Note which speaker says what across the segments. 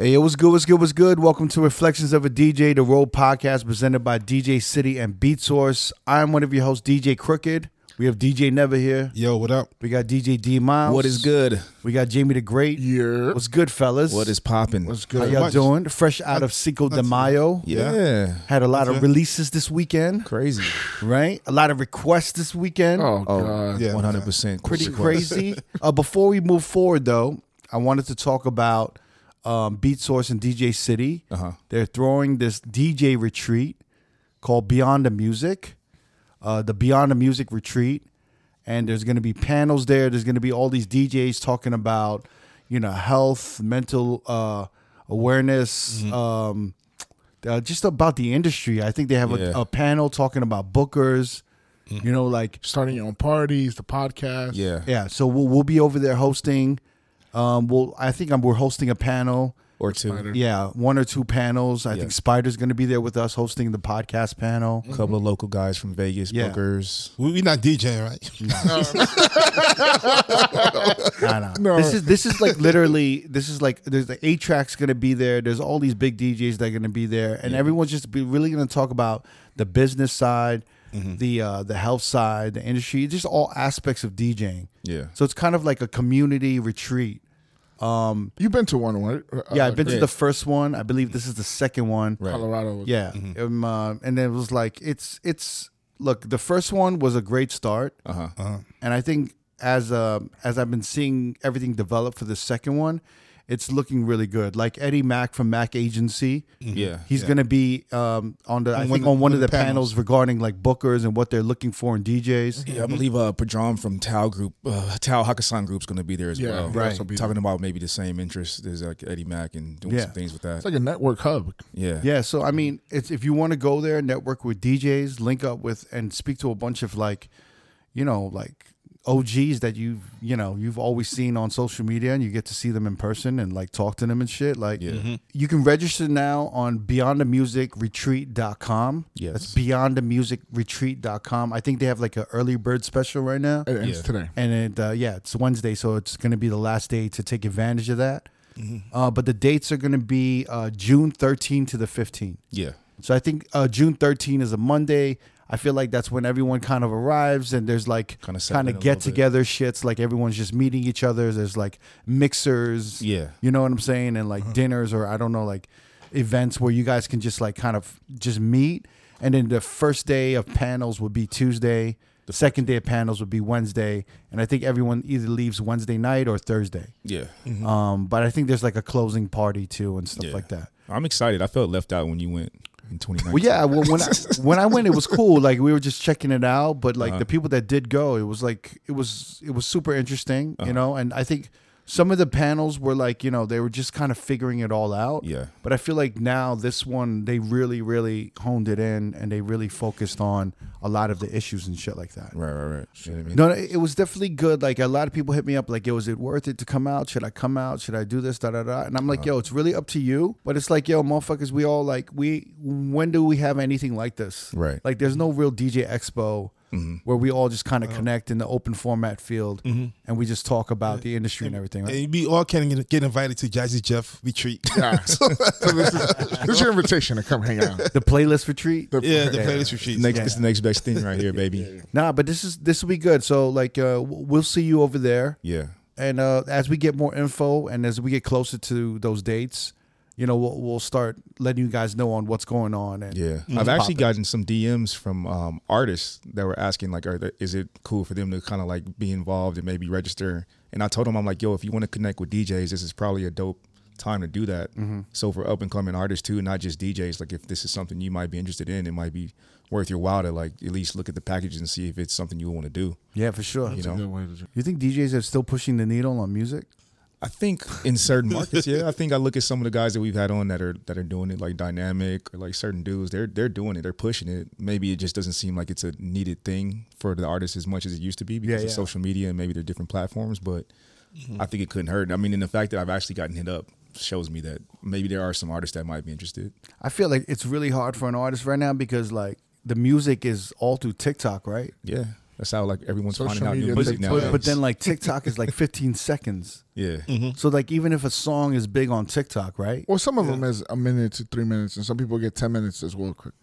Speaker 1: Hey, what's good? What's good? What's good? Welcome to Reflections of a DJ, the Road podcast presented by DJ City and Beat Source. I'm one of your hosts, DJ Crooked. We have DJ Never here.
Speaker 2: Yo, what up?
Speaker 1: We got DJ D Miles.
Speaker 3: What is good?
Speaker 1: We got Jamie the Great.
Speaker 2: Yeah.
Speaker 1: What's good, fellas?
Speaker 3: What is popping?
Speaker 2: What's
Speaker 1: How
Speaker 2: good?
Speaker 1: y'all
Speaker 2: Much.
Speaker 1: doing? Fresh out of Cinco de Mayo.
Speaker 3: yeah.
Speaker 1: Had a lot of releases this weekend,
Speaker 3: Crazy.
Speaker 1: right? A lot of requests this weekend.
Speaker 4: Oh, God.
Speaker 2: Yeah.
Speaker 3: One hundred percent.
Speaker 1: pretty crazy. uh, before we move forward, though, I wanted to talk about um, Beat Source and DJ City.
Speaker 3: Uh-huh.
Speaker 1: They're throwing this DJ retreat called Beyond the Music, uh, the Beyond the Music retreat, and there's going to be panels there. There's going to be all these DJs talking about, you know, health, mental uh, awareness.
Speaker 3: Mm-hmm.
Speaker 1: Um, uh, just about the industry. I think they have
Speaker 3: Yeah. Mm.
Speaker 1: a, a panel talking about bookers, you know, like
Speaker 2: Starting your own parties, the podcast.
Speaker 3: Yeah.
Speaker 1: yeah, so we'll we'll be over there hosting. Um, we'll I think I'm, we're hosting a panel.
Speaker 3: Or two.
Speaker 1: Yeah, one or two panels. I think Spider's going to be there with us hosting the podcast panel.
Speaker 3: A couple of local guys from Vegas,
Speaker 1: Yeah.
Speaker 3: bookers.
Speaker 2: We, we not DJing, right?
Speaker 1: I know. This is this is like literally this is like there's the eight tracks going to be there. There's all these big DJs that are going to be there, and everyone's just be really going to talk about the business side, the uh, the health side, the industry, just all aspects of DJing.
Speaker 3: Yeah.
Speaker 1: So it's kind of like a community retreat.
Speaker 4: You've been to one, right? Uh,
Speaker 1: Yeah, I've been to the first one. I believe this is the second one. Right.
Speaker 4: Colorado. was-
Speaker 1: Yeah, um, uh, and then it was like it's it's look the first one was a great start, uh-huh. and I think as uh, as I've been seeing everything develop for the second one, it's looking really good. Like Eddie Mack from Mac Agency,
Speaker 3: Yeah.
Speaker 1: he's gonna be um, Mm-hmm. on the I think
Speaker 2: one-
Speaker 1: on one
Speaker 2: one
Speaker 1: of the
Speaker 2: of the
Speaker 1: panels. regarding like bookers and what they're looking for in DJs.
Speaker 3: Yeah, I believe uh Padram from Tao Group, uh, Tao Hakusan Group's going to be there as
Speaker 4: Yeah,
Speaker 3: well.
Speaker 4: he'll also be
Speaker 3: Talking about maybe the same interest as like Eddie Mack and doing
Speaker 1: Yeah.
Speaker 3: some things with that.
Speaker 4: It's like a network hub.
Speaker 3: yeah.
Speaker 1: Yeah, so I mean, it's if you want to go there, network with DJs, link up with, and speak to a bunch of like, you know, like OGs that you have you know you've always seen on social media, and you get to see them in person and like talk to them and shit. Like, you can register now on beyondthemusicretreat.com.
Speaker 3: Yes.
Speaker 1: that's beyondthemusicretreat.com. I think they have like an early bird special right now.
Speaker 4: It ends today.
Speaker 1: And it, uh, yeah, it's Wednesday, so it's going to be the last day to take advantage of that. Uh, but the dates are going to be uh, June 13 to the 15th.
Speaker 3: Yeah.
Speaker 1: So I think uh, June 13 is a Monday. I feel like that's when everyone kind of arrives and there's like
Speaker 3: Kinda
Speaker 1: kind
Speaker 3: separate a
Speaker 1: of
Speaker 3: little
Speaker 1: get together shits. Like everyone's just meeting each other. There's like mixers.
Speaker 3: Yeah.
Speaker 1: You know what I'm saying? And like dinners or I don't know, like events where you guys can just like kind of just meet. And then the first day of panels would be Tuesday. The second day of panels would be Wednesday. And I think everyone either leaves Wednesday night or Thursday.
Speaker 3: Yeah.
Speaker 1: Um, but I think there's like a closing party too and stuff
Speaker 3: Mm-hmm. Yeah.
Speaker 1: like that.
Speaker 3: I'm excited. I felt left out when you went in 2019.
Speaker 1: Well, yeah. Well, when I, when I went, it was cool. Like we were just checking it out, but like the people that did go, it was like it was it was super interesting, you know. And I think some of the panels were like you know they were just kind of figuring it all out.
Speaker 3: Yeah.
Speaker 1: But I feel like now this one they really really honed it in and they really focused on a lot of the issues and shit like that.
Speaker 3: Right, right, right. You know what I mean?
Speaker 1: No, no, it was definitely good. Like a lot of people hit me up, like, "Yo, is it worth it to come out? Should I come out? Should I do this?" Da da da. And I'm like, "Yo, it's really up to you." But it's like, "Yo, motherfuckers, we all like, we when do we have anything like this?
Speaker 3: Right.
Speaker 1: Like, there's no real DJ expo where we all just kind of connect in the open format field and we just talk about the industry and everything. Right?
Speaker 2: and we all can get- get invited to Jazzy Jeff retreat.
Speaker 4: Yeah. so this is, this is your invitation to come hang out.
Speaker 1: the playlist retreat.
Speaker 2: yeah, the playlist retreat.
Speaker 3: Next, it's the next best thing right here, baby.
Speaker 1: nah, but this is this will be good. So like, uh, w- we'll see you over there.
Speaker 3: Yeah.
Speaker 1: and uh, as we get more info and as we get closer to those dates, you know, we'll, we'll start letting you guys know on what's going on. And
Speaker 3: Yeah, I've actually gotten some DMs from um, artists that were asking like, are there, is it cool for them to kind of like be involved and maybe register? And I told them I'm like, yo, if you want to connect with DJs, this is probably a dope time to do that. So for up and coming artists too, not just DJs. Like if this is something you might be interested in, it might be worth your while to like at least look at the package and see if it's something you want to do.
Speaker 1: yeah, for sure. You,
Speaker 3: You know,
Speaker 1: think DJs are still pushing the needle on music?
Speaker 3: I think in certain markets, yeah. I think I look at some of the guys that we've had on that are that are doing it, like dynamic or like certain dudes. They're they're doing it. They're pushing it. Maybe it just doesn't seem like it's a needed thing for the artists as much as it used to be because of
Speaker 1: yeah.
Speaker 3: social media and maybe they're different platforms. But I think it couldn't hurt. I mean, and the fact that I've actually gotten hit up shows me that maybe there are some artists that might be interested.
Speaker 1: I feel like it's really hard for an artist right now because like the music is all through TikTok, right?
Speaker 3: Yeah, That's how like everyone's
Speaker 4: Social
Speaker 3: finding out new
Speaker 4: media
Speaker 3: music
Speaker 4: takes
Speaker 3: now.
Speaker 4: place.
Speaker 1: But, but then like TikTok is like 15 seconds.
Speaker 3: yeah,
Speaker 1: So like even if a song is big on TikTok, right?
Speaker 4: Well, some of them is a minute to three minutes, and some people get ten minutes as well. Quick.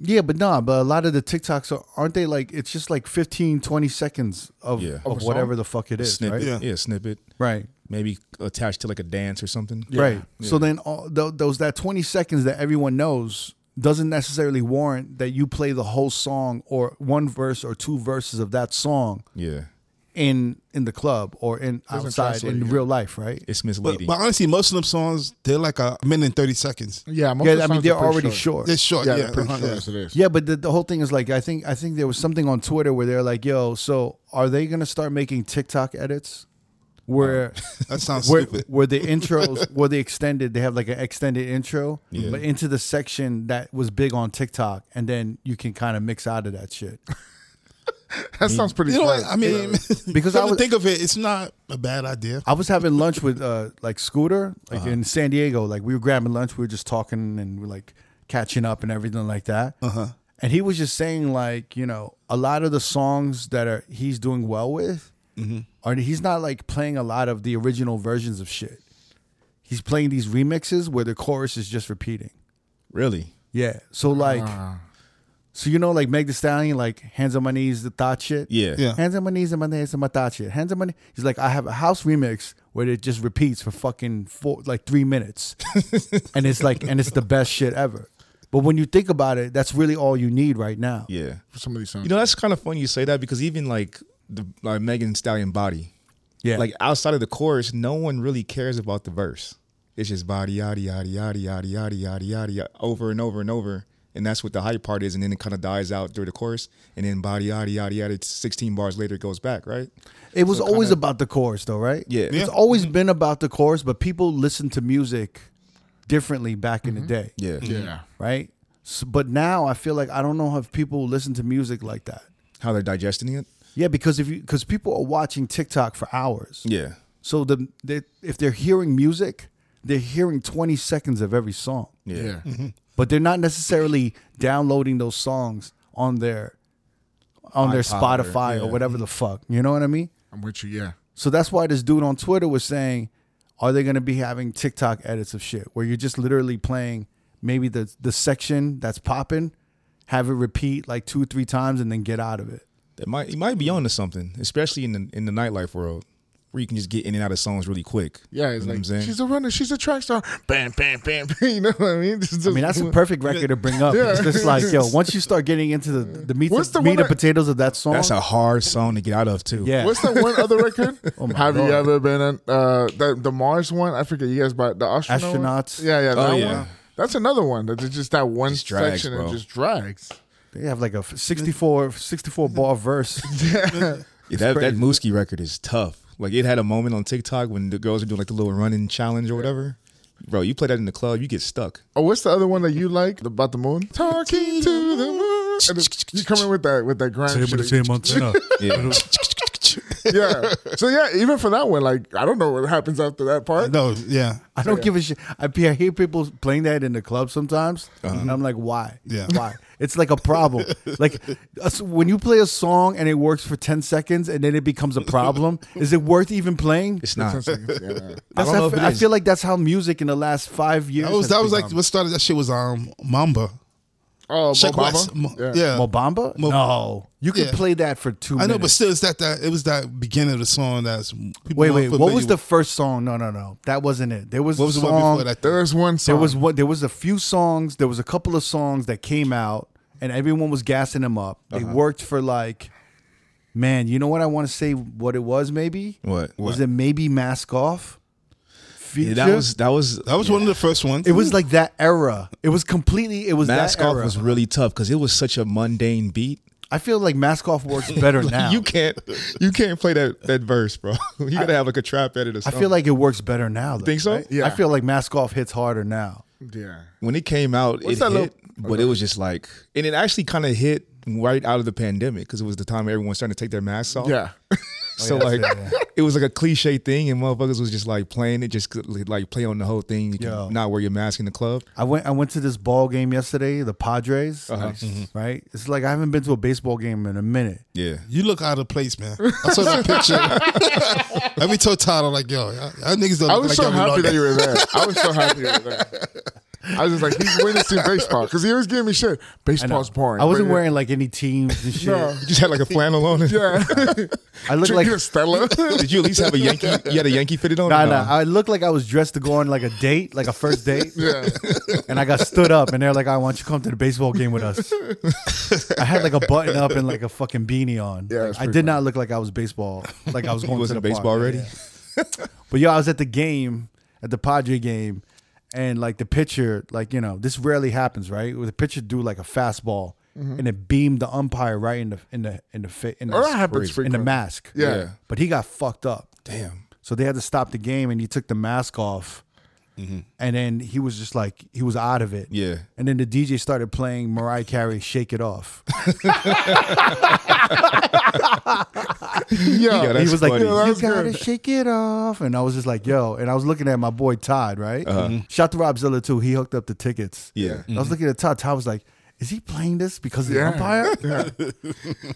Speaker 1: Yeah, but nah, but a lot of the TikToks are, aren't they like it's just like 15 20 seconds of,
Speaker 3: Yeah.
Speaker 1: of
Speaker 4: Of a
Speaker 1: whatever
Speaker 4: song?
Speaker 1: the fuck it is,
Speaker 3: snippet,
Speaker 1: right?
Speaker 2: Yeah.
Speaker 3: yeah. snippet,
Speaker 1: Right.
Speaker 3: maybe attached to like a dance or something.
Speaker 1: Right. So
Speaker 3: Yeah.
Speaker 1: then all tho- those that 20 seconds that everyone knows doesn't necessarily warrant that you play the whole song or one verse or two verses of that song
Speaker 3: yeah,
Speaker 1: in in the club or in
Speaker 4: Doesn't
Speaker 1: outside in
Speaker 4: translate, yeah.
Speaker 1: real life, right?
Speaker 3: it's
Speaker 2: But,
Speaker 3: misleading.
Speaker 2: but honestly, most of them songs they're like a minute and thirty seconds.
Speaker 4: Yeah, most of
Speaker 1: yeah,
Speaker 4: the
Speaker 1: I mean
Speaker 4: songs
Speaker 1: they're
Speaker 4: are pretty
Speaker 1: already
Speaker 4: short.
Speaker 1: short.
Speaker 2: It's short.
Speaker 4: Yeah,
Speaker 2: Yeah,
Speaker 4: they're pretty
Speaker 2: uh-huh,
Speaker 4: short
Speaker 2: yeah.
Speaker 4: as it is.
Speaker 1: Yeah, but the, the whole thing is like I think I think there was something on Twitter where they're like, "Yo, so are they gonna start making TikTok edits where
Speaker 2: That sounds
Speaker 1: where
Speaker 2: stupid.
Speaker 1: where the intros where they extended they have like an extended intro, but into the section that was big on TikTok, and then you can kind of mix out of that shit."
Speaker 4: That sounds pretty.
Speaker 2: You know
Speaker 4: smart.
Speaker 2: what? I mean,
Speaker 1: Because
Speaker 2: come
Speaker 1: I
Speaker 2: to
Speaker 1: was-
Speaker 2: think of it, it's not a bad idea.
Speaker 1: I was having lunch with uh, like Scooter, like in San Diego. Like we were grabbing lunch, we were just talking and we are like catching up and everything like that. Uh-huh. And he was just saying like, you know, a lot of the songs that are he's doing well with, are he's not like playing a lot of the original versions of shit. He's playing these remixes where the chorus is just repeating.
Speaker 3: really?
Speaker 1: Yeah. So like,
Speaker 3: Ah.
Speaker 1: so you know, like Meg The Stallion, like hands on my knees, the thought shit.
Speaker 3: Yeah.
Speaker 2: Yeah.
Speaker 1: Hands on my knees and my knees and my thought shit. Hands on my knees. He's like, I have a house remix where it just repeats for fucking four, like three minutes, and it's like, and it's the best shit ever. But when you think about it, that's really all you need right now.
Speaker 3: Yeah.
Speaker 4: For some of these songs.
Speaker 3: You know, that's kind of funny you say that because even like the like Megan Stallion body,
Speaker 1: Yeah.
Speaker 3: like outside of the chorus, no one really cares about the verse. It's just body yada yada yada yada yada yada yada yada, over and over and over. And that's what the hype part is, and then it kind of dies out through the chorus, and then body yada yada yada. It's Sixteen bars later, it goes back, right?
Speaker 1: It was always about the chorus, though, right?
Speaker 3: Yeah.
Speaker 1: It's
Speaker 3: Yeah.
Speaker 1: always been about the chorus, but people listen to music differently back in the day.
Speaker 3: Mm-hmm. Yeah.
Speaker 4: yeah.
Speaker 1: Right. S but now I feel like I don't know if people listen to music like that.
Speaker 3: How they're digesting it.
Speaker 1: Yeah, because if you because people are watching TikTok for hours,
Speaker 3: Yeah.
Speaker 1: so the they, if they're hearing music, they're hearing twenty seconds of every song,
Speaker 3: Yeah.
Speaker 4: Yeah.
Speaker 1: but they're not necessarily downloading those songs on their on their
Speaker 3: iPod or-
Speaker 1: Spotify or,
Speaker 3: yeah.
Speaker 1: whatever the fuck. You know what I mean?
Speaker 4: I'm with you. Yeah.
Speaker 1: So that's why this dude on Twitter was saying, are they going to be having TikTok edits of shit where you're just literally playing maybe the the section that's popping, have it repeat like two three times and then get out of it.
Speaker 3: It might it might be onto something, especially in the in the nightlife world, where you can just get in and out of songs really quick.
Speaker 4: Yeah, it's
Speaker 3: You know what
Speaker 4: like
Speaker 3: I'm saying?
Speaker 4: she's a runner, she's a track star. Bam, bam, bam. bam. You know what I mean? This is
Speaker 1: I mean, that's a perfect record to bring up. It's just like, yo, once you start getting into the, the meat,
Speaker 4: What's the
Speaker 1: meat
Speaker 4: one
Speaker 1: and
Speaker 4: that-
Speaker 1: potatoes of that song,
Speaker 3: That's a hard song to get out of too.
Speaker 1: yeah.
Speaker 4: What's that one other record?
Speaker 1: my
Speaker 4: Have
Speaker 1: God.
Speaker 4: you ever been on uh, the, the Mars one? I forget you guys, but the astronaut one?
Speaker 1: Astronauts.
Speaker 4: Yeah, yeah, that
Speaker 3: Oh, yeah.
Speaker 4: one. That's another one. That's just that one
Speaker 3: Just drags,
Speaker 4: section and
Speaker 3: bro.
Speaker 4: just drags.
Speaker 1: They have like a f- 64, 64 bar verse.
Speaker 3: Yeah, that that Mooski record is tough. Like it had a moment on TikTok when the girls are doing like the little running challenge or whatever. Bro, you play that in the club, you get stuck.
Speaker 4: Oh, what's the other one that you like about the moon? Talking to the moon. And then you come in with that with that grind. shit.
Speaker 5: Montana.
Speaker 3: Yeah.
Speaker 4: Yeah. So yeah, even for that one, like I don't know what happens after that part.
Speaker 2: No, yeah,
Speaker 1: I don't give a shit. I, be- I hear people playing that in the club sometimes, and I'm like, why?
Speaker 2: Uh-huh. Yeah.
Speaker 1: Why? It's like a problem. like us- when you play a song and it works for 10 seconds and then it becomes a problem, is it worth even playing?
Speaker 3: It's not.
Speaker 4: Yeah.
Speaker 3: I
Speaker 1: That's
Speaker 3: don't know
Speaker 1: how,
Speaker 3: if it
Speaker 1: I
Speaker 3: is.
Speaker 1: feel like that's how music in the last five years.
Speaker 2: that was
Speaker 1: has
Speaker 2: that was
Speaker 1: become.
Speaker 2: like what started that shit was um Mamba.
Speaker 4: Oh,
Speaker 2: Check
Speaker 4: Bob
Speaker 2: West.
Speaker 4: Baba?
Speaker 2: Mo-
Speaker 4: Yeah.
Speaker 2: Yeah.
Speaker 1: Mobamba?
Speaker 2: uh, Mo-
Speaker 1: no. You could
Speaker 2: Yeah.
Speaker 1: play that for two
Speaker 2: I
Speaker 1: minutes.
Speaker 2: know, but still, it's that that it was that beginning of the song that's people
Speaker 1: Wait,
Speaker 2: not
Speaker 1: wait. What
Speaker 2: familiar
Speaker 1: was the
Speaker 2: with.
Speaker 1: first song? No, no, no. That wasn't it. There was
Speaker 2: what
Speaker 1: a
Speaker 2: was the
Speaker 1: song,
Speaker 2: one before that?
Speaker 4: There's one song.
Speaker 1: There was what? There was a few songs. There was a couple of songs that came out, and everyone was gassing them up. They
Speaker 3: Uh-huh.
Speaker 1: worked for like, man. You know what I want to say? What it was? Maybe
Speaker 3: What?
Speaker 1: was it? Maybe mask off. Feature?
Speaker 3: Yeah, that was that was
Speaker 2: That was one of the first ones.
Speaker 1: It was like that era. It was completely. It was
Speaker 3: Mask
Speaker 1: that
Speaker 3: Off
Speaker 1: era.
Speaker 3: was really tough because it was such a mundane beat.
Speaker 1: I feel like mask off works better now.
Speaker 3: You can't you can't play that that verse, bro. You gotta have like a trap edit or
Speaker 1: I
Speaker 3: something.
Speaker 1: feel like it works better now. Though,
Speaker 3: Oh. Think so?
Speaker 1: right?
Speaker 4: Yeah.
Speaker 1: I feel like mask off hits harder now.
Speaker 4: yeah.
Speaker 3: when it came out,
Speaker 4: What's
Speaker 3: it
Speaker 4: that
Speaker 3: hit,
Speaker 4: little-
Speaker 3: but it was just like, and it actually kind of hit right out of the pandemic because it was the time everyone was starting to take their masks off.
Speaker 4: Yeah.
Speaker 1: Oh,
Speaker 3: So like, it was like a cliche thing, and motherfuckers was just like playing it, just like play on the whole thing. You can
Speaker 1: Yo.
Speaker 3: not wear your mask in the club.
Speaker 1: I went I went to this ball game yesterday, the Padres.
Speaker 3: Uh-huh.
Speaker 1: Right? It's like I haven't been to a baseball game in a minute.
Speaker 3: Yeah,
Speaker 2: You look out of place, man. I saw that picture. Every told Todd, I'm like, yo, y'all, y'all niggas don't
Speaker 4: I
Speaker 2: look
Speaker 4: was
Speaker 2: like
Speaker 4: so
Speaker 2: y'all belong
Speaker 4: happy that
Speaker 2: there.
Speaker 4: you were there. I was so happy you were there. I was just like, he's witnessing baseball because he always gave me shit. Baseball's boring.
Speaker 1: I wasn't
Speaker 4: But-
Speaker 1: wearing like any teams and shit.
Speaker 4: No.
Speaker 3: you just had like a flannel on.
Speaker 4: Yeah.
Speaker 1: I looked
Speaker 4: Drinking
Speaker 1: like
Speaker 4: a Stella.
Speaker 3: Did you at least have a Yankee? You had a Yankee fitted on.
Speaker 1: nah,
Speaker 3: or no?
Speaker 1: nah. I looked like I was dressed to go on like a date, like a first date.
Speaker 4: yeah.
Speaker 1: and I got stood up, and they're like, "I want you to come to the baseball game with us." I had like a button up and like a fucking beanie on.
Speaker 4: Yeah, it's
Speaker 1: I did
Speaker 4: pretty
Speaker 1: not look like I was baseball, like I was going to
Speaker 3: wasn't
Speaker 1: the park.
Speaker 3: baseball ready?
Speaker 1: Yeah. but yo, I was at the game, at the Padre game, and like the pitcher, like you know, this rarely happens, right? The pitcher do like a fastball, and it beamed the umpire right in the in the in the fit in the,
Speaker 4: Or Mm-hmm. Oh, that happens
Speaker 1: in the
Speaker 4: frequently.
Speaker 1: mask.
Speaker 4: Yeah.
Speaker 3: Yeah.
Speaker 1: but he got fucked up.
Speaker 3: Damn.
Speaker 1: So they had to stop the game, and he took the mask off. And then he was just like he was out of it.
Speaker 3: Yeah.
Speaker 1: And then the DJ started playing Mariah Carey "Shake It Off."
Speaker 3: Yeah,
Speaker 4: Yeah.
Speaker 3: that's
Speaker 1: he was like,
Speaker 3: funny.
Speaker 1: "You
Speaker 4: was
Speaker 1: gotta shake it off," and I was just like, "Yo!" And I was looking at my boy Todd, right? Shout to Rob Zilla too. He hooked up the tickets.
Speaker 3: Uh-huh. Yeah.
Speaker 1: I was looking at Todd. Todd was like, "Is he playing this because of the
Speaker 4: Yeah.
Speaker 1: umpire?"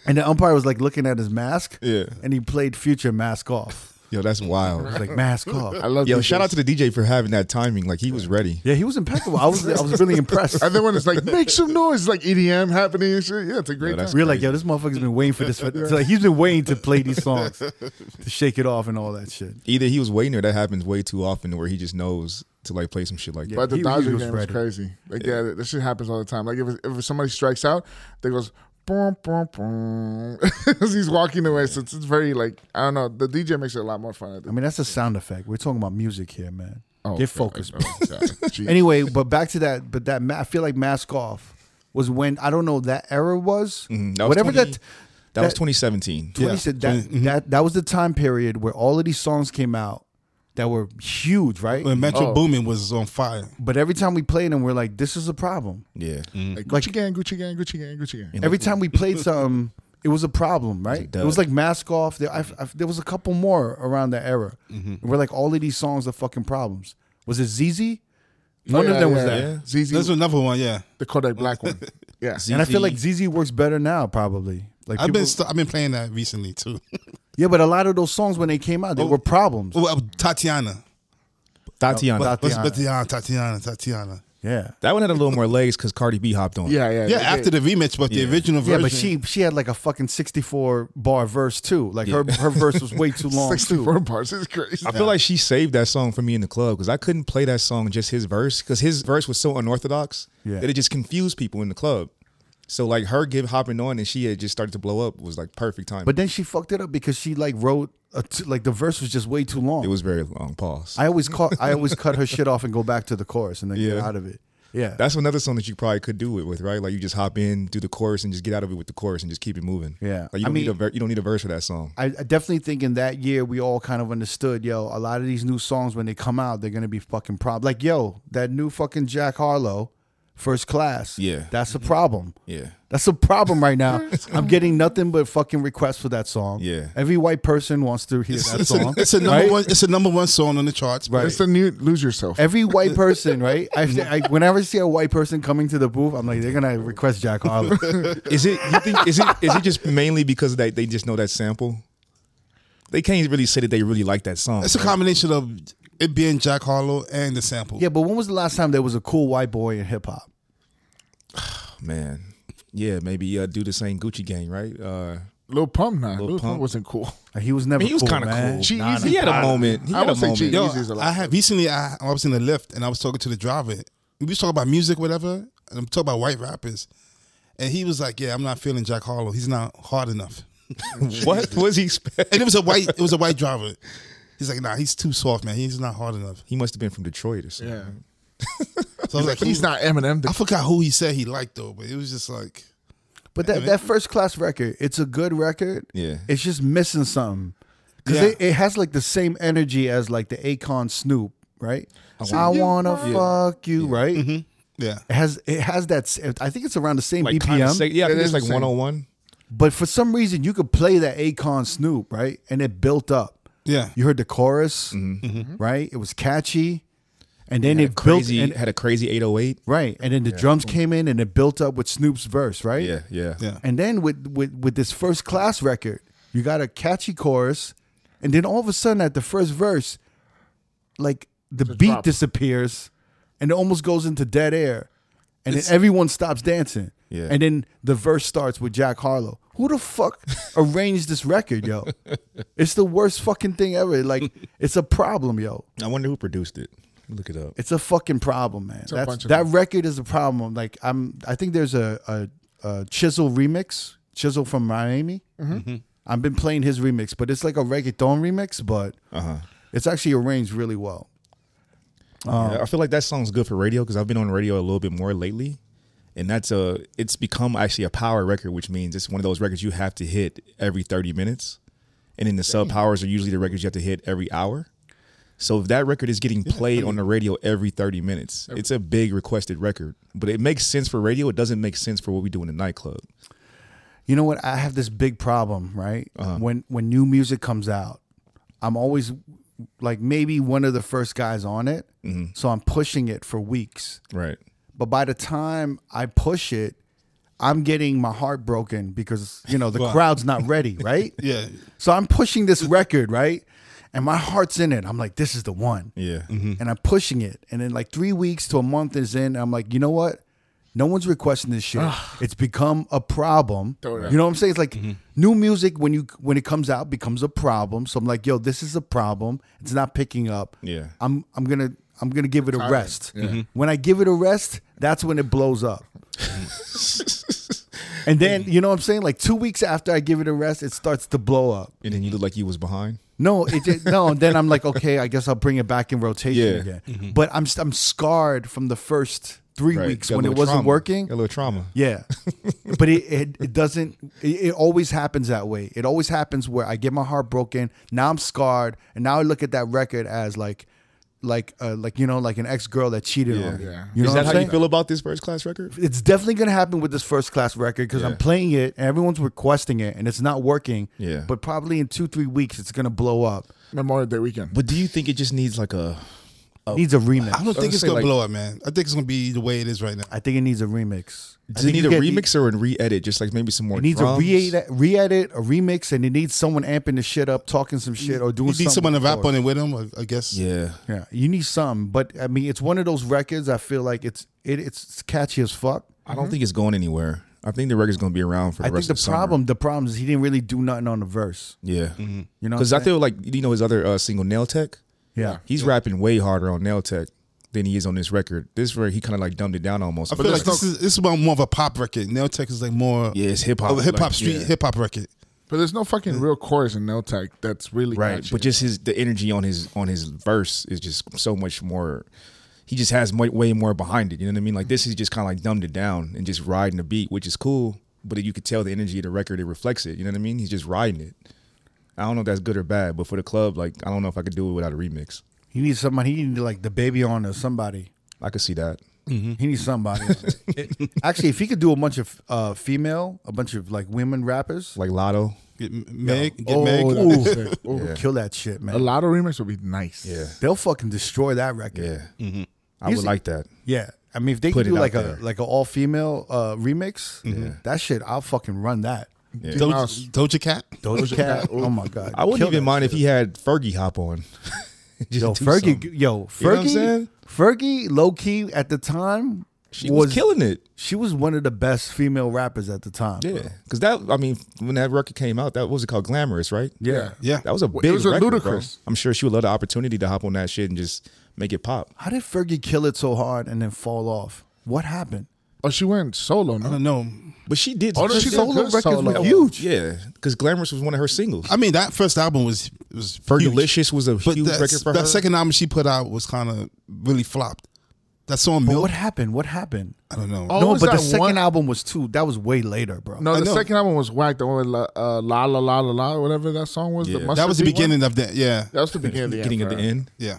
Speaker 1: And the umpire was like looking at his mask.
Speaker 3: Yeah.
Speaker 1: And he played Future "Mask Off."
Speaker 3: Yo, that's wild.
Speaker 1: Like mask off.
Speaker 4: I love
Speaker 3: Yo,
Speaker 4: these
Speaker 3: shout out to
Speaker 4: things.
Speaker 3: the DJ for having that timing. Like he was ready.
Speaker 1: Yeah, he was impeccable. I was I was really impressed.
Speaker 4: And then when it's like, make some noise, like EDM happening and shit. Yeah, it's a great
Speaker 3: Yo, that's
Speaker 4: time.
Speaker 1: We're like, yo, this motherfucker's been waiting for this. For, so, like, he's been waiting to play these songs, to shake it off and all that shit.
Speaker 3: Either he was waiting or that happens way too often where he just knows to like play some shit like that.
Speaker 4: But the
Speaker 1: he- he
Speaker 4: Dodger
Speaker 1: was
Speaker 4: game
Speaker 1: ready.
Speaker 4: was crazy. Like, yeah, that- that shit happens all the time. Like, if, if somebody strikes out, they goes, boom, boom, boom. As he's walking away. So it's, it's very, like, I don't know. The DJ makes it a lot more fun. At
Speaker 1: I mean, that's a sound effect. We're talking about music here, man.
Speaker 4: Oh,
Speaker 1: Get focused.
Speaker 4: God. Oh, God. Jeez.
Speaker 1: Anyway, but back to that. But that ma- I feel like mask off was when I don't know that era was
Speaker 3: Mhm. That was
Speaker 1: whatever
Speaker 3: 20
Speaker 1: that.
Speaker 3: That was
Speaker 1: that-
Speaker 3: 2017.
Speaker 1: 20, said that,
Speaker 3: mm-hmm.
Speaker 1: that that was the time period where all of these songs came out that were huge, right?
Speaker 3: Mm.
Speaker 2: When Metro
Speaker 4: Oh.
Speaker 2: Boomin was on fire.
Speaker 1: But every time we played them, we're like, this is a problem.
Speaker 3: Yeah. Mm.
Speaker 4: Like,
Speaker 1: Like-
Speaker 4: Gucci gang, Gucci gang, Gucci gang, Gucci gang.
Speaker 3: And
Speaker 1: Every time we played something, it was a problem, right? It
Speaker 3: dud.
Speaker 1: was like mask off. There, I, I, there was a couple more around that era. We're like, all of these songs are fucking problems. Was it ZZ? One of
Speaker 4: Oh, yeah,
Speaker 1: them was
Speaker 4: yeah,
Speaker 1: that.
Speaker 4: yeah.
Speaker 2: There's
Speaker 4: ZZ,
Speaker 2: another one, yeah.
Speaker 4: the Kodak Black one. Yeah.
Speaker 1: And I feel like ZZ works better now, probably. Like
Speaker 2: I've
Speaker 1: people-
Speaker 2: been st- I've been playing that recently too.
Speaker 1: yeah, but a lot of those songs when they came out, they were problems.
Speaker 2: oh, uh, Tatiana.
Speaker 3: Tatiana.
Speaker 1: But-
Speaker 2: What's-
Speaker 1: Tatiana.
Speaker 2: but Tatiana, Tatiana, Tatiana.
Speaker 1: Yeah,
Speaker 3: that one had a little more legs because Cardi B hopped on. it.
Speaker 4: Yeah, yeah.
Speaker 2: Yeah, after the remix, but the original
Speaker 1: yeah,
Speaker 2: version.
Speaker 1: but she she had like a fucking sixty-four bar verse too. Like her her verse was way too long too.
Speaker 4: 64 bars is crazy.
Speaker 3: I feel like she saved that song for me in the club because I couldn't play that song just his verse because his verse was so unorthodox
Speaker 1: Yeah.
Speaker 3: that it just confused people in the club. So like her give hopping on and she had just started to blow up was like perfect time.
Speaker 1: But then she fucked it up because she like wrote a t- like the verse was just way too long.
Speaker 3: it was very long pause.
Speaker 1: I always call, I always cut her shit off and go back to the chorus and then get
Speaker 3: Yeah.
Speaker 1: out of it. Yeah.
Speaker 3: That's another song that you probably could do it with, right? Like you just hop in, do the chorus, and just get out of it with the chorus, and just keep it moving.
Speaker 1: Yeah.
Speaker 3: like you
Speaker 1: I
Speaker 3: don't need
Speaker 1: mean-
Speaker 3: a ver- you don't need a verse for that song.
Speaker 1: I, I definitely think in that year we all kind of understood, yo, a lot of these new songs when they come out, they're gonna be fucking problem. Like, yo, that new fucking Jack Harlow, first class.
Speaker 3: Yeah.
Speaker 1: That's a problem.
Speaker 3: Yeah,
Speaker 1: That's a problem right now. I'm getting nothing but fucking requests for that song.
Speaker 3: Yeah.
Speaker 1: Every white person wants to hear that
Speaker 2: it's, a,
Speaker 1: song.
Speaker 2: it's a number
Speaker 1: right?
Speaker 2: one. It's a number one song on the charts.
Speaker 1: Right.
Speaker 4: It's the new Lose Yourself.
Speaker 1: Every white person, right? I, I, whenever I see a white person coming to the booth, I'm like, they're gonna request Jack Harlow.
Speaker 3: is it? You think is it? Is it just mainly because that they just know that sample? They can't really say that they really like that song.
Speaker 2: It's a
Speaker 3: right?
Speaker 2: combination of it being Jack Harlow and the sample.
Speaker 1: yeah, but when was the last time there was a cool white boy in hip hop?
Speaker 3: man. Yeah, maybe uh, do the same Gucci Gang, right? Uh,
Speaker 4: Lil Pump, nah. Lil, Pump.
Speaker 3: Pump.
Speaker 4: wasn't cool.
Speaker 1: Like, He was never.
Speaker 3: I mean, he was
Speaker 1: cool,
Speaker 3: kind of
Speaker 1: man.
Speaker 3: cool.
Speaker 4: G-Eazy
Speaker 3: Nah, nah, he had a
Speaker 4: kinda-
Speaker 3: moment. He
Speaker 4: I
Speaker 3: had a
Speaker 4: would say
Speaker 3: moment.
Speaker 4: G-Eazy.
Speaker 2: Yo,
Speaker 4: Easy's a lot
Speaker 2: I had recently. I, I was in the lift and I was talking to the driver. We was talking about music, whatever, and I'm talking about white rappers, and he was like, "Yeah, I'm not feeling Jack Harlow. He's not hard enough."
Speaker 3: what was he expect?
Speaker 2: And it was a white. It was a white driver. He's like, "Nah, he's too soft, man. He's not hard enough."
Speaker 3: He must have been from Detroit or something.
Speaker 4: Yeah.
Speaker 2: So I was like,
Speaker 4: He's
Speaker 2: "Who-"
Speaker 4: not Eminem.
Speaker 2: I forgot who he said he liked though, but it was just like,
Speaker 1: But that, that first class record, it's a good record.
Speaker 3: Yeah.
Speaker 1: It's just missing something. Because
Speaker 2: Yeah.
Speaker 1: it, it has like the same energy as like the Akon Snoop, right? I
Speaker 4: you
Speaker 1: wanna
Speaker 4: want-
Speaker 1: fuck you, right?
Speaker 3: Mm-hmm.
Speaker 2: yeah.
Speaker 1: It has it has that s- I think it's around the same
Speaker 3: Like
Speaker 1: BPM.
Speaker 3: Kinda say, yeah, I
Speaker 4: It
Speaker 3: think it's
Speaker 4: is the
Speaker 3: like
Speaker 4: same.
Speaker 3: 101.
Speaker 1: But for some reason, you could play that Akon Snoop, right? And it built up.
Speaker 2: Yeah.
Speaker 1: You heard the chorus, right? It was catchy. And then it built
Speaker 3: Crazy
Speaker 1: and,
Speaker 3: Mm-hmm. had a crazy 808.
Speaker 1: right. And then the drums came in and it built up with Snoop's verse, right?
Speaker 3: Yeah, yeah,
Speaker 2: Yeah.
Speaker 1: And then with, with, with this first class record, you got a catchy chorus. And then all of a sudden, at the first verse, like the beat
Speaker 4: drop.
Speaker 1: disappears and it almost goes into dead air. And then everyone stops dancing.
Speaker 3: Yeah.
Speaker 1: And then the verse starts with Jack Harlow. Who the fuck arranged this record, yo? It's the worst fucking thing ever. Like, it's a problem, yo.
Speaker 3: I wonder who produced it. Look it up.
Speaker 1: It's a fucking problem, man.
Speaker 4: a
Speaker 1: That's,
Speaker 4: bunch of
Speaker 1: that record is a problem. Like I'm, I think there's a a, a Chisel remix, Chisel from Miami.
Speaker 4: Mm-hmm.
Speaker 1: I've been playing his remix, but it's like a reggaeton remix, but it's actually arranged really well.
Speaker 3: Yeah, I feel like that song's good for radio because I've been on radio a little bit more lately, and that's a it's become actually a power record, which means it's one of those records you have to hit every thirty minutes, and then the sub powers are usually the records you have to hit every hour. So if that record is getting played on the radio every thirty minutes, it's a big requested record, but it makes sense for radio. It doesn't make sense for what we do in the nightclub.
Speaker 1: You know what? I have this big problem, right? When when new music comes out, I'm always like maybe one of the first guys on it, so I'm pushing it for weeks.
Speaker 3: Right.
Speaker 1: But by the time I push it, I'm getting my heart broken because you know the crowd's not ready, right?
Speaker 2: Yeah.
Speaker 1: So I'm pushing this record, right? And my heart's in it. I'm like, this is the one.
Speaker 3: Yeah.
Speaker 4: Mm-hmm.
Speaker 1: And I'm pushing it. And then like three weeks to a month is in. I'm like, you know what? No one's requesting this shit. it's become a problem.
Speaker 4: Ah. Throw it out.
Speaker 1: You know what I'm saying? It's like
Speaker 3: Mm-hmm.
Speaker 1: new music when you when it comes out becomes a problem. So I'm like, yo, this is a problem. It's not picking up.
Speaker 3: Yeah. Mm-hmm.
Speaker 1: I'm I'm gonna I'm gonna give it a rest. When I give it a rest, that's when it blows up. and then you know what I'm saying? Like two weeks after I give it a rest, it starts to blow up.
Speaker 3: And then you look like you was behind.
Speaker 1: No, it did, no. And then I'm like, okay, I guess I'll bring it back in rotation
Speaker 3: Yeah.
Speaker 1: again. But I'm st- I'm scarred from the first three
Speaker 3: Right.
Speaker 1: weeks
Speaker 3: Got a
Speaker 1: when it
Speaker 3: little
Speaker 1: wasn't
Speaker 3: trauma.
Speaker 1: working.
Speaker 3: Got A little trauma.
Speaker 1: Yeah, but it it, it doesn't. It, it always happens that way. It always happens where I get my heart broken. Now I'm scarred, and now I look at that record as like, like, uh, like you know, like an ex girl that cheated on me.
Speaker 4: Yeah.
Speaker 1: You know
Speaker 3: Is
Speaker 1: what
Speaker 3: that
Speaker 1: I'm
Speaker 3: how
Speaker 1: saying?
Speaker 3: you feel about this first class record?
Speaker 1: It's definitely gonna happen with this first class record because I'm playing it and everyone's requesting it and it's not working.
Speaker 3: Yeah.
Speaker 1: But probably in two three weeks it's gonna blow up.
Speaker 4: Memorial Day weekend.
Speaker 3: But do you think it just needs like a
Speaker 1: needs a remix.
Speaker 2: I don't think
Speaker 3: gonna
Speaker 2: it's
Speaker 3: say,
Speaker 2: gonna
Speaker 3: like-
Speaker 2: blow up, man. I think it's gonna be the way it is right now.
Speaker 1: I think it needs a remix. I
Speaker 3: Does
Speaker 1: think
Speaker 3: it need
Speaker 1: you get
Speaker 3: a
Speaker 1: the-
Speaker 3: remix or a re-edit? Just like maybe some more.
Speaker 1: It needs
Speaker 3: drums?
Speaker 1: a re-edit, re-edit, a remix, and it needs someone amping the shit up, talking some shit, or doing
Speaker 2: You need
Speaker 1: something.
Speaker 2: someone to rap
Speaker 1: with
Speaker 2: on it with him, I- I guess.
Speaker 3: Yeah,
Speaker 1: the chorus. Yeah, you need something, but I mean, it's one of those records. I feel like it's it, it's catchy as fuck.
Speaker 3: I don't think it's going anywhere. I think the record's going to be around for the
Speaker 1: Mm-hmm. I think
Speaker 3: rest
Speaker 1: the
Speaker 3: of the summer.
Speaker 1: problem, the problem is he didn't really do nothing on the verse.
Speaker 3: Yeah,
Speaker 1: You know, what
Speaker 3: because
Speaker 1: I'm
Speaker 3: I feel like you know his other uh, single Nail Tech.
Speaker 1: saying? yeah,
Speaker 3: He's rapping way harder on Nail Tech than he is on this record. This record he kind of like dumbed it down almost.
Speaker 2: I feel like this is this is about more of a pop record. Nail Tech is like more
Speaker 3: yeah, it's hip hop,
Speaker 2: hip hop
Speaker 3: like,
Speaker 2: Oh, street
Speaker 3: yeah.
Speaker 2: hip hop record.
Speaker 4: But there's no fucking real chorus in No Tech that's really
Speaker 3: right?
Speaker 4: catchy.
Speaker 3: But just his the energy on his on his verse is just so much more. He just has mo- way more behind it. You know what I mean? Like this is just kind of like dumbed it down and just riding the beat, which is cool. But you could tell the energy of the record; it reflects it. You know what I mean? He's just riding it. I don't know if that's good or bad, but for the club, like I don't know if I could do it without a remix.
Speaker 1: he needs somebody. He needs like the baby on or somebody.
Speaker 3: I could see that.
Speaker 1: He needs somebody. Actually, if he could do a bunch of uh, female, a bunch of like women rappers,
Speaker 3: Like Lotto.
Speaker 2: Get M- Meg, get
Speaker 1: oh,
Speaker 2: Meg.
Speaker 1: ooh, ooh, kill that shit,
Speaker 4: a
Speaker 1: man.
Speaker 4: lot of remix would be nice.
Speaker 1: They'll fucking destroy that record.
Speaker 3: Yeah. I
Speaker 1: He's-
Speaker 3: would like that.
Speaker 1: Yeah, I mean, if they
Speaker 3: Put
Speaker 1: could do
Speaker 3: it out
Speaker 1: like
Speaker 3: there. Mm-hmm.
Speaker 1: a like an all female uh, remix, that shit, I'll fucking run that.
Speaker 3: Yeah.
Speaker 4: Mouse.
Speaker 2: Doja, Doja Cat.
Speaker 1: Doja Cat, oh my god,
Speaker 3: I wouldn't
Speaker 1: Kill that
Speaker 3: even mind
Speaker 1: shit.
Speaker 3: if he had Fergie hop on. Just
Speaker 1: Yo,
Speaker 3: do
Speaker 1: Fergie,
Speaker 3: something.
Speaker 1: yo,
Speaker 3: know what I'm
Speaker 1: Fergie,
Speaker 3: saying?
Speaker 1: Fergie, low key at the time,
Speaker 3: she was, killing it.
Speaker 1: She was one of the best female rappers at the time. bro.
Speaker 3: Yeah, because that I mean, when that record came out, that what was it called, Glamorous, right?
Speaker 1: yeah.
Speaker 2: Yeah.
Speaker 3: That was a big.
Speaker 4: was a
Speaker 3: record, bro.
Speaker 4: ludicrous.
Speaker 3: I'm sure she would love the opportunity to hop on that shit and just make it pop.
Speaker 1: How did Fergie kill it so hard and then fall off? What happened?
Speaker 4: Oh, she went solo.
Speaker 2: I
Speaker 4: No?
Speaker 2: don't know.
Speaker 3: But she did.
Speaker 4: Oh, no,
Speaker 3: her
Speaker 4: she's
Speaker 3: solo-
Speaker 4: good solo.
Speaker 1: were huge.
Speaker 3: Yeah, because Glamorous was one of her singles.
Speaker 2: I mean, that first album was was huge.
Speaker 3: Fergalicious was a
Speaker 2: But
Speaker 3: huge
Speaker 2: that,
Speaker 3: record for
Speaker 2: that
Speaker 3: her.
Speaker 2: second album she put out was kind of really flopped. That song
Speaker 1: But
Speaker 2: Milk,
Speaker 1: what happened? What happened?
Speaker 2: I don't know.
Speaker 4: Oh,
Speaker 1: no,
Speaker 4: was
Speaker 1: but the
Speaker 4: that
Speaker 1: second
Speaker 4: one-
Speaker 1: album was two. That was way later, bro.
Speaker 4: No,
Speaker 2: I
Speaker 4: the
Speaker 2: know.
Speaker 4: second album was whack. The one with La uh, La La La La La, whatever that song was. The
Speaker 3: Yeah.
Speaker 4: mustard
Speaker 2: that was the
Speaker 4: seed one?
Speaker 2: beginning of that. Yeah,
Speaker 4: That was the beginning of the
Speaker 3: Getting
Speaker 4: end.
Speaker 3: at
Speaker 4: for
Speaker 3: the
Speaker 4: her.
Speaker 3: end.
Speaker 2: yeah.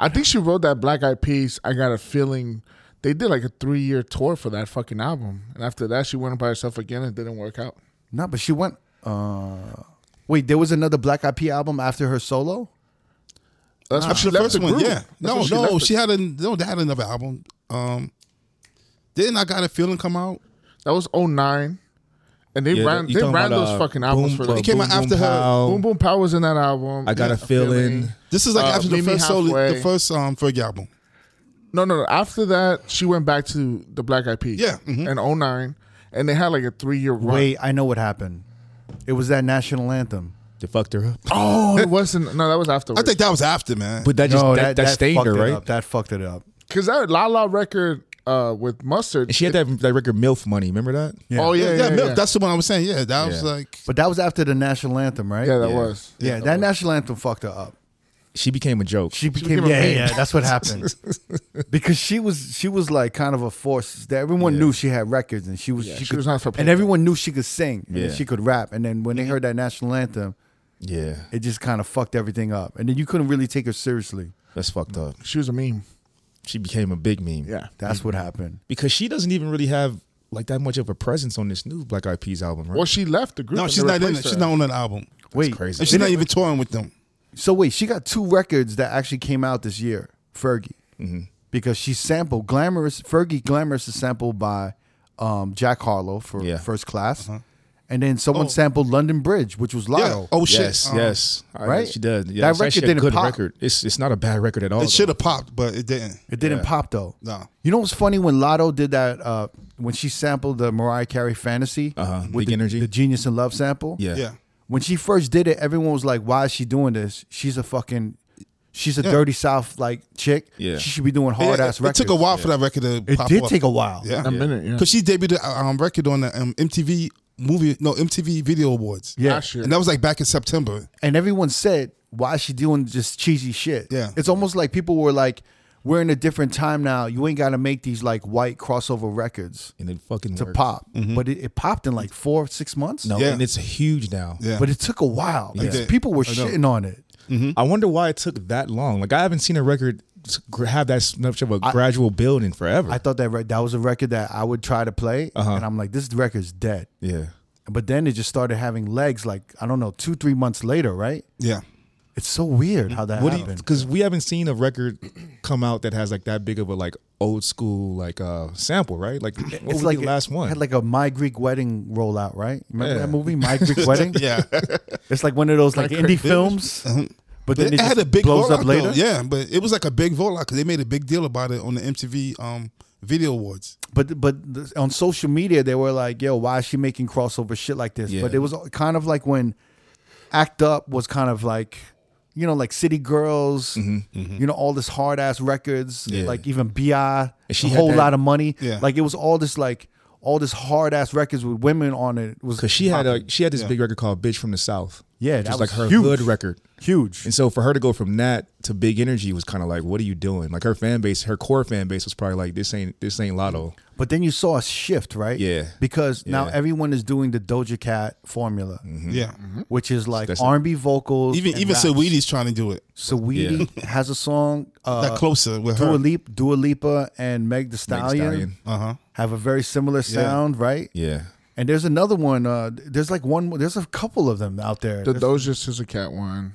Speaker 4: I think she wrote that Black Eyed Peas. I got a feeling they did like a three year tour for that fucking album, and after that she went by herself again and it didn't work out.
Speaker 1: No, but she went. Uh, wait, there was another Black IP album after her solo.
Speaker 4: That's
Speaker 3: Ah.
Speaker 4: when
Speaker 2: After the first
Speaker 4: Ah, the
Speaker 2: one,
Speaker 4: group.
Speaker 2: yeah.
Speaker 4: That's
Speaker 2: No,
Speaker 4: when she
Speaker 2: no,
Speaker 4: left it.
Speaker 2: she had a no. They had another album. Um, didn't I got a feeling come out?
Speaker 4: That was 09. And they
Speaker 3: Yeah,
Speaker 4: ran
Speaker 3: you
Speaker 4: they
Speaker 3: talking
Speaker 4: ran
Speaker 3: about,
Speaker 4: those
Speaker 3: uh,
Speaker 4: fucking albums
Speaker 3: Boom,
Speaker 4: for
Speaker 3: uh,
Speaker 4: like
Speaker 2: It came
Speaker 3: Boom
Speaker 2: out
Speaker 3: Boom
Speaker 2: after her.
Speaker 3: Pow.
Speaker 4: Boom Boom Pow was in that album.
Speaker 3: I got
Speaker 4: Yeah,
Speaker 3: a feeling.
Speaker 2: This is like
Speaker 4: Uh,
Speaker 2: after the
Speaker 4: Meet Me
Speaker 2: first solo, the
Speaker 4: Halfway.
Speaker 2: first um Fergie album.
Speaker 4: No, no, no. After that, she went back to the Black IP.
Speaker 2: Yeah, mhm.
Speaker 4: And 09. And they had like a three year run.
Speaker 1: Wait, I know what happened. It was that national anthem.
Speaker 3: They fucked her up.
Speaker 4: Oh, it wasn't. No, that was afterwards.
Speaker 2: I think that was after man.
Speaker 3: But that just
Speaker 1: No,
Speaker 3: that, that, stained
Speaker 1: fucked
Speaker 3: her,
Speaker 1: it
Speaker 3: right?
Speaker 1: Up. That fucked it up.
Speaker 4: Because that La La record uh, with Mustard.
Speaker 3: And she had that that record MILF money. Remember that?
Speaker 1: Yeah.
Speaker 4: Oh, yeah, yeah.
Speaker 2: yeah,
Speaker 4: Yeah, yeah,
Speaker 2: Milk, that's the one I was saying. Yeah, that was
Speaker 3: Yeah.
Speaker 2: like
Speaker 1: But that was after the national anthem, right?
Speaker 4: Yeah, that was.
Speaker 1: Yeah, that national anthem fucked her up.
Speaker 3: She became a joke.
Speaker 1: She became,
Speaker 4: became a
Speaker 1: yeah,
Speaker 4: meme.
Speaker 1: yeah, that's what happened. because she was she was like kind of a force. That everyone knew she had records and she was she,
Speaker 4: she
Speaker 1: could,
Speaker 4: was not for
Speaker 1: and
Speaker 4: playback.
Speaker 1: everyone knew she could sing and
Speaker 3: Yeah.
Speaker 1: she could rap. And then when they heard that national anthem,
Speaker 3: yeah,
Speaker 1: it just kind of fucked everything up. And then you couldn't really take her seriously.
Speaker 3: that's fucked up.
Speaker 4: She was a meme.
Speaker 3: She became a big meme.
Speaker 4: Yeah.
Speaker 3: Mm.
Speaker 1: That's what happened.
Speaker 3: because she doesn't even really have like that much of a presence on this new Black Eyed Peas album, right?
Speaker 4: Well, she left the group.
Speaker 2: no,
Speaker 4: and
Speaker 2: she's
Speaker 4: they
Speaker 2: not in it.
Speaker 4: replaced
Speaker 2: She's
Speaker 4: her.
Speaker 2: not on that album,
Speaker 1: Wait,
Speaker 3: crazy.
Speaker 2: and she's not even touring with them.
Speaker 1: So wait, she got two records that actually came out this year, Fergie,
Speaker 3: Mm-hmm.
Speaker 1: because she sampled "Glamorous." Fergie "Glamorous" is sampled by um, Jack Harlow for
Speaker 3: Yeah.
Speaker 1: First Class, and then someone sampled "London Bridge," which was Lotto.
Speaker 2: Uh-huh. Oh. Yeah. Oh shit.
Speaker 3: Yes,
Speaker 1: Uh,
Speaker 2: Um,
Speaker 3: yes, I-
Speaker 1: Right?
Speaker 3: She did.
Speaker 1: That
Speaker 3: Yeah, it's
Speaker 1: record
Speaker 3: actually a
Speaker 1: didn't
Speaker 3: good
Speaker 1: pop.
Speaker 3: record. It's it's not a bad record at all.
Speaker 2: It should
Speaker 3: though.
Speaker 2: have popped, but it didn't.
Speaker 1: It didn't pop though.
Speaker 2: No.
Speaker 1: You know what's funny when Lotto did that uh, when she sampled the Mariah Carey "Fantasy"
Speaker 3: Uh-huh.
Speaker 1: with
Speaker 3: Big
Speaker 1: the,
Speaker 3: Energy.
Speaker 1: the "Genius in Love" sample.
Speaker 3: Yeah.
Speaker 2: Yeah.
Speaker 1: when she first did it, everyone was like, "Why is she doing this? She's a fucking, she's a dirty South like chick.
Speaker 3: Yeah.
Speaker 1: She should be doing hard
Speaker 2: Yeah,
Speaker 1: ass
Speaker 2: it,
Speaker 1: records."
Speaker 2: took a while for that record to
Speaker 1: It
Speaker 2: pop
Speaker 1: did
Speaker 2: up.
Speaker 1: take a while.
Speaker 2: yeah.
Speaker 4: A minute, yeah.
Speaker 2: Because she debuted a um, record on the um, MTV movie, no MTV Video Awards.
Speaker 1: Yeah.
Speaker 4: Last year.
Speaker 2: and that was like back in September.
Speaker 1: and everyone said, "Why is she doing just cheesy shit?"
Speaker 2: Yeah.
Speaker 1: it's almost like people were like, "We're in a different time now. You ain't got to make these like white crossover records
Speaker 3: and it fucking
Speaker 1: to
Speaker 3: worked.
Speaker 1: pop."
Speaker 2: Mm-hmm.
Speaker 1: But it, it popped in like four, six months.
Speaker 3: No,
Speaker 2: Yeah.
Speaker 3: and it's huge now.
Speaker 2: Yeah,
Speaker 1: but it took a while. Like,
Speaker 2: did.
Speaker 1: people were shitting on it.
Speaker 3: I wonder why it took that long. Like I haven't seen a record s- gr- have that much of a gradual build in forever.
Speaker 1: I thought that re- that was a record that I would try to play,
Speaker 2: Uh-huh.
Speaker 1: and I'm like, "This record's dead."
Speaker 3: yeah,
Speaker 1: But then it just started having legs. Like I don't know, two, three months later, right?
Speaker 2: yeah.
Speaker 1: It's so weird
Speaker 2: Mm-hmm.
Speaker 1: how that
Speaker 3: what do you?
Speaker 1: happened.
Speaker 3: Because we haven't seen a record come out that has like that big of a like old school like uh sample, right? Like what was
Speaker 1: like
Speaker 3: the last one?
Speaker 1: had like a My Greek Wedding rollout, right? Remember
Speaker 3: Yeah.
Speaker 1: that movie, My Greek Wedding?
Speaker 2: Yeah,
Speaker 1: It's like one of those like
Speaker 4: Like
Speaker 1: indie films, but then
Speaker 2: it,
Speaker 1: it, just
Speaker 2: had a big
Speaker 1: blows
Speaker 2: rollout,
Speaker 1: up later.
Speaker 2: Though. Yeah, but it was like a big rollout because they made a big deal about it on the MTV um, Video Awards.
Speaker 1: But but th- on social media they were like, "Yo, why is she making crossover shit like this?"
Speaker 3: Yeah.
Speaker 1: But it was kind of like when Act Up was kind of like, you know, like City Girls, you know, all this hard ass records,
Speaker 3: Mm-hmm, Yeah.
Speaker 1: like even Bi,
Speaker 3: And she
Speaker 1: a
Speaker 3: had
Speaker 1: whole
Speaker 3: that-
Speaker 1: lot of money.
Speaker 2: Yeah.
Speaker 1: Like it was all this like all this hard ass records with women on it. It was
Speaker 3: Cause she had a she had this big record called "Bitch from the South."
Speaker 1: Yeah,
Speaker 3: which
Speaker 1: that
Speaker 3: was
Speaker 1: was
Speaker 3: like her
Speaker 1: huge.
Speaker 3: hood record,
Speaker 1: huge.
Speaker 3: and so for her to go from that to Big Energy was kind of like, what are you doing? Like her fan base, her core fan base was probably like, this ain't this ain't Lotto.
Speaker 1: But then you saw a shift, right?
Speaker 3: Yeah.
Speaker 1: Because now
Speaker 3: Yeah.
Speaker 1: everyone is doing the Doja Cat formula,
Speaker 2: Yeah,
Speaker 1: which is like
Speaker 3: That's-
Speaker 1: R&B vocals.
Speaker 2: Mm-hmm. even
Speaker 1: Mm-hmm. and
Speaker 2: even
Speaker 1: raps.
Speaker 2: Saweetie's trying to do it.
Speaker 1: Saweetie has a song. Uh,
Speaker 2: That closer with
Speaker 1: Dua,
Speaker 2: her.
Speaker 1: Lip, Dua Lipa and Meg The
Speaker 3: Megan
Speaker 1: Stallion,
Speaker 3: Stallion.
Speaker 2: Uh huh.
Speaker 1: have a very similar sound, right?
Speaker 3: Yeah,
Speaker 1: And there's another one. Uh, there's like one. There's a couple of them out there.
Speaker 4: The
Speaker 1: There's
Speaker 4: Doja Scissor Cat one.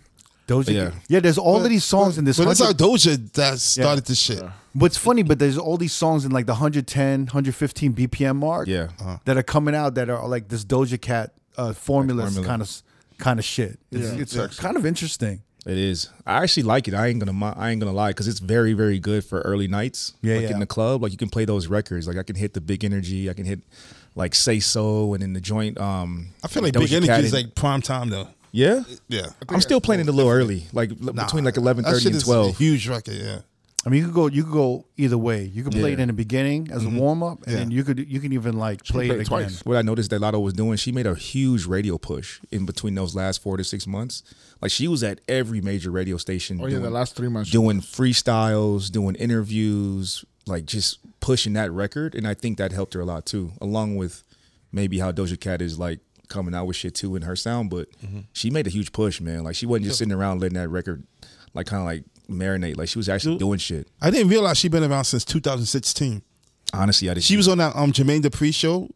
Speaker 1: Doja.
Speaker 3: Yeah.
Speaker 1: Yeah. there's all of these songs in this.
Speaker 2: But it's
Speaker 1: 100
Speaker 2: our Doja that started this shit.
Speaker 1: What's funny, but there's all these songs in like the 110, 115 BPM mark.
Speaker 3: yeah.
Speaker 1: that are coming out that are like this Doja Cat uh, formula
Speaker 3: formula.
Speaker 1: kind of kind of shit. It's, it's kind of interesting.
Speaker 3: It is. I actually like it. I ain't gonna. mi- I ain't gonna lie, because it's very, very good for early nights.
Speaker 1: Yeah,
Speaker 3: like
Speaker 1: yeah.
Speaker 3: in the club, like you can play those records. Like I can hit the big energy. I can hit like say so, and then the joint. Um,
Speaker 2: I feel like
Speaker 3: Doja
Speaker 2: Big Energy
Speaker 3: Cat
Speaker 2: is
Speaker 3: and-
Speaker 2: like prime time though.
Speaker 3: yeah.
Speaker 2: Yeah,
Speaker 3: I'm still playing it a little early, like l- between like eleven
Speaker 2: That
Speaker 3: thirty
Speaker 2: shit
Speaker 3: and
Speaker 2: is a
Speaker 3: twelve.
Speaker 2: Huge record. Yeah.
Speaker 1: I mean, you could go you could go either way. You could play it
Speaker 3: Yeah. Mm-hmm.
Speaker 1: in the beginning as a warm up, and then you could you can even like play,
Speaker 4: play
Speaker 1: it
Speaker 4: it
Speaker 1: again.
Speaker 4: twice.
Speaker 3: what I noticed that Lotto was doing, she made a huge radio push in between those last four to six months. Like she was at every major radio station
Speaker 4: Oh, yeah,
Speaker 3: doing,
Speaker 4: the last three months.
Speaker 3: doing freestyles, doing interviews, like just pushing that record. And I think that helped her a lot too, along with maybe how Doja Cat is like coming out with shit too in her sound. But
Speaker 4: Mm-hmm.
Speaker 3: she made a huge push, man. Like she wasn't just sitting around letting that record like kind of like marinate. Like she was actually doing shit.
Speaker 2: I didn't realize she'd been around since 2016.
Speaker 3: Honestly, I didn't.
Speaker 2: She was on that um Jermaine Dupri show,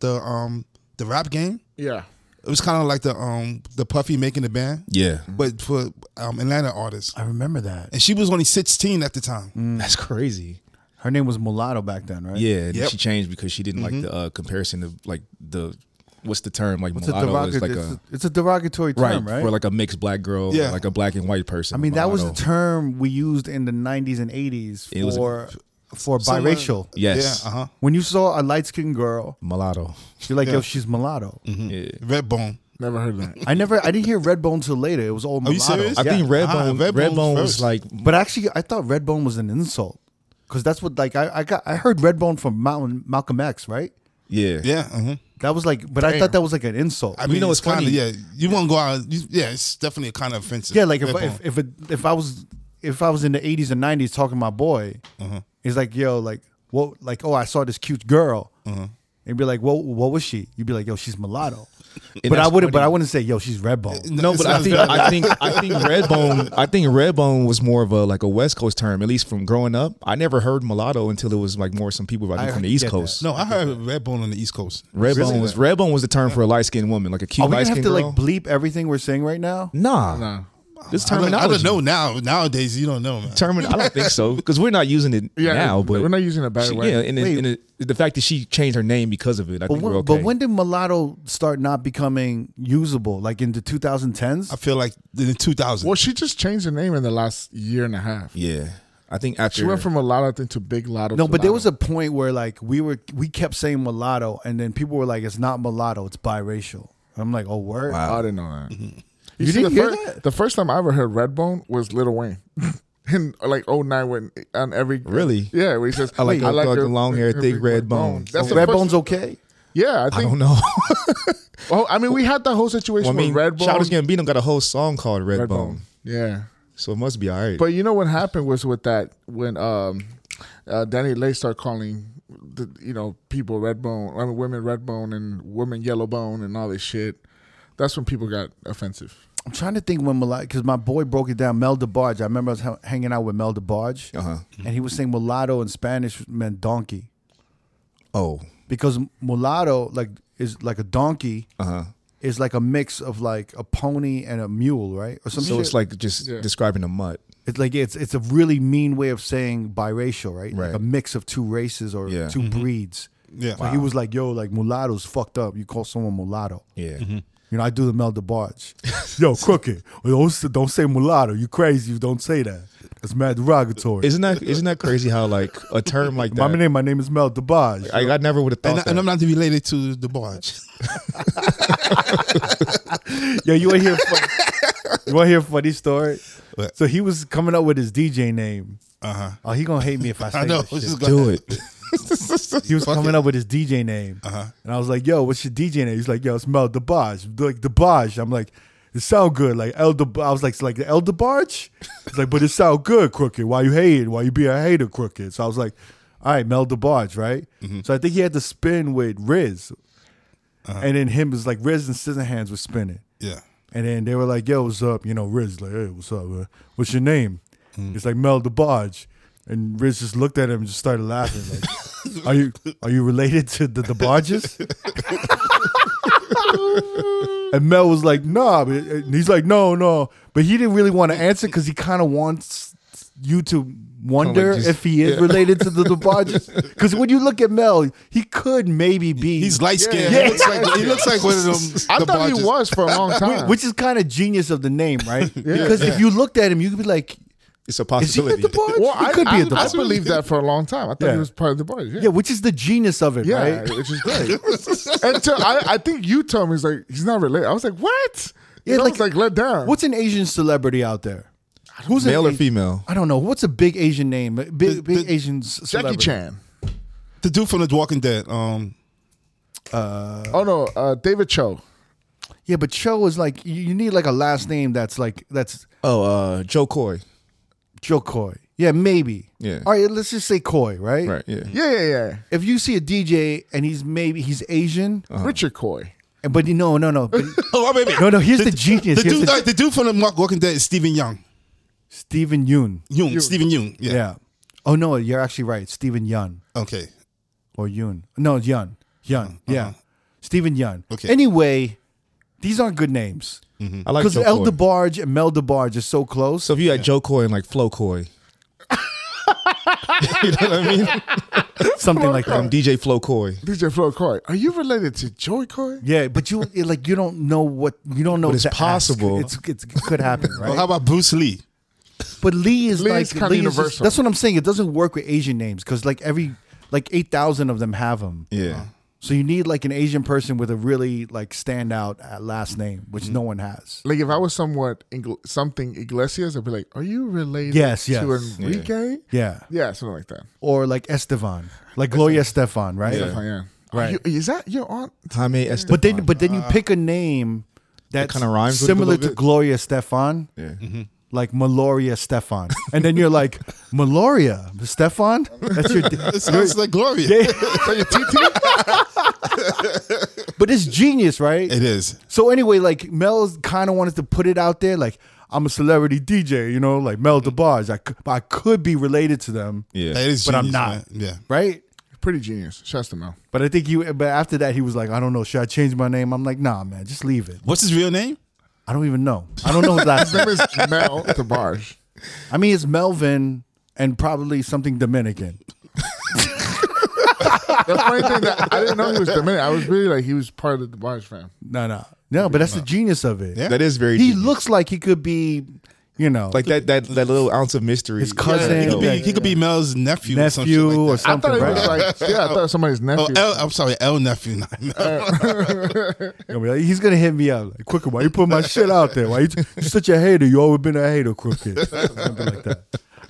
Speaker 2: the um the rap game.
Speaker 4: Yeah.
Speaker 2: It was kind of like the um the Puffy making the band,
Speaker 3: Yeah,
Speaker 2: but for um, Atlanta artists.
Speaker 1: I remember that.
Speaker 2: And she was only 16 at the time.
Speaker 4: Mm.
Speaker 3: that's crazy.
Speaker 1: Her name was Mulatto back then, right?
Speaker 3: Yeah, and
Speaker 2: Yep.
Speaker 3: she changed because she didn't
Speaker 1: Mm-hmm.
Speaker 3: like the uh, comparison of like the what's the term like
Speaker 1: It's a,
Speaker 3: mulatto is
Speaker 1: derogatory, it's,
Speaker 3: like a
Speaker 1: a, it's a derogatory term, right?
Speaker 3: for like a mixed black girl,
Speaker 2: Yeah.
Speaker 3: like a black and white person.
Speaker 1: I mean, that was the
Speaker 3: mulatto.
Speaker 1: term we used in the 90s and 80s
Speaker 3: It was a-
Speaker 1: for for
Speaker 2: Someone-
Speaker 1: biracial.
Speaker 3: Yes,
Speaker 2: Yeah, uh huh.
Speaker 1: When you saw a light skinned girl,
Speaker 3: mulatto.
Speaker 1: you're like,
Speaker 2: Yeah.
Speaker 1: yo, she's mulatto.
Speaker 3: Yeah.
Speaker 2: Red Bone.
Speaker 4: Never heard of that.
Speaker 1: I never, I didn't hear Redbone till later. It was all
Speaker 2: you
Speaker 1: mulatto.
Speaker 2: serious?
Speaker 3: I think Redbone.
Speaker 2: Yeah. Ah, Redbone's
Speaker 3: Redbone was
Speaker 2: first.
Speaker 3: like
Speaker 1: But actually, I thought Redbone was an insult because that's what like I, I got. I heard Redbone from Mountain, Malcolm X, right?
Speaker 3: yeah.
Speaker 2: Yeah, uh huh.
Speaker 1: That was like, but I thought that was like an insult.
Speaker 2: I
Speaker 3: You
Speaker 2: mean,
Speaker 3: know,
Speaker 2: it's,
Speaker 3: it's
Speaker 2: kind of
Speaker 3: funny.
Speaker 2: yeah. You won't go out. You, yeah, it's definitely kind of offensive.
Speaker 1: yeah, like if
Speaker 2: Red
Speaker 1: if
Speaker 2: Bone.
Speaker 1: if, it, if I was if I was in the eighties and nineties talking to my boy, it's like yo, like what, like oh, I saw this cute girl. And be like, well, what was she? You'd be like, yo, she's mulatto.
Speaker 3: And
Speaker 1: but I
Speaker 3: that's
Speaker 1: wouldn't. But
Speaker 3: funny.
Speaker 1: I wouldn't say, yo, she's Redbone.
Speaker 3: No,
Speaker 2: It's
Speaker 3: but I
Speaker 2: not
Speaker 3: think
Speaker 2: bad.
Speaker 3: I think I think Redbone I think Redbone was more of a like a West Coast term, at least from growing up. I never heard mulatto until it was like more some people I think
Speaker 1: I
Speaker 3: from the
Speaker 1: get
Speaker 3: East
Speaker 1: that.
Speaker 3: Coast.
Speaker 2: no, I heard Red Bone on the East Coast.
Speaker 3: Redbone was Redbone was the term for a light skinned woman, like a
Speaker 1: Are
Speaker 3: cute
Speaker 1: Oh, we
Speaker 3: light
Speaker 1: gonna have
Speaker 3: skinned
Speaker 1: to
Speaker 3: girl.
Speaker 1: like bleep everything we're saying right now?
Speaker 3: nah,
Speaker 4: No.
Speaker 3: this
Speaker 2: I don't,
Speaker 3: terminology.
Speaker 2: I don't know now. Nowadays, you don't know, man.
Speaker 3: Termin- I don't think so because we're not using it
Speaker 4: Yeah.
Speaker 3: now. But
Speaker 4: we're not using a bad
Speaker 3: she-
Speaker 4: way.
Speaker 3: yeah, and,
Speaker 1: Wait.
Speaker 3: it, and it, the fact that she changed her name because of it, I
Speaker 1: But
Speaker 3: think we're
Speaker 1: when,
Speaker 3: okay.
Speaker 1: but when did mulatto start not becoming usable? Like in the 2010s?
Speaker 2: I feel like in the 2000s.
Speaker 4: Well, she just changed her name in the last year and a half.
Speaker 3: yeah, I think after
Speaker 4: She went from a lot of thing to big lotto.
Speaker 1: No,
Speaker 4: to
Speaker 1: but there
Speaker 4: lotto.
Speaker 1: was a point where like we were we kept saying mulatto, and then people were like, "It's not mulatto, it's biracial." I'm like, "Oh, word."
Speaker 4: I didn't know that.
Speaker 1: You
Speaker 4: see,
Speaker 1: didn't
Speaker 4: the
Speaker 1: hear
Speaker 4: fir-
Speaker 1: that?
Speaker 4: The first time I ever heard Redbone was Lil Wayne. In like oh nine when on every
Speaker 3: Really?
Speaker 4: yeah where he says
Speaker 3: I like the-
Speaker 4: I
Speaker 3: like the long hair, thick red bone.
Speaker 4: that's the
Speaker 1: Red
Speaker 4: first-
Speaker 1: Bone's okay.
Speaker 4: yeah I
Speaker 3: I
Speaker 4: think
Speaker 3: don't know.
Speaker 4: oh I mean we had the whole situation
Speaker 3: I mean,
Speaker 4: with Redbone
Speaker 3: Childish Gambino got a whole song called Redbone,
Speaker 4: Redbone yeah
Speaker 3: so it must be all right.
Speaker 4: But you know what happened was with that when um, uh, Danny Lay started calling, the, you know, people red bone, I mean, women red bone and women yellow bone and all this shit. That's when people got offensive.
Speaker 1: I'm trying to think when mulatto because my boy broke it down. Mel DeBarge. I remember I was ha- hanging out with Mel DeBarge,
Speaker 3: Uh-huh.
Speaker 1: and he was saying mulatto in Spanish meant donkey
Speaker 3: oh,
Speaker 1: because mulatto like is like a donkey
Speaker 3: uh huh.
Speaker 1: is like a mix of like a pony and a mule, right? Or something.
Speaker 3: So it's like just
Speaker 4: Yeah.
Speaker 3: describing a mutt.
Speaker 1: It's like it's it's a really mean way of saying biracial, right? Like
Speaker 3: Right.
Speaker 1: a mix of two races or
Speaker 3: Yeah.
Speaker 1: 2 breeds.
Speaker 2: Yeah.
Speaker 1: So he was like, "Yo, like mulatto's fucked up. You call someone mulatto."
Speaker 3: Yeah.
Speaker 1: You know, I do the Mel DeBarge. Yo, crooked. Don't, don't say mulatto. You crazy. You don't say that. That's mad derogatory.
Speaker 3: Isn't that isn't that crazy how like a term like
Speaker 1: my
Speaker 3: that?
Speaker 1: name, my name is Mel DeBarge.
Speaker 3: I, I never would have
Speaker 2: and,
Speaker 3: thought
Speaker 2: I, and
Speaker 3: that.
Speaker 2: I'm not related to the barge.
Speaker 1: Yo, you want to hear? Fun- you want to hear a funny story?
Speaker 2: What?
Speaker 1: So he was coming up with his DJ name.
Speaker 2: Uh huh.
Speaker 1: Oh, he gonna hate me if I say
Speaker 2: I know.
Speaker 1: this shit.
Speaker 2: Just go
Speaker 3: Do
Speaker 2: ahead.
Speaker 3: it.
Speaker 1: He was
Speaker 2: Fuck
Speaker 1: coming
Speaker 2: it.
Speaker 1: up with his DJ name,
Speaker 2: Uh-huh.
Speaker 1: and I was like, "Yo, what's your DJ name?" He's like, "Yo, it's Mel DeBarge." Like DeBarge, I'm like, "It sound good." Like El De, I was like, "Like the El DeBarge." He's like, "But it sound good, crooked. Why you hating? Why you be a hater, crooked?" So I was like, "All right, Mel DeBarge, right?"
Speaker 2: Mm-hmm.
Speaker 1: So I think he had to spin with Riz,
Speaker 2: Uh-huh.
Speaker 1: and then him was like Riz and Scissorhands was spinning.
Speaker 2: Yeah.
Speaker 1: And then they were like, "Yo, what's up?" You know, Riz like, "Hey, what's up? man? What's your name?" It's like Mel DeBarge, and Riz just looked at him and just started laughing. Like, "Are you are you related to the DeBarges?" and Mel was like, "Nah," but, and he's like, "No, no," but he didn't really want to answer because he kind of wants you to wonder
Speaker 3: just-
Speaker 1: if he is related to the DeBarges. Because when you look at Mel, he could maybe be
Speaker 2: He's light skinned.
Speaker 1: Yeah.
Speaker 2: He, looks like, he looks like one of them.
Speaker 4: I
Speaker 2: the
Speaker 4: thought
Speaker 2: barges.
Speaker 4: he was for a long time.
Speaker 1: which is kind of genius of the name, right? because if you looked at him, you could be like,
Speaker 3: It's
Speaker 1: "Is he
Speaker 3: a
Speaker 1: at
Speaker 3: possibility.
Speaker 1: the barge?
Speaker 4: well,
Speaker 1: he
Speaker 4: I,
Speaker 1: could
Speaker 4: I,
Speaker 1: be at the
Speaker 4: I
Speaker 1: barge."
Speaker 4: believed that for a long time. I thought
Speaker 1: Yeah.
Speaker 4: he was part of the boys. Yeah,
Speaker 1: yeah, which is the genius of it,
Speaker 4: Yeah,
Speaker 1: right?
Speaker 4: which is great. Until I, I think you told me he's like he's not related. I was like, what?
Speaker 1: Yeah,
Speaker 4: Yeah, I
Speaker 1: like-
Speaker 4: was like let down.
Speaker 1: What's an Asian celebrity out there? Who's an
Speaker 3: Male or
Speaker 1: A-
Speaker 3: female?
Speaker 1: I don't know. What's a big Asian name? A Big,
Speaker 2: The-
Speaker 1: big
Speaker 2: the-
Speaker 1: Asian s-
Speaker 4: Jackie
Speaker 1: celebrity.
Speaker 4: Chan?
Speaker 2: The dude from The Walking Dead. Um,
Speaker 4: Oh no, uh, David Cho.
Speaker 1: Yeah, but Cho is like you you need like a last name that's like that's
Speaker 3: Oh, uh, Joe Coy.
Speaker 1: Joe Coy. Yeah, maybe.
Speaker 3: Yeah.
Speaker 1: All right, let's just say Coy, right?
Speaker 3: Right. Yeah.
Speaker 4: Yeah, yeah, yeah.
Speaker 1: If you see a DJ and he's maybe he's Asian,
Speaker 4: Richard Coy.
Speaker 1: and but you no, no, no, but-
Speaker 2: oh, wait, wait.
Speaker 1: no, no. Here's the, genius.
Speaker 2: The
Speaker 1: Here's
Speaker 2: dude,
Speaker 1: the-
Speaker 2: like, the dude from The Mark Walking Dead is Stephen Young.
Speaker 1: Stephen Yoon.
Speaker 2: Young. Stephen Young. Yeah.
Speaker 1: Yeah. Oh no, you're actually right. Stephen Yun
Speaker 2: Okay.
Speaker 1: or Yoon. No, Yun. Yun. Yeah. Stephen Young.
Speaker 2: Okay.
Speaker 1: Anyway, these aren't good names
Speaker 3: I like
Speaker 1: because
Speaker 3: Joe
Speaker 1: El
Speaker 3: Coy.
Speaker 1: DeBarge and Mel DeBarge are so close.
Speaker 3: So if you had Joe Coy and like Flo Coy, you know what I mean?
Speaker 1: something like
Speaker 3: I'm
Speaker 1: that.
Speaker 3: DJ Flo Coy.
Speaker 4: DJ Flo Coy. Are you related to Joy Coy?
Speaker 1: Yeah, but you it, like you don't know what you don't know.
Speaker 3: But it's
Speaker 1: to ask.
Speaker 3: possible.
Speaker 1: It's, it's, it could happen,
Speaker 2: Well, how
Speaker 1: right?
Speaker 2: about Bruce Lee?
Speaker 1: But Lee is
Speaker 4: Lee
Speaker 1: like
Speaker 4: is kinda
Speaker 1: Lee just-
Speaker 4: universal.
Speaker 1: that's what I'm saying. It doesn't work with Asian names because like every like eight thousand of them have them.
Speaker 3: Yeah.
Speaker 1: So you need like an Asian person with a really like standout uh, last name, which no one has.
Speaker 4: Like if I was somewhat Ingl- something Iglesias, I'd be like, "Are you related
Speaker 1: Yes, yes.
Speaker 4: to Enrique?" Yeah.
Speaker 1: Yeah,
Speaker 4: something like that.
Speaker 1: or like Estevan, like Gloria Stefan, right?
Speaker 4: If I am. Are
Speaker 1: Right.
Speaker 4: you- is that your aunt?
Speaker 3: Jaime Estefan.
Speaker 1: But then, but then you pick a name that
Speaker 3: Ah. kinda rhymes with it a
Speaker 1: similar
Speaker 3: little
Speaker 1: to
Speaker 3: bit.
Speaker 1: Gloria Stefan,
Speaker 3: Yeah.
Speaker 1: like Meloria Stefan, and then you're like Meloria Stefan. That's your.
Speaker 2: It sounds like Gloria.
Speaker 1: But it's genius, right?
Speaker 2: It is.
Speaker 1: So anyway, like Mel's kind of wanted to put it out there, like I'm a celebrity DJ, you know, like Mel DeBarge. I could, I could be related to them,
Speaker 3: Yeah.
Speaker 2: That is
Speaker 1: But I'm
Speaker 2: genius,
Speaker 1: not.
Speaker 2: man. Yeah.
Speaker 1: right?
Speaker 4: Pretty genius. Shouts to Mel.
Speaker 1: But I think you. But after that, he was like, I don't know. Should I change my name? I'm like, Nah, man, just leave it.
Speaker 2: What's his real name?
Speaker 1: I don't even know. I don't know his last name.
Speaker 4: His name is Mel Tabarge.
Speaker 1: I mean, it's Melvin and probably something Dominican.
Speaker 4: The funny thing that I didn't know he was Dominican. I was really like he was part of the Tabarge fam.
Speaker 1: No, no, no. But that's the genius of it.
Speaker 2: Yeah.
Speaker 3: That is very.
Speaker 1: He
Speaker 3: genius.
Speaker 1: looks like he could be, you know,
Speaker 3: like that that that little ounce of mystery.
Speaker 1: His cousin.
Speaker 2: He could be,
Speaker 1: Yeah,
Speaker 2: he could be Mel's nephew, or some shit
Speaker 1: nephew
Speaker 2: like
Speaker 1: or
Speaker 2: that.
Speaker 4: I
Speaker 1: something.
Speaker 4: thought it
Speaker 1: right?
Speaker 4: was like yeah, I thought somebody's
Speaker 2: Oh,
Speaker 4: nephew.
Speaker 2: L, I'm sorry, L nephew. not Mel.
Speaker 1: Gonna be like, he's gonna hit me up like, quicker. Why you put my shit out there? Why you, you such a hater? You always been a hater, crooked. Something like that.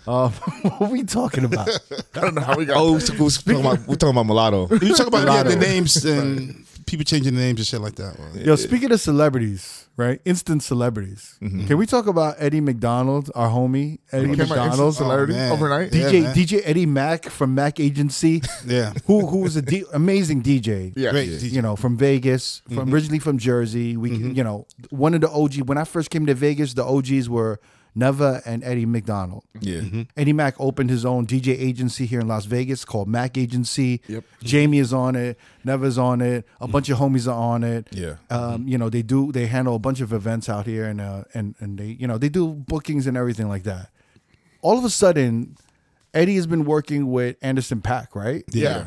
Speaker 1: Um, what we talking about?
Speaker 4: I don't know how we got.
Speaker 3: Oh, so we're talking about, we're talking about mulatto.
Speaker 2: You talk about yeah, the names and people changing the names and shit like that. Well,
Speaker 1: Yo, speaking of celebrities, right? Instant celebrities. Can we talk about Eddie McDonald, our homie Eddie
Speaker 4: Became an instant oh,
Speaker 1: McDonald,
Speaker 4: celebrity
Speaker 2: man.
Speaker 4: overnight.
Speaker 2: Yeah.
Speaker 1: DJ
Speaker 2: man.
Speaker 1: DJ Eddie Mack from Mac Agency,
Speaker 2: Yeah.
Speaker 1: who who was a D, amazing DJ.
Speaker 4: Yeah.
Speaker 2: Great.
Speaker 1: you know, from Vegas, from originally from Jersey. We, you know, one of the OG. When I first came to Vegas, the OGs were Neva and Eddie McDonald.
Speaker 3: Yeah.
Speaker 1: Eddie Mac opened his own DJ agency here in Las Vegas called Mac Agency. Yep. Jamie is on it. Neva's on it. A bunch of homies are on it.
Speaker 3: Yeah.
Speaker 1: Um, you know, they do they handle a bunch of events out here and uh and and they you know they do bookings and everything like that. All of a sudden, Eddie has been working with Anderson Pack, right?
Speaker 4: Yeah.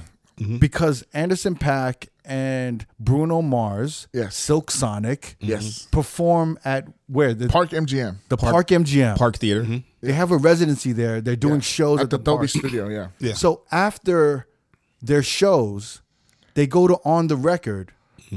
Speaker 1: Because Anderson Pack and Bruno Mars,
Speaker 4: Yes.
Speaker 1: Silk Sonic,
Speaker 4: Yes.
Speaker 1: perform at where the
Speaker 4: Park MGM
Speaker 1: the Park, MGM.
Speaker 3: Park Theater.
Speaker 1: They have a residency there. They're doing shows
Speaker 4: at the Dolby
Speaker 1: park.
Speaker 4: Studio. Yeah.
Speaker 2: Yeah.
Speaker 1: So after their shows, they go to On the Record,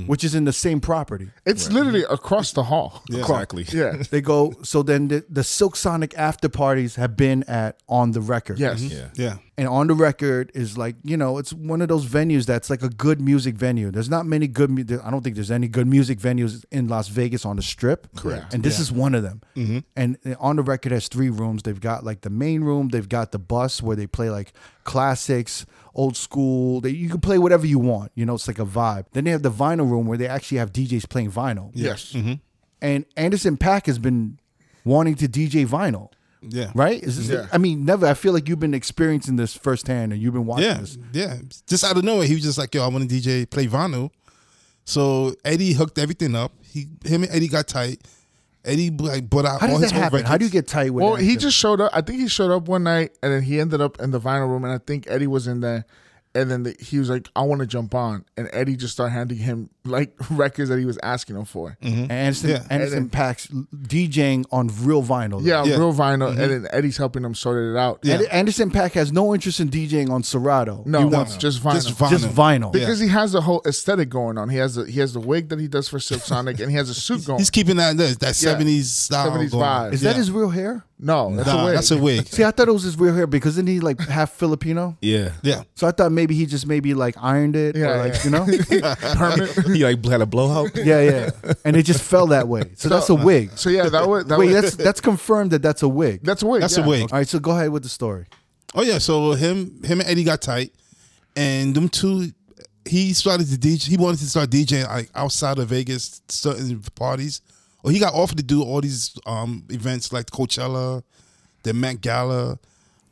Speaker 1: which is in the same property.
Speaker 4: It's literally across the hall.
Speaker 3: Exactly.
Speaker 4: Yeah.
Speaker 1: They go. So then the, the Silk Sonic after parties have been at On the Record.
Speaker 4: Yes.
Speaker 2: Yeah.
Speaker 1: And On the Record is like you know it's one of those venues that's like a good music venue. There's not many good. mu- there- I don't think there's any good music venues in Las Vegas on the Strip. Correct. And this is one of them. And uh, On the Record has three rooms. They've got like the main room. They've got the bus where they play like classics, old school. They, you can play whatever you want. You know, it's like a vibe. Then they have the vinyl room where they actually have DJs playing vinyl.
Speaker 4: Yes.
Speaker 1: And Anderson Pack has been wanting to DJ vinyl
Speaker 2: Yeah.
Speaker 1: right? Is this,
Speaker 4: Yeah.
Speaker 1: I mean, never. I feel like you've been experiencing this firsthand, and you've been watching
Speaker 2: Yeah.
Speaker 1: this.
Speaker 2: Yeah. Just out of nowhere, he was just like, "Yo, I want to DJ play vinyl." So Eddie hooked everything up. He, him, and Eddie got tight. Eddie like bought out
Speaker 1: How
Speaker 2: all
Speaker 1: does
Speaker 2: his
Speaker 1: that
Speaker 2: old
Speaker 1: happen?
Speaker 2: records.
Speaker 1: How do you get tight with?
Speaker 4: Well,
Speaker 1: that?
Speaker 4: he just showed up. I think he showed up one night, and then he ended up in the vinyl room, and I think Eddie was in there. And then the, he was like, "I want to jump on," and Eddie just started handing him like records that he was asking him for.
Speaker 1: And Mm-hmm. Anderson,
Speaker 2: Yeah.
Speaker 1: Anderson Pax DJing on real vinyl.
Speaker 4: Yeah,
Speaker 2: Yeah.
Speaker 4: real vinyl, and then Eddie's helping him sort it out.
Speaker 1: And Anderson Pack has no interest in DJing on Serato.
Speaker 4: No,
Speaker 1: he
Speaker 4: no,
Speaker 1: wants
Speaker 4: just vinyl.
Speaker 2: Just vinyl.
Speaker 1: just vinyl.
Speaker 4: because he has the whole aesthetic going on. He has the he has the wig that he does for Silk Sonic, and he has a suit going.
Speaker 2: He's keeping that that, that 70s style
Speaker 4: 70s
Speaker 2: going.
Speaker 4: vibe.
Speaker 1: Is that his real hair?
Speaker 4: no, that's
Speaker 2: Nah,
Speaker 4: a wig.
Speaker 2: that's a wig.
Speaker 1: See, I thought it was his real hair because isn't he like half Filipino?
Speaker 3: Yeah.
Speaker 2: Yeah.
Speaker 1: So I thought maybe he just maybe like ironed it, or
Speaker 4: Yeah,
Speaker 1: like
Speaker 4: yeah.
Speaker 1: you know,
Speaker 4: permanent.
Speaker 3: He like had a blowout.
Speaker 1: yeah, yeah, and it just fell that way. So, that's a wig.
Speaker 4: So yeah, that was that
Speaker 1: Wait,
Speaker 4: was,
Speaker 1: that's that's confirmed that that's a wig.
Speaker 4: that's a wig.
Speaker 2: That's
Speaker 4: yeah.
Speaker 2: a wig.
Speaker 1: All right, so go ahead with the story.
Speaker 2: Oh yeah, so him him and Eddie got tight, and them two, he started to DJ. He wanted to start DJing like outside of Vegas, certain parties. Oh, Or he got offered to do all these um, events like Coachella, the Met Gala,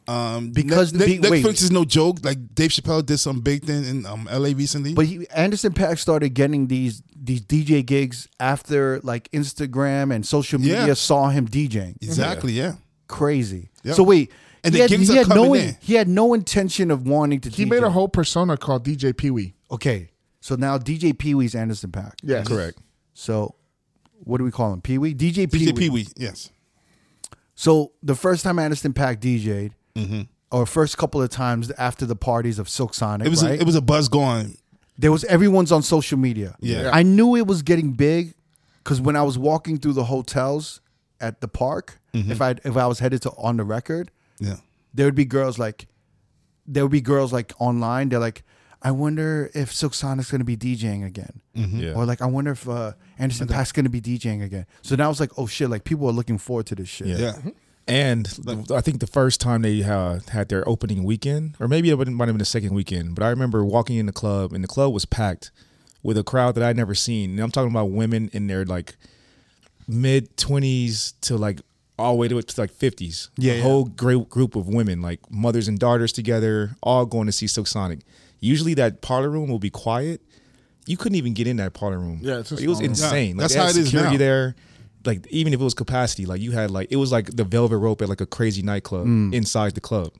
Speaker 2: Um,
Speaker 1: Because
Speaker 2: Net-
Speaker 1: the-
Speaker 2: Net-
Speaker 1: wait.
Speaker 2: Netflix is no joke. Like Dave Chappelle did some big thing in um, L.A. recently.
Speaker 1: But he, Anderson Pack started getting these these DJ gigs after like Instagram and social media
Speaker 2: Yeah.
Speaker 1: saw him DJing.
Speaker 2: exactly, yeah.
Speaker 1: Crazy.
Speaker 2: Yeah.
Speaker 1: So wait,
Speaker 2: And
Speaker 1: he
Speaker 2: the
Speaker 1: had,
Speaker 2: gigs
Speaker 1: he
Speaker 2: are
Speaker 1: had no
Speaker 2: coming
Speaker 1: in-
Speaker 2: in.
Speaker 1: he had no intention of wanting to.
Speaker 4: He
Speaker 1: DJ.
Speaker 4: made a whole persona called DJ Pee Wee.
Speaker 1: Okay, so now DJ Pee Wee's Anderson Pack.
Speaker 4: Yes.
Speaker 3: Correct.
Speaker 1: So, what do we call him? Pee Wee. DJ Pee
Speaker 2: DJ
Speaker 1: Wee.
Speaker 2: Pee Wee, yes.
Speaker 1: So the first time Anderson Pack DJ'd,
Speaker 2: Mm-hmm.
Speaker 1: or first couple of times after the parties of Silk Sonic,
Speaker 2: It was
Speaker 1: right?
Speaker 2: a, it was a buzz going.
Speaker 1: there was everyone's on social media.
Speaker 2: Yeah.
Speaker 1: I knew it was getting big because when I was walking through the hotels at the park,
Speaker 2: Mm-hmm.
Speaker 1: if I if I was headed to on the record,
Speaker 2: Yeah,
Speaker 1: there would be girls like there would be girls like online. They're like, I wonder if Silk Sonic's gonna be DJing again.
Speaker 2: Mm-hmm.
Speaker 3: Yeah.
Speaker 1: Or like I wonder if uh, Anderson Pack's gonna be DJing again. So now it's like, oh shit! Like people are looking forward to this shit.
Speaker 2: yeah.
Speaker 3: And th- I think the first time they uh, had their opening weekend, or maybe it wouldn't- might have been the second weekend, but I remember walking in the club and the club was packed with a crowd that I'd never seen. And I'm talking about women in their like mid 20s to like all the way to, to like 50s.
Speaker 1: Yeah,
Speaker 3: A
Speaker 1: yeah.
Speaker 3: whole great group of women, like mothers and daughters together, all going to see Silk Sonic. Usually that parlor room will be quiet. You couldn't even get in that parlor room.
Speaker 4: Yeah, it's a
Speaker 3: it was
Speaker 4: small room.
Speaker 3: insane.
Speaker 2: Yeah,
Speaker 3: Like,
Speaker 2: that's
Speaker 3: they had
Speaker 2: how it is
Speaker 3: security
Speaker 2: now.
Speaker 3: there there, like even if it was capacity, like you had like it was like the velvet rope at like a crazy nightclub inside the club.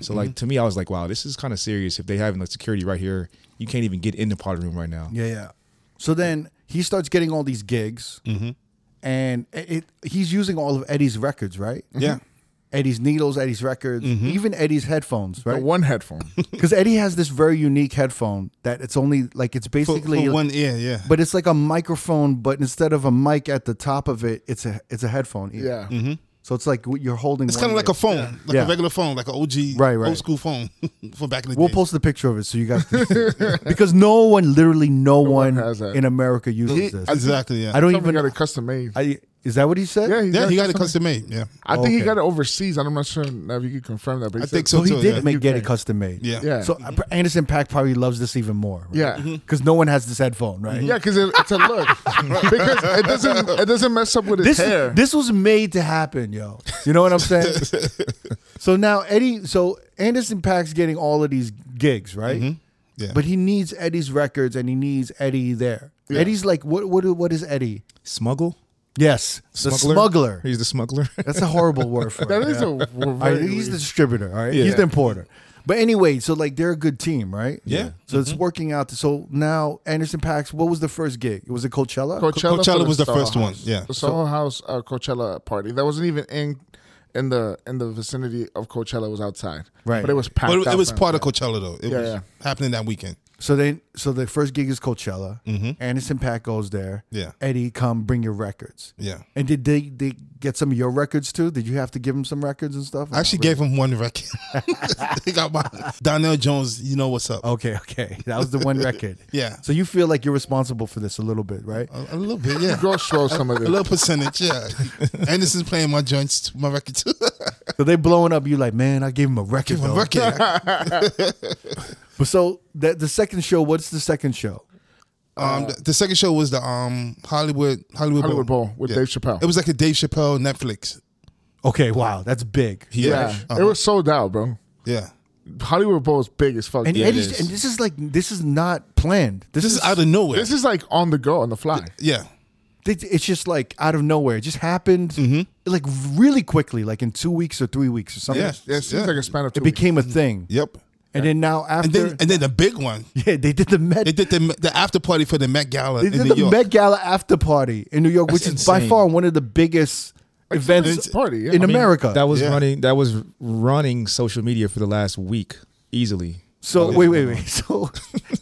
Speaker 3: So like to me, I was like, wow, this is kind of serious. If they having like security right here, you can't even get in the party room right now.
Speaker 1: Yeah, yeah. So then he starts getting all these gigs,
Speaker 2: Mm-hmm.
Speaker 1: and it, it- he's using all of Eddie's records, right?
Speaker 2: Yeah.
Speaker 1: Eddie's needles, Eddie's records, even Eddie's headphones,
Speaker 4: The
Speaker 1: right?
Speaker 4: one headphone.
Speaker 1: Because Eddie has this very unique headphone that it's only like it's
Speaker 2: For, for
Speaker 1: basically,
Speaker 2: one ear, yeah.
Speaker 1: but it's like a microphone, but instead of a mic at the top of it, it's a it's a headphone. ear.
Speaker 2: Mm-hmm.
Speaker 4: yeah.
Speaker 1: So it's like you're holding.
Speaker 2: it's kind of like a phone, like
Speaker 1: Yeah.
Speaker 2: a regular phone, like an OG,
Speaker 1: Right, right.
Speaker 2: old school phone from back in the
Speaker 1: We'll
Speaker 2: day.
Speaker 1: post the picture of it so you guys can see it. because no one, literally no, one,
Speaker 4: one has that.
Speaker 1: in America uses this.
Speaker 2: exactly, yeah.
Speaker 1: I don't
Speaker 4: Somebody
Speaker 1: even.
Speaker 4: got it custom made.
Speaker 1: I, is that what he said?
Speaker 4: yeah, he
Speaker 2: yeah,
Speaker 4: got,
Speaker 2: he got it
Speaker 4: custom.
Speaker 2: custom made. Yeah,
Speaker 4: I think he
Speaker 1: Okay.
Speaker 4: got it overseas. I'm not sure now if you can confirm that, but he
Speaker 2: I
Speaker 4: said-
Speaker 2: think
Speaker 1: So
Speaker 2: so
Speaker 1: he
Speaker 2: too.
Speaker 1: did
Speaker 2: yeah.
Speaker 1: make get it
Speaker 4: Ukraine.
Speaker 1: custom made.
Speaker 2: Yeah.
Speaker 4: Yeah.
Speaker 1: So uh, Anderson Pack probably loves this even more. Right?
Speaker 4: Yeah.
Speaker 1: Because no one has this headphone, right?
Speaker 4: Yeah, because it, it's a look. because it doesn't it doesn't mess up with
Speaker 1: This
Speaker 4: his hair.
Speaker 1: this was made to happen, yo. You know what I'm saying? so now Eddie, so Anderson Pack's getting all of these gigs, right?
Speaker 2: Yeah.
Speaker 1: But he needs Eddie's records and he needs Eddie there. Eddie's like, what? What? What is Eddie?
Speaker 3: Smuggle,
Speaker 1: Yes, the smuggler.
Speaker 3: He's the smuggler.
Speaker 1: That's a horrible word for
Speaker 4: that
Speaker 1: it.
Speaker 4: is
Speaker 1: yeah.
Speaker 4: a we're
Speaker 1: All right,
Speaker 4: very-
Speaker 1: he's the distributor. All right, he's
Speaker 4: Yeah.
Speaker 1: the importer. But anyway, so like they're a good team, right?
Speaker 2: Yeah.
Speaker 1: So it's working out. So now Anderson Pax, what was the first gig? It was it Coachella.
Speaker 4: Coachella,
Speaker 2: Coachella
Speaker 4: for
Speaker 2: was the
Speaker 4: Soho
Speaker 2: first one,
Speaker 4: House.
Speaker 2: yeah.
Speaker 4: the Soho House uh, Coachella party that wasn't even in in the in the vicinity of Coachella it was outside,
Speaker 1: Right.
Speaker 4: But it was packed.
Speaker 2: But it, it
Speaker 4: out
Speaker 2: was
Speaker 4: front.
Speaker 2: part of Coachella though. It
Speaker 4: Yeah,
Speaker 2: was
Speaker 4: yeah.
Speaker 2: happening that weekend.
Speaker 1: so then, so the first gig is Coachella. Anderson Pack goes there.
Speaker 2: Yeah.
Speaker 1: Eddie, come bring your records.
Speaker 2: Yeah.
Speaker 1: And did they they get some of your records too? Did you have to give them some records and stuff?
Speaker 2: I actually gave him one record. they got my Donnell Jones. You know what's up?
Speaker 1: Okay, okay, that was the one record.
Speaker 2: Yeah.
Speaker 1: So you feel like you're responsible for this a little bit, right?
Speaker 2: A, a little bit, yeah.
Speaker 4: Go show some of
Speaker 2: A
Speaker 4: this.
Speaker 2: little percentage, yeah. Anderson's playing my joints, my record too.
Speaker 1: So they blowing up. You like, man, I gave him a record.
Speaker 2: my
Speaker 1: though."
Speaker 2: record.
Speaker 1: But so that the second show. What's the second show?
Speaker 2: Um, the, the second show was the um Hollywood Hollywood,
Speaker 4: Hollywood Bowl with Dave Chappelle.
Speaker 2: It was like a Dave Chappelle Netflix.
Speaker 1: Okay, wow, that's big.
Speaker 4: yeah, it was sold out, bro.
Speaker 2: Yeah,
Speaker 4: Hollywood Bowl is big as fuck.
Speaker 1: And
Speaker 4: Yeah, it
Speaker 1: Eddie's,
Speaker 4: is.
Speaker 1: and this is like this is not planned. This,
Speaker 2: this
Speaker 1: is,
Speaker 2: is out of nowhere.
Speaker 4: this is like on the go, on the fly.
Speaker 2: yeah,
Speaker 1: it- it's just like out of nowhere. It just happened
Speaker 2: Mm-hmm.
Speaker 1: like really quickly, like in two weeks or three weeks or something.
Speaker 2: Yeah.
Speaker 4: Yeah, it seems
Speaker 2: Yeah.
Speaker 4: like a span of two.
Speaker 1: It became a thing,
Speaker 2: yep.
Speaker 1: and then now after,
Speaker 2: And then and then the big one.
Speaker 1: yeah, they did the Met,
Speaker 2: They
Speaker 1: they did,
Speaker 2: did the the after party for the Met Gala in
Speaker 1: the
Speaker 2: New York.
Speaker 1: Met Gala after party in New York, which is by
Speaker 3: insane.
Speaker 1: far one of the biggest events
Speaker 4: it's a party, yeah.
Speaker 1: in
Speaker 4: I mean,
Speaker 1: America.
Speaker 3: that was
Speaker 2: Yeah.
Speaker 3: running. That was running social media for the last week easily.
Speaker 1: so wait, wait, wait. So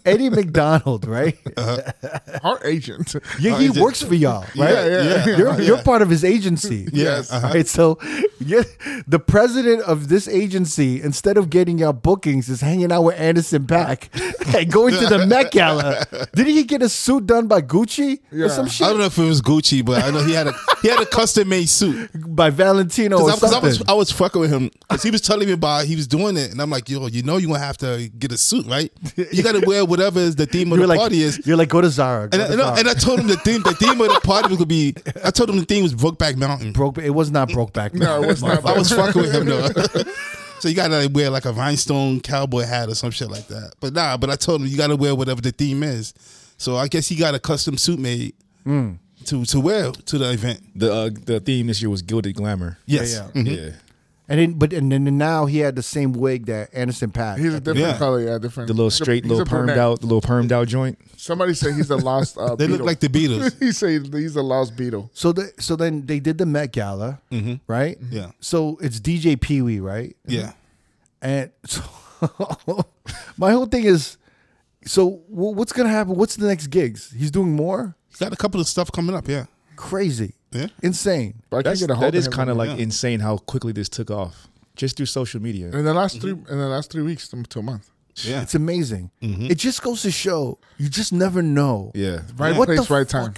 Speaker 1: Eddie McDonald, right?
Speaker 4: weeks. Our agent.
Speaker 1: Yeah, he works for y'all, right?
Speaker 4: Yeah, yeah.
Speaker 1: You're, you're part of his agency.
Speaker 2: Yes.
Speaker 1: All right, so yeah, the president of this agency, instead of getting y'all bookings, is hanging out with Anderson Pack and going to the Met Gala. Didn't he get a suit done by Gucci or
Speaker 4: Yeah.
Speaker 1: some
Speaker 2: I
Speaker 1: shit?
Speaker 2: don't know if it was Gucci, but I know he had a he had a custom made suit.
Speaker 1: By Valentino or
Speaker 2: Because I,
Speaker 1: Oh, something.
Speaker 2: was I was fucking with him because he was telling me about he was doing it, and I'm like, yo, you know, you gonna have to get a suit, right? You gotta wear whatever is the theme of
Speaker 1: you're
Speaker 2: the
Speaker 1: like,
Speaker 2: party is.
Speaker 1: you're like, go to Zara. Go
Speaker 2: And I,
Speaker 1: to
Speaker 2: and, I,
Speaker 1: Zara.
Speaker 2: and I told him the theme the theme of the party was gonna be. I told him the theme was Brokeback Mountain.
Speaker 1: broke, it was not Brokeback.
Speaker 4: No, it was not.
Speaker 2: I was fucking with him though. So you gotta like, wear like a rhinestone cowboy hat or some shit like that. But nah, but I told him you gotta wear whatever the theme is. So I guess he got a custom suit made
Speaker 4: Hmm.
Speaker 2: to to wear to the event.
Speaker 3: The uh, the theme this year was gilded glamour.
Speaker 2: Yes.
Speaker 1: Yeah,
Speaker 2: Mhm.
Speaker 3: Yeah.
Speaker 1: And then, but and then now he had the same wig that Anderson Pack.
Speaker 4: He's a different
Speaker 2: Yeah.
Speaker 4: color, yeah, different.
Speaker 3: The little straight,
Speaker 4: he's a
Speaker 3: little permed
Speaker 4: brunette.
Speaker 3: out, the little permed out joint.
Speaker 4: Somebody said he's the lost. Uh,
Speaker 2: They
Speaker 4: beetle.
Speaker 2: look like the Beatles.
Speaker 4: he said he's the lost beetle.
Speaker 1: So the so then they did the Met Gala, right?
Speaker 2: Mm-hmm. Yeah.
Speaker 1: So it's DJ Pee Wee, right?
Speaker 2: Yeah.
Speaker 1: And so my whole thing is, so wh- what's gonna happen? What's the next gigs? He's doing more
Speaker 2: He's got a couple of stuff coming up, yeah.
Speaker 1: crazy,
Speaker 2: Yeah.
Speaker 1: insane.
Speaker 4: But I can't
Speaker 3: That's,
Speaker 4: get a hold
Speaker 3: that
Speaker 4: of
Speaker 3: is
Speaker 4: him.
Speaker 3: kind of like
Speaker 2: yeah.
Speaker 3: insane how quickly this took off just through social media.
Speaker 4: in the last three in the last three weeks to to a month.
Speaker 2: Yeah.
Speaker 1: It's amazing. It just goes to show you just never know.
Speaker 3: Yeah.
Speaker 4: Right place, right time.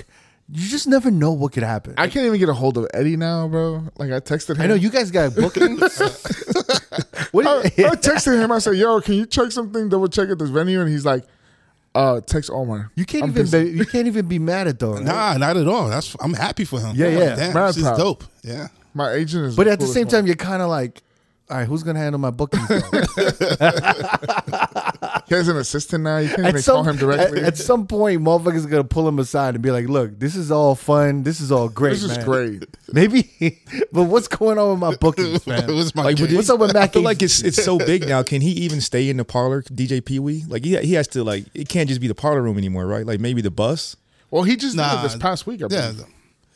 Speaker 1: You just never know what could happen.
Speaker 4: I
Speaker 1: I,
Speaker 4: can't even get a hold of Eddie now, bro. Like I texted him.
Speaker 1: know you guys got bookings.
Speaker 4: I,
Speaker 1: what? do you-
Speaker 4: I texted him. I said, "Yo, can you check something? Double check at this venue." And he's like, "Uh, text Omar."
Speaker 1: You can't
Speaker 4: I'm
Speaker 1: even
Speaker 4: busy.
Speaker 1: be, you can't even be mad at though. right?
Speaker 2: Nah, not at all. That's I'm happy for him.
Speaker 1: Yeah, yeah.
Speaker 2: Damn,
Speaker 4: Mad
Speaker 2: this is
Speaker 4: proud.
Speaker 2: dope. Yeah.
Speaker 4: My agent is.
Speaker 1: But at the
Speaker 4: cool as
Speaker 1: same
Speaker 4: fuck.
Speaker 1: time, you're kind of like, all right, who's gonna handle my bookings? though?"
Speaker 4: he has an assistant now. You can't
Speaker 1: at
Speaker 4: even
Speaker 1: some
Speaker 4: call him
Speaker 1: at,
Speaker 4: directly.
Speaker 1: at some point, motherfuckers gonna pull him aside and be like, look, this is all fun. This is all great.
Speaker 4: this is
Speaker 1: man.
Speaker 4: great.
Speaker 1: Maybe, but what's going on with my bookings, man?
Speaker 2: What's my
Speaker 3: Like,
Speaker 2: gig?
Speaker 3: would you-
Speaker 1: What's up with
Speaker 3: I
Speaker 1: Mackey?
Speaker 3: feel like it's it's so big now. Can he even stay in the parlor, DJ Pee Wee? Like he he has to like it can't just be the parlor room anymore, right? Like maybe the bus.
Speaker 4: Well, he just
Speaker 2: Nah.
Speaker 4: did it this past week. I
Speaker 2: Yeah.
Speaker 4: believe.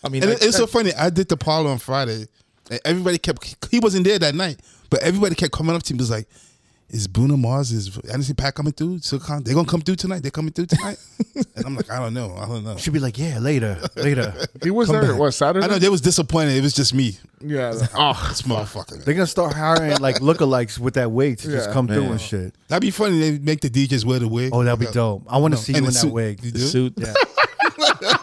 Speaker 3: I mean,
Speaker 2: And
Speaker 3: like,
Speaker 2: it- it's so funny. I did the parlor on Friday, and everybody kept. He wasn't there that night, but everybody kept coming up to me. Was like, "Is Bruno Mars? Is Anderson Pack coming through? So come, they gonna come through tonight? They coming through tonight?" and I'm like, "I don't know. I don't know."
Speaker 1: should be like, yeah, later, later.
Speaker 4: he was there. What Saturday?
Speaker 2: I know they was disappointed. It was just me.
Speaker 4: Yeah. Oh,
Speaker 2: This motherfucker.
Speaker 1: They're gonna start hiring like lookalikes with that wig to just
Speaker 4: Yeah.
Speaker 1: come through
Speaker 3: Man.
Speaker 1: and shit.
Speaker 2: That'd be funny. They make the DJs wear the wig.
Speaker 1: Oh, that'd be
Speaker 2: Yeah.
Speaker 1: dope. I want to see you
Speaker 2: And
Speaker 1: in
Speaker 2: the
Speaker 1: that
Speaker 2: suit.
Speaker 1: wig.
Speaker 2: You
Speaker 3: the
Speaker 2: do?
Speaker 3: suit.
Speaker 1: Yeah.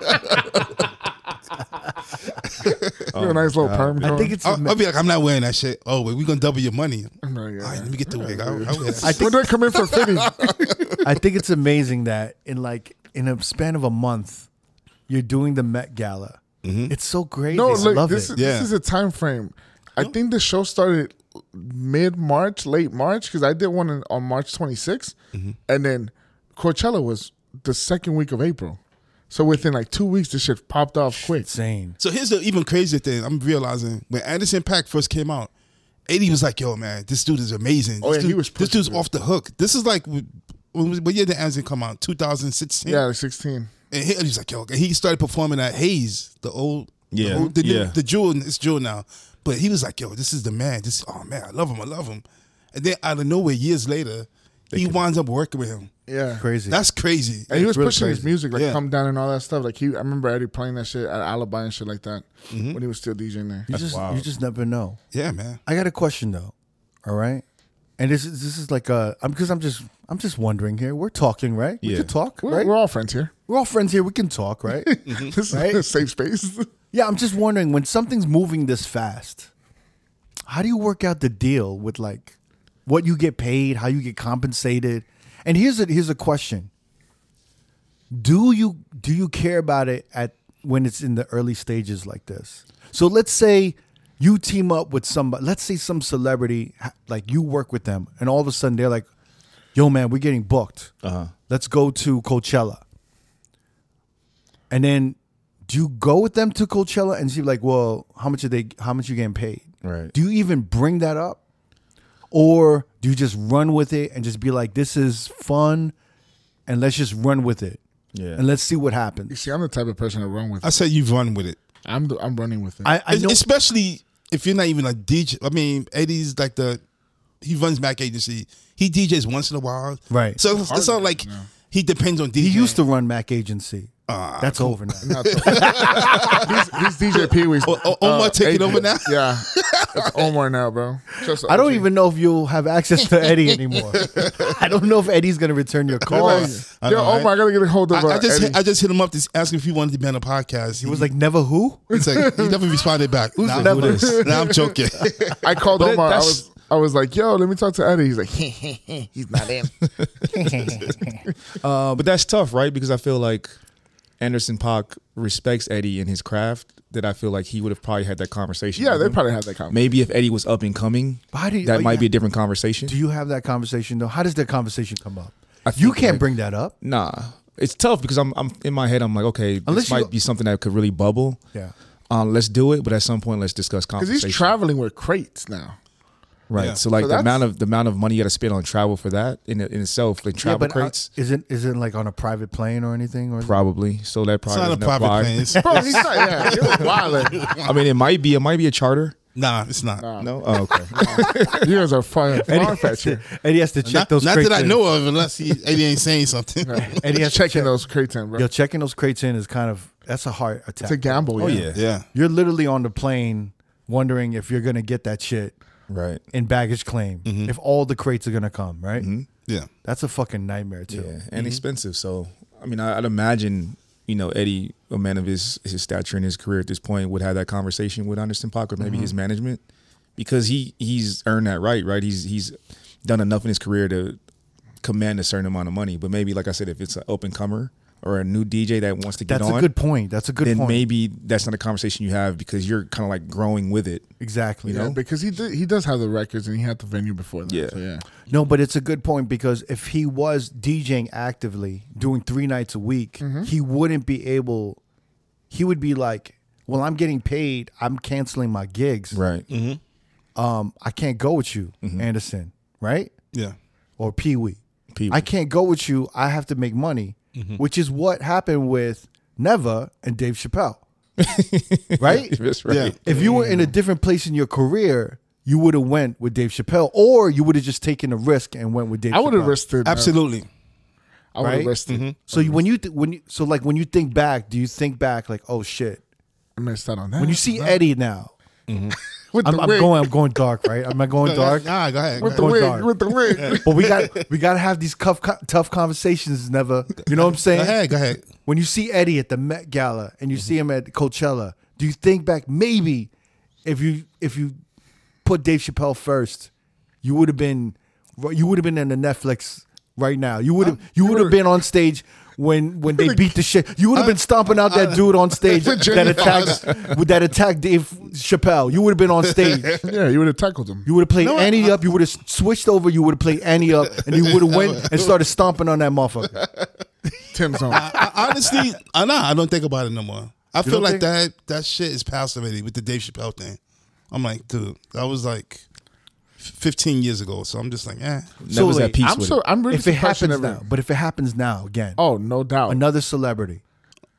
Speaker 4: you have a nice little perm.
Speaker 1: Oh I
Speaker 4: going.
Speaker 1: think it's.
Speaker 2: I'll,
Speaker 1: ama-
Speaker 4: uh,
Speaker 2: I'll be like, "I'm not wearing that shit." Oh wait, we gonna double your money.
Speaker 4: No, yeah.
Speaker 2: All
Speaker 1: Oh,
Speaker 2: right, let me get the wig. I'll, I'll wear
Speaker 1: I
Speaker 2: that.
Speaker 1: think-
Speaker 4: When do I come in for fitting?
Speaker 1: I think it's amazing that in like in a span of a month, you're doing the Met Gala. It's so crazy.
Speaker 4: Mm-hmm. no,
Speaker 1: I
Speaker 4: look,
Speaker 1: love
Speaker 4: this,
Speaker 1: it.
Speaker 4: is- this
Speaker 2: Yeah.
Speaker 4: is a time frame. I think the show started mid March, late March, because I did one in, on March 26th,
Speaker 1: Mm-hmm.
Speaker 4: and then Coachella was the second week of April. So within like two weeks, this shit popped off quick.
Speaker 1: Insane.
Speaker 2: So here's the even crazier thing I'm realizing when Anderson Pack first came out, 80 was like, yo, man, this dude is amazing. This
Speaker 4: Oh, yeah, he
Speaker 2: dude,
Speaker 4: was
Speaker 2: This
Speaker 4: pushing
Speaker 2: dude's
Speaker 4: it.
Speaker 2: off the hook. This is like, when, when what year did Anderson come out? 2016?
Speaker 4: Yeah, like 16.
Speaker 2: And he, he's like, yo, and he started performing at Hayes, the old,
Speaker 3: Yeah,
Speaker 2: the, old, the, new-
Speaker 3: yeah.
Speaker 2: the jewel, it's jewel now. But he was like, yo, this is the man. This, oh man, I love him, I love him. And then out of nowhere, years later, he winds up working with him.
Speaker 4: Yeah.
Speaker 1: Crazy.
Speaker 2: That's crazy.
Speaker 4: And he was
Speaker 1: really
Speaker 4: pushing his
Speaker 1: crazy.
Speaker 4: music, like
Speaker 2: Yeah.
Speaker 4: Come Down and all that stuff. Like he, I remember Eddie playing that shit at Alibi and shit like that
Speaker 1: Mm-hmm.
Speaker 4: when he was still DJing there.
Speaker 1: you just you just never know.
Speaker 2: Yeah, man.
Speaker 1: I got a question though. All right. And this is this is like a I'm because I'm just I'm just wondering here. We're talking, right? We
Speaker 3: Yeah.
Speaker 1: can talk,
Speaker 4: We're,
Speaker 1: right?
Speaker 4: we're all friends here.
Speaker 1: We're all friends here. We can talk, right?
Speaker 4: this is
Speaker 1: Right?
Speaker 4: a safe space.
Speaker 1: yeah, I'm just wondering when something's moving this fast, how do you work out the deal with like what you get paid, how you get compensated? And here's a here's a question. Do you do you care about it at when it's in the early stages like this? So let's say you team up with somebody, let's say some celebrity ha- like you work with them and all of a sudden they're like, "Yo man, we're getting booked.
Speaker 3: Uh-huh.
Speaker 1: Let's go to Coachella." And then do you go with them to Coachella and see like, well, how much are they how much you getting paid?
Speaker 3: Right.
Speaker 1: Do you even bring that up? Or do you just run with it and just be like, this is fun and let's just run with it?
Speaker 3: Yeah.
Speaker 1: And let's see what
Speaker 4: You
Speaker 1: happens.
Speaker 4: see, I'm the type of person to run with.
Speaker 2: I said you've run with it.
Speaker 4: I'm the, I'm running with it.
Speaker 1: I, I
Speaker 2: Es-
Speaker 1: know
Speaker 2: especially if you're not even a DJ. I mean, Eddie's like the he runs Mac Agency. He DJs once in a while,
Speaker 1: Right.
Speaker 2: So it's, it's not like he depends on DJ.
Speaker 1: he used to run Mac Agency. That's over now.
Speaker 4: Not so- he's, he's DJ Pee Wee's.
Speaker 2: O- O- Omar taking
Speaker 4: agent.
Speaker 2: over now?
Speaker 4: uh, Yeah, it's Omar now, bro. Trust
Speaker 1: I don't
Speaker 4: OG.
Speaker 1: even know if you'll have access to Eddie anymore. I don't know if Eddie's gonna return your calls.
Speaker 2: I
Speaker 4: Yo,
Speaker 2: know,
Speaker 4: Omar, I
Speaker 2: right?
Speaker 4: gotta get a hold of. Uh,
Speaker 2: I, I just hit,
Speaker 4: Eddie.
Speaker 2: I just hit him up to ask if he wanted to be on the podcast. He
Speaker 1: It was like never who?
Speaker 2: he's like he never responded back. Who's nah,
Speaker 1: never?
Speaker 2: nah, I'm joking.
Speaker 4: I called
Speaker 3: it-
Speaker 4: Omar. I
Speaker 3: that's-
Speaker 4: was I was like, yo, let me talk to Eddie. He's like, "Heh."
Speaker 5: He's not in.
Speaker 3: Um, Uh, but that's tough, right? Because I feel like Anderson Pac respects Eddie in his craft that I feel like he would have probably had that conversation.
Speaker 4: Yeah,
Speaker 3: with
Speaker 4: they
Speaker 3: him.
Speaker 4: probably had that conversation.
Speaker 3: Maybe if Eddie was up and coming,
Speaker 1: Why do you-
Speaker 3: that
Speaker 1: oh,
Speaker 3: might
Speaker 1: yeah.
Speaker 3: be a different conversation.
Speaker 1: Do you have that conversation though? How does that conversation come up?
Speaker 3: I
Speaker 1: You
Speaker 3: think,
Speaker 1: can't
Speaker 3: like,
Speaker 1: bring that up.
Speaker 3: Nah, it's tough because I'm I'm in my head. I'm like, okay,
Speaker 1: Unless
Speaker 3: this
Speaker 1: you-
Speaker 3: might be something that could really bubble.
Speaker 1: Yeah.
Speaker 3: Um, let's do it, but at some point, let's discuss
Speaker 4: Because
Speaker 3: compensation.
Speaker 4: he's traveling with crates now.
Speaker 3: right?
Speaker 2: Yeah.
Speaker 3: So like
Speaker 4: So
Speaker 3: the
Speaker 4: that's-
Speaker 3: amount of the amount of money you got to spend on travel for that in in itself, like travel
Speaker 1: but uh,
Speaker 3: crates,
Speaker 1: isn't isn't like on a private plane or anything? Or
Speaker 3: probably. So that
Speaker 2: It's
Speaker 3: probably
Speaker 2: not a
Speaker 3: doesn't
Speaker 2: private
Speaker 3: apply.
Speaker 2: plane. It's-
Speaker 4: Bro, he's not. Yeah, you're wildin'.
Speaker 3: I mean, it might be. It might be a charter.
Speaker 2: nah, it's not.
Speaker 3: No. Oh, okay.
Speaker 4: You guys are far, far fetched.
Speaker 1: Eddie has to check
Speaker 2: Not,
Speaker 1: those.
Speaker 2: not
Speaker 1: crates
Speaker 2: that I
Speaker 1: in.
Speaker 2: know of, unless he Eddie ain't saying something.
Speaker 1: Eddie has to
Speaker 4: Checking
Speaker 1: check-
Speaker 4: those crates in, bro.
Speaker 1: Yo, checking those crates in is kind of that's a heart attack.
Speaker 4: It's a gamble.
Speaker 3: Oh
Speaker 4: yeah.
Speaker 3: yeah.
Speaker 2: yeah,
Speaker 1: You're literally on the plane wondering if you're gonna get that shit
Speaker 3: Right.
Speaker 1: in baggage claim.
Speaker 3: Mm-hmm.
Speaker 1: If all the crates are gonna come, right?
Speaker 2: yeah.
Speaker 1: That's a fucking nightmare
Speaker 3: Yeah.
Speaker 1: too.
Speaker 3: And expensive. So I mean, I, I'd imagine you know Eddie, a man of his his stature and his career at this point, would have that conversation with Anderson Paak or maybe
Speaker 1: Mm-hmm.
Speaker 3: his management because he he's earned that right. Right. He's he's done enough in his career to command a certain amount of money. But maybe like I said, if it's an up and comer or a new DJ that wants to get
Speaker 1: That's
Speaker 3: on.
Speaker 1: a good point. That's a good
Speaker 3: then
Speaker 1: point.
Speaker 3: maybe that's not a conversation you have because you're kind of like growing with it.
Speaker 1: exactly.
Speaker 4: Yeah, because he did, he does have the records and he had the venue before that.
Speaker 3: Yeah.
Speaker 4: so yeah.
Speaker 1: No, but it's a good point because if he was DJing actively, doing three nights a week,
Speaker 4: Mm-hmm.
Speaker 1: he wouldn't be able. He would be like, "Well, I'm getting paid. I'm canceling my gigs.
Speaker 3: Right. Mm-hmm.
Speaker 1: Um, I can't go with you, Anderson. Right?
Speaker 2: yeah.
Speaker 1: Or Pee Wee.
Speaker 3: Pee Wee.
Speaker 1: I can't go with you. I have to make money, which is what happened with Neva and Dave Chappelle. right?
Speaker 3: That's right.
Speaker 2: Yeah.
Speaker 1: If you were in a different place in your career, you would have went with Dave Chappelle, or you would have just taken a risk and went with Dave.
Speaker 4: I would have
Speaker 1: Chappelle.
Speaker 4: risked it. man.
Speaker 2: Absolutely.
Speaker 4: I would have
Speaker 1: right? Mm-hmm.
Speaker 4: risked it.
Speaker 1: So you, when you th- when you, so like when you think back, do you think back like oh shit?
Speaker 4: I missed out on that.
Speaker 1: When you see Eddie now,
Speaker 4: with
Speaker 1: I'm,
Speaker 4: the
Speaker 1: I'm
Speaker 4: wig,
Speaker 1: going I'm going dark, right? I'm not going dark,
Speaker 2: Nah, go ahead. Go
Speaker 4: with the
Speaker 1: going
Speaker 4: wig,
Speaker 1: dark.
Speaker 4: with the wig.
Speaker 1: but we got we got to have these tough co- tough conversations. Never, you know what I'm
Speaker 2: Go
Speaker 1: saying?
Speaker 2: ahead. Go ahead.
Speaker 1: When you see Eddie at the Met Gala and you see
Speaker 2: Mm-hmm.
Speaker 1: him at Coachella, do you think back maybe if you if you put Dave Chappelle first, you would have been you would have been in the Netflix right now. You would have
Speaker 2: Uh,
Speaker 1: you would have been on stage when when they beat the shit. You would
Speaker 2: Uh,
Speaker 1: have been stomping out that dude on stage that
Speaker 4: Jamie
Speaker 1: attacked with that attacked Dave Chappelle. You would have been on stage.
Speaker 4: yeah, you would have tackled him.
Speaker 1: You would have played
Speaker 2: No, I-
Speaker 1: Annie up. You would have switched over. You would have played Annie up, and you would have went and started stomping on that motherfucker.
Speaker 4: Tim's on.
Speaker 2: I, I honestly, I nah, I don't think about it no more. I feel
Speaker 1: don't
Speaker 2: like
Speaker 1: think-
Speaker 2: that that shit is past already with the Dave Chappelle thing. I'm like, dude, that was like f- 15 years ago. So I'm just like, eh.
Speaker 1: So,
Speaker 3: Never's
Speaker 1: like,
Speaker 3: at peace
Speaker 4: I'm
Speaker 3: with
Speaker 4: so
Speaker 3: it.
Speaker 4: I'm really
Speaker 1: if it
Speaker 4: surprised she
Speaker 1: happens
Speaker 4: never-
Speaker 1: now, but if it happens now again,
Speaker 4: Oh, no doubt.
Speaker 1: another celebrity,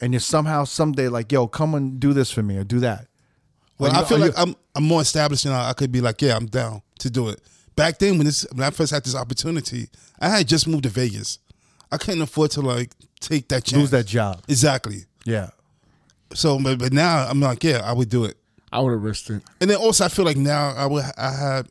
Speaker 1: and you're somehow someday like, yo, come and do this for me or do that.
Speaker 2: Well,
Speaker 1: Are you-
Speaker 2: I feel
Speaker 1: are
Speaker 2: like
Speaker 1: you-
Speaker 2: I'm I'm more established now. I could be like, yeah, I'm down to do it. Back then, when this when I first had this opportunity, I had just moved to Vegas. I couldn't afford to like take that chance.
Speaker 1: lose that job.
Speaker 2: Exactly.
Speaker 1: Yeah,
Speaker 2: So, but, but now I'm like, yeah, I would do it.
Speaker 4: I would have risked it.
Speaker 2: And then also, I feel like now I would I had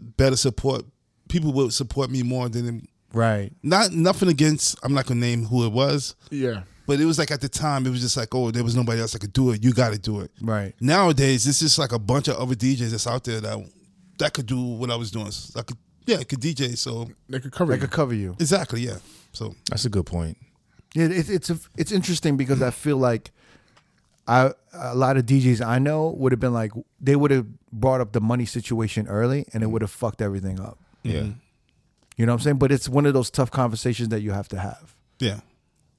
Speaker 2: better support. People would support me more than
Speaker 1: right.
Speaker 2: not nothing against. I'm not gonna name who it was,
Speaker 4: Yeah.
Speaker 2: but it was like at the time it was just like, oh, there was nobody else that could do it. You got to do it.
Speaker 1: Right.
Speaker 2: Nowadays, it's just like a bunch of other DJs that's out there that that could do what I was doing. So I could, yeah, I could DJ. So
Speaker 4: They could cover
Speaker 1: They
Speaker 4: you.
Speaker 1: could cover you.
Speaker 2: exactly, yeah. So
Speaker 3: That's a good point.
Speaker 1: Yeah, it, it's a, it's interesting because I feel like I a lot of DJs I know would have been like they would have brought up the money situation early, and it would have fucked everything up.
Speaker 3: Yeah.
Speaker 1: You know what I'm saying? But it's one of those tough conversations that you have to have.
Speaker 2: yeah,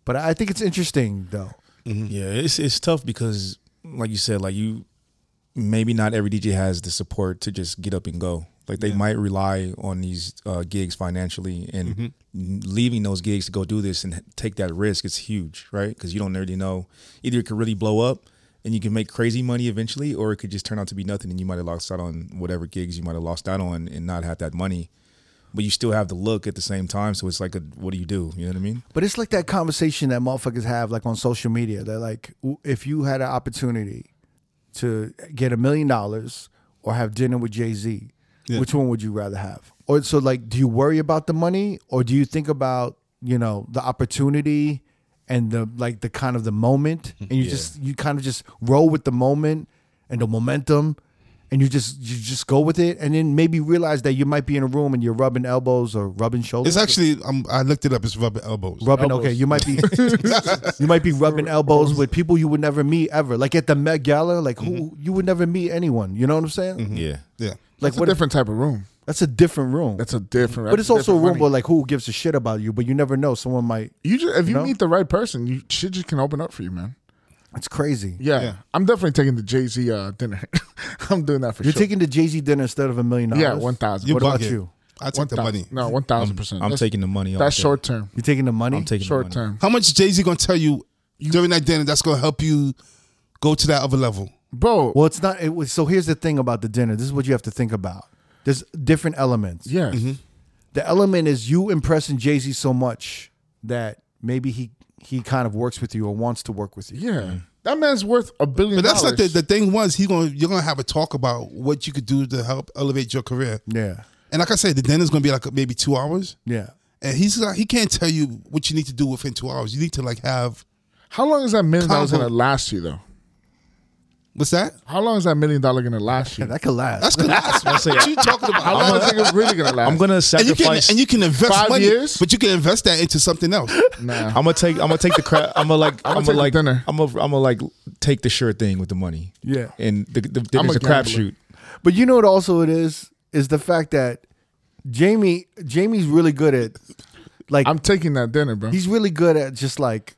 Speaker 1: But I think it's interesting though.
Speaker 4: Mm.
Speaker 3: Yeah, it's it's tough because like you said, like you maybe not every DJ has the support to just get up and go. Like they might rely on these uh, gigs financially and
Speaker 4: Mm-hmm.
Speaker 3: leaving those gigs to go do this and take that risk is huge, right? Because you don't really know either it could really blow up and you can make crazy money eventually, or it could just turn out to be nothing and you might have lost out on whatever gigs you might have lost out on and not have that money. But you still have the look at the same time, so it's like, a, what do you do? You know what I mean?
Speaker 1: But it's like that conversation that motherfuckers have like on social media. They're like, w- if you had an opportunity to get a million dollars or have dinner with Jay Z, which one would you rather have? Or so like, do you worry about the money or do you think about you know the opportunity and the like the kind of the moment and you just you kind of just roll with the moment and the momentum and you just you just go with it, and then maybe realize that you might be in a room and you're rubbing elbows or rubbing shoulders.
Speaker 2: It's actually um, I looked it up. It's rubbing elbows.
Speaker 1: rubbing.
Speaker 4: elbows.
Speaker 1: Okay, you might be you might be rubbing elbows with people you would never meet ever, like at the Met Gala, like who you would never meet anyone. You know what I'm saying?
Speaker 5: Yeah.
Speaker 2: yeah,
Speaker 1: Like
Speaker 4: It's Mm-hmm. a
Speaker 1: what? if-
Speaker 4: different type of room.
Speaker 1: that's a different room.
Speaker 4: That's a different.
Speaker 1: but it's also a room
Speaker 4: rumble.
Speaker 1: where like who gives a shit about you, but you never know. Someone might.
Speaker 4: You just if you
Speaker 1: know?
Speaker 4: meet the right person, you shit just can open up for you, man.
Speaker 1: It's crazy.
Speaker 4: Yeah,
Speaker 2: Yeah.
Speaker 4: I'm definitely taking the Jay Z uh, dinner. I'm doing that for
Speaker 1: You're
Speaker 4: sure.
Speaker 1: taking the Jay Z dinner instead of a million dollars.
Speaker 4: yeah, one thousand.
Speaker 2: You
Speaker 1: What about
Speaker 2: bugging.
Speaker 1: you?
Speaker 2: I
Speaker 4: One
Speaker 2: take the
Speaker 4: thou-
Speaker 2: money.
Speaker 4: No, one thousand percent.
Speaker 3: I'm
Speaker 4: That's-
Speaker 3: taking the money. off
Speaker 4: That's
Speaker 3: that.
Speaker 4: short term.
Speaker 1: You're taking the money.
Speaker 3: I'm taking
Speaker 4: Short
Speaker 3: the money.
Speaker 4: term,
Speaker 2: How much Jay Z gonna tell you during that dinner that's gonna help you go to that other level?
Speaker 4: bro.
Speaker 1: Well, it's not. It was, so here's the thing about the dinner. This is what you have to think about. There's different elements.
Speaker 4: yeah,
Speaker 1: The element is you impressing Jay Z so much that maybe he he kind of works with you or wants to work with you.
Speaker 4: yeah. That man's worth a billion.
Speaker 2: But that's
Speaker 4: dollars.
Speaker 2: like the, the thing was he gonna you're gonna have a talk about what you could do to help elevate your career.
Speaker 1: Yeah.
Speaker 2: And like I said, the dinner's gonna be like maybe two hours,
Speaker 1: Yeah.
Speaker 2: and he's not, he can't tell you what you need to do within two hours. You need to like have
Speaker 4: How long is that million dollars
Speaker 2: Combo.
Speaker 4: gonna last you though?
Speaker 2: what's that?
Speaker 4: How long is that million dollar gonna last you?
Speaker 1: That could last.
Speaker 2: That's gonna last. what you talking about?
Speaker 4: How long is it really gonna last?
Speaker 3: I'm gonna
Speaker 2: and you can
Speaker 3: sacrifice.
Speaker 2: and you can invest
Speaker 4: Five
Speaker 2: money,
Speaker 4: years?
Speaker 2: but you can invest that into something else.
Speaker 4: Nah.
Speaker 3: I'm gonna take. I'm gonna take the crap. I'm gonna like. I'm gonna
Speaker 4: take the
Speaker 3: like. I'm
Speaker 4: dinner.
Speaker 3: gonna. I'm gonna like take the sure thing with the money.
Speaker 1: Yeah.
Speaker 3: And the the dinner's
Speaker 4: a
Speaker 3: a
Speaker 4: gambler.
Speaker 3: crapshoot.
Speaker 1: But you know what? Also, it is is the fact that Jamie Jamie's really good at like
Speaker 4: I'm taking that dinner, bro.
Speaker 1: he's really good at just like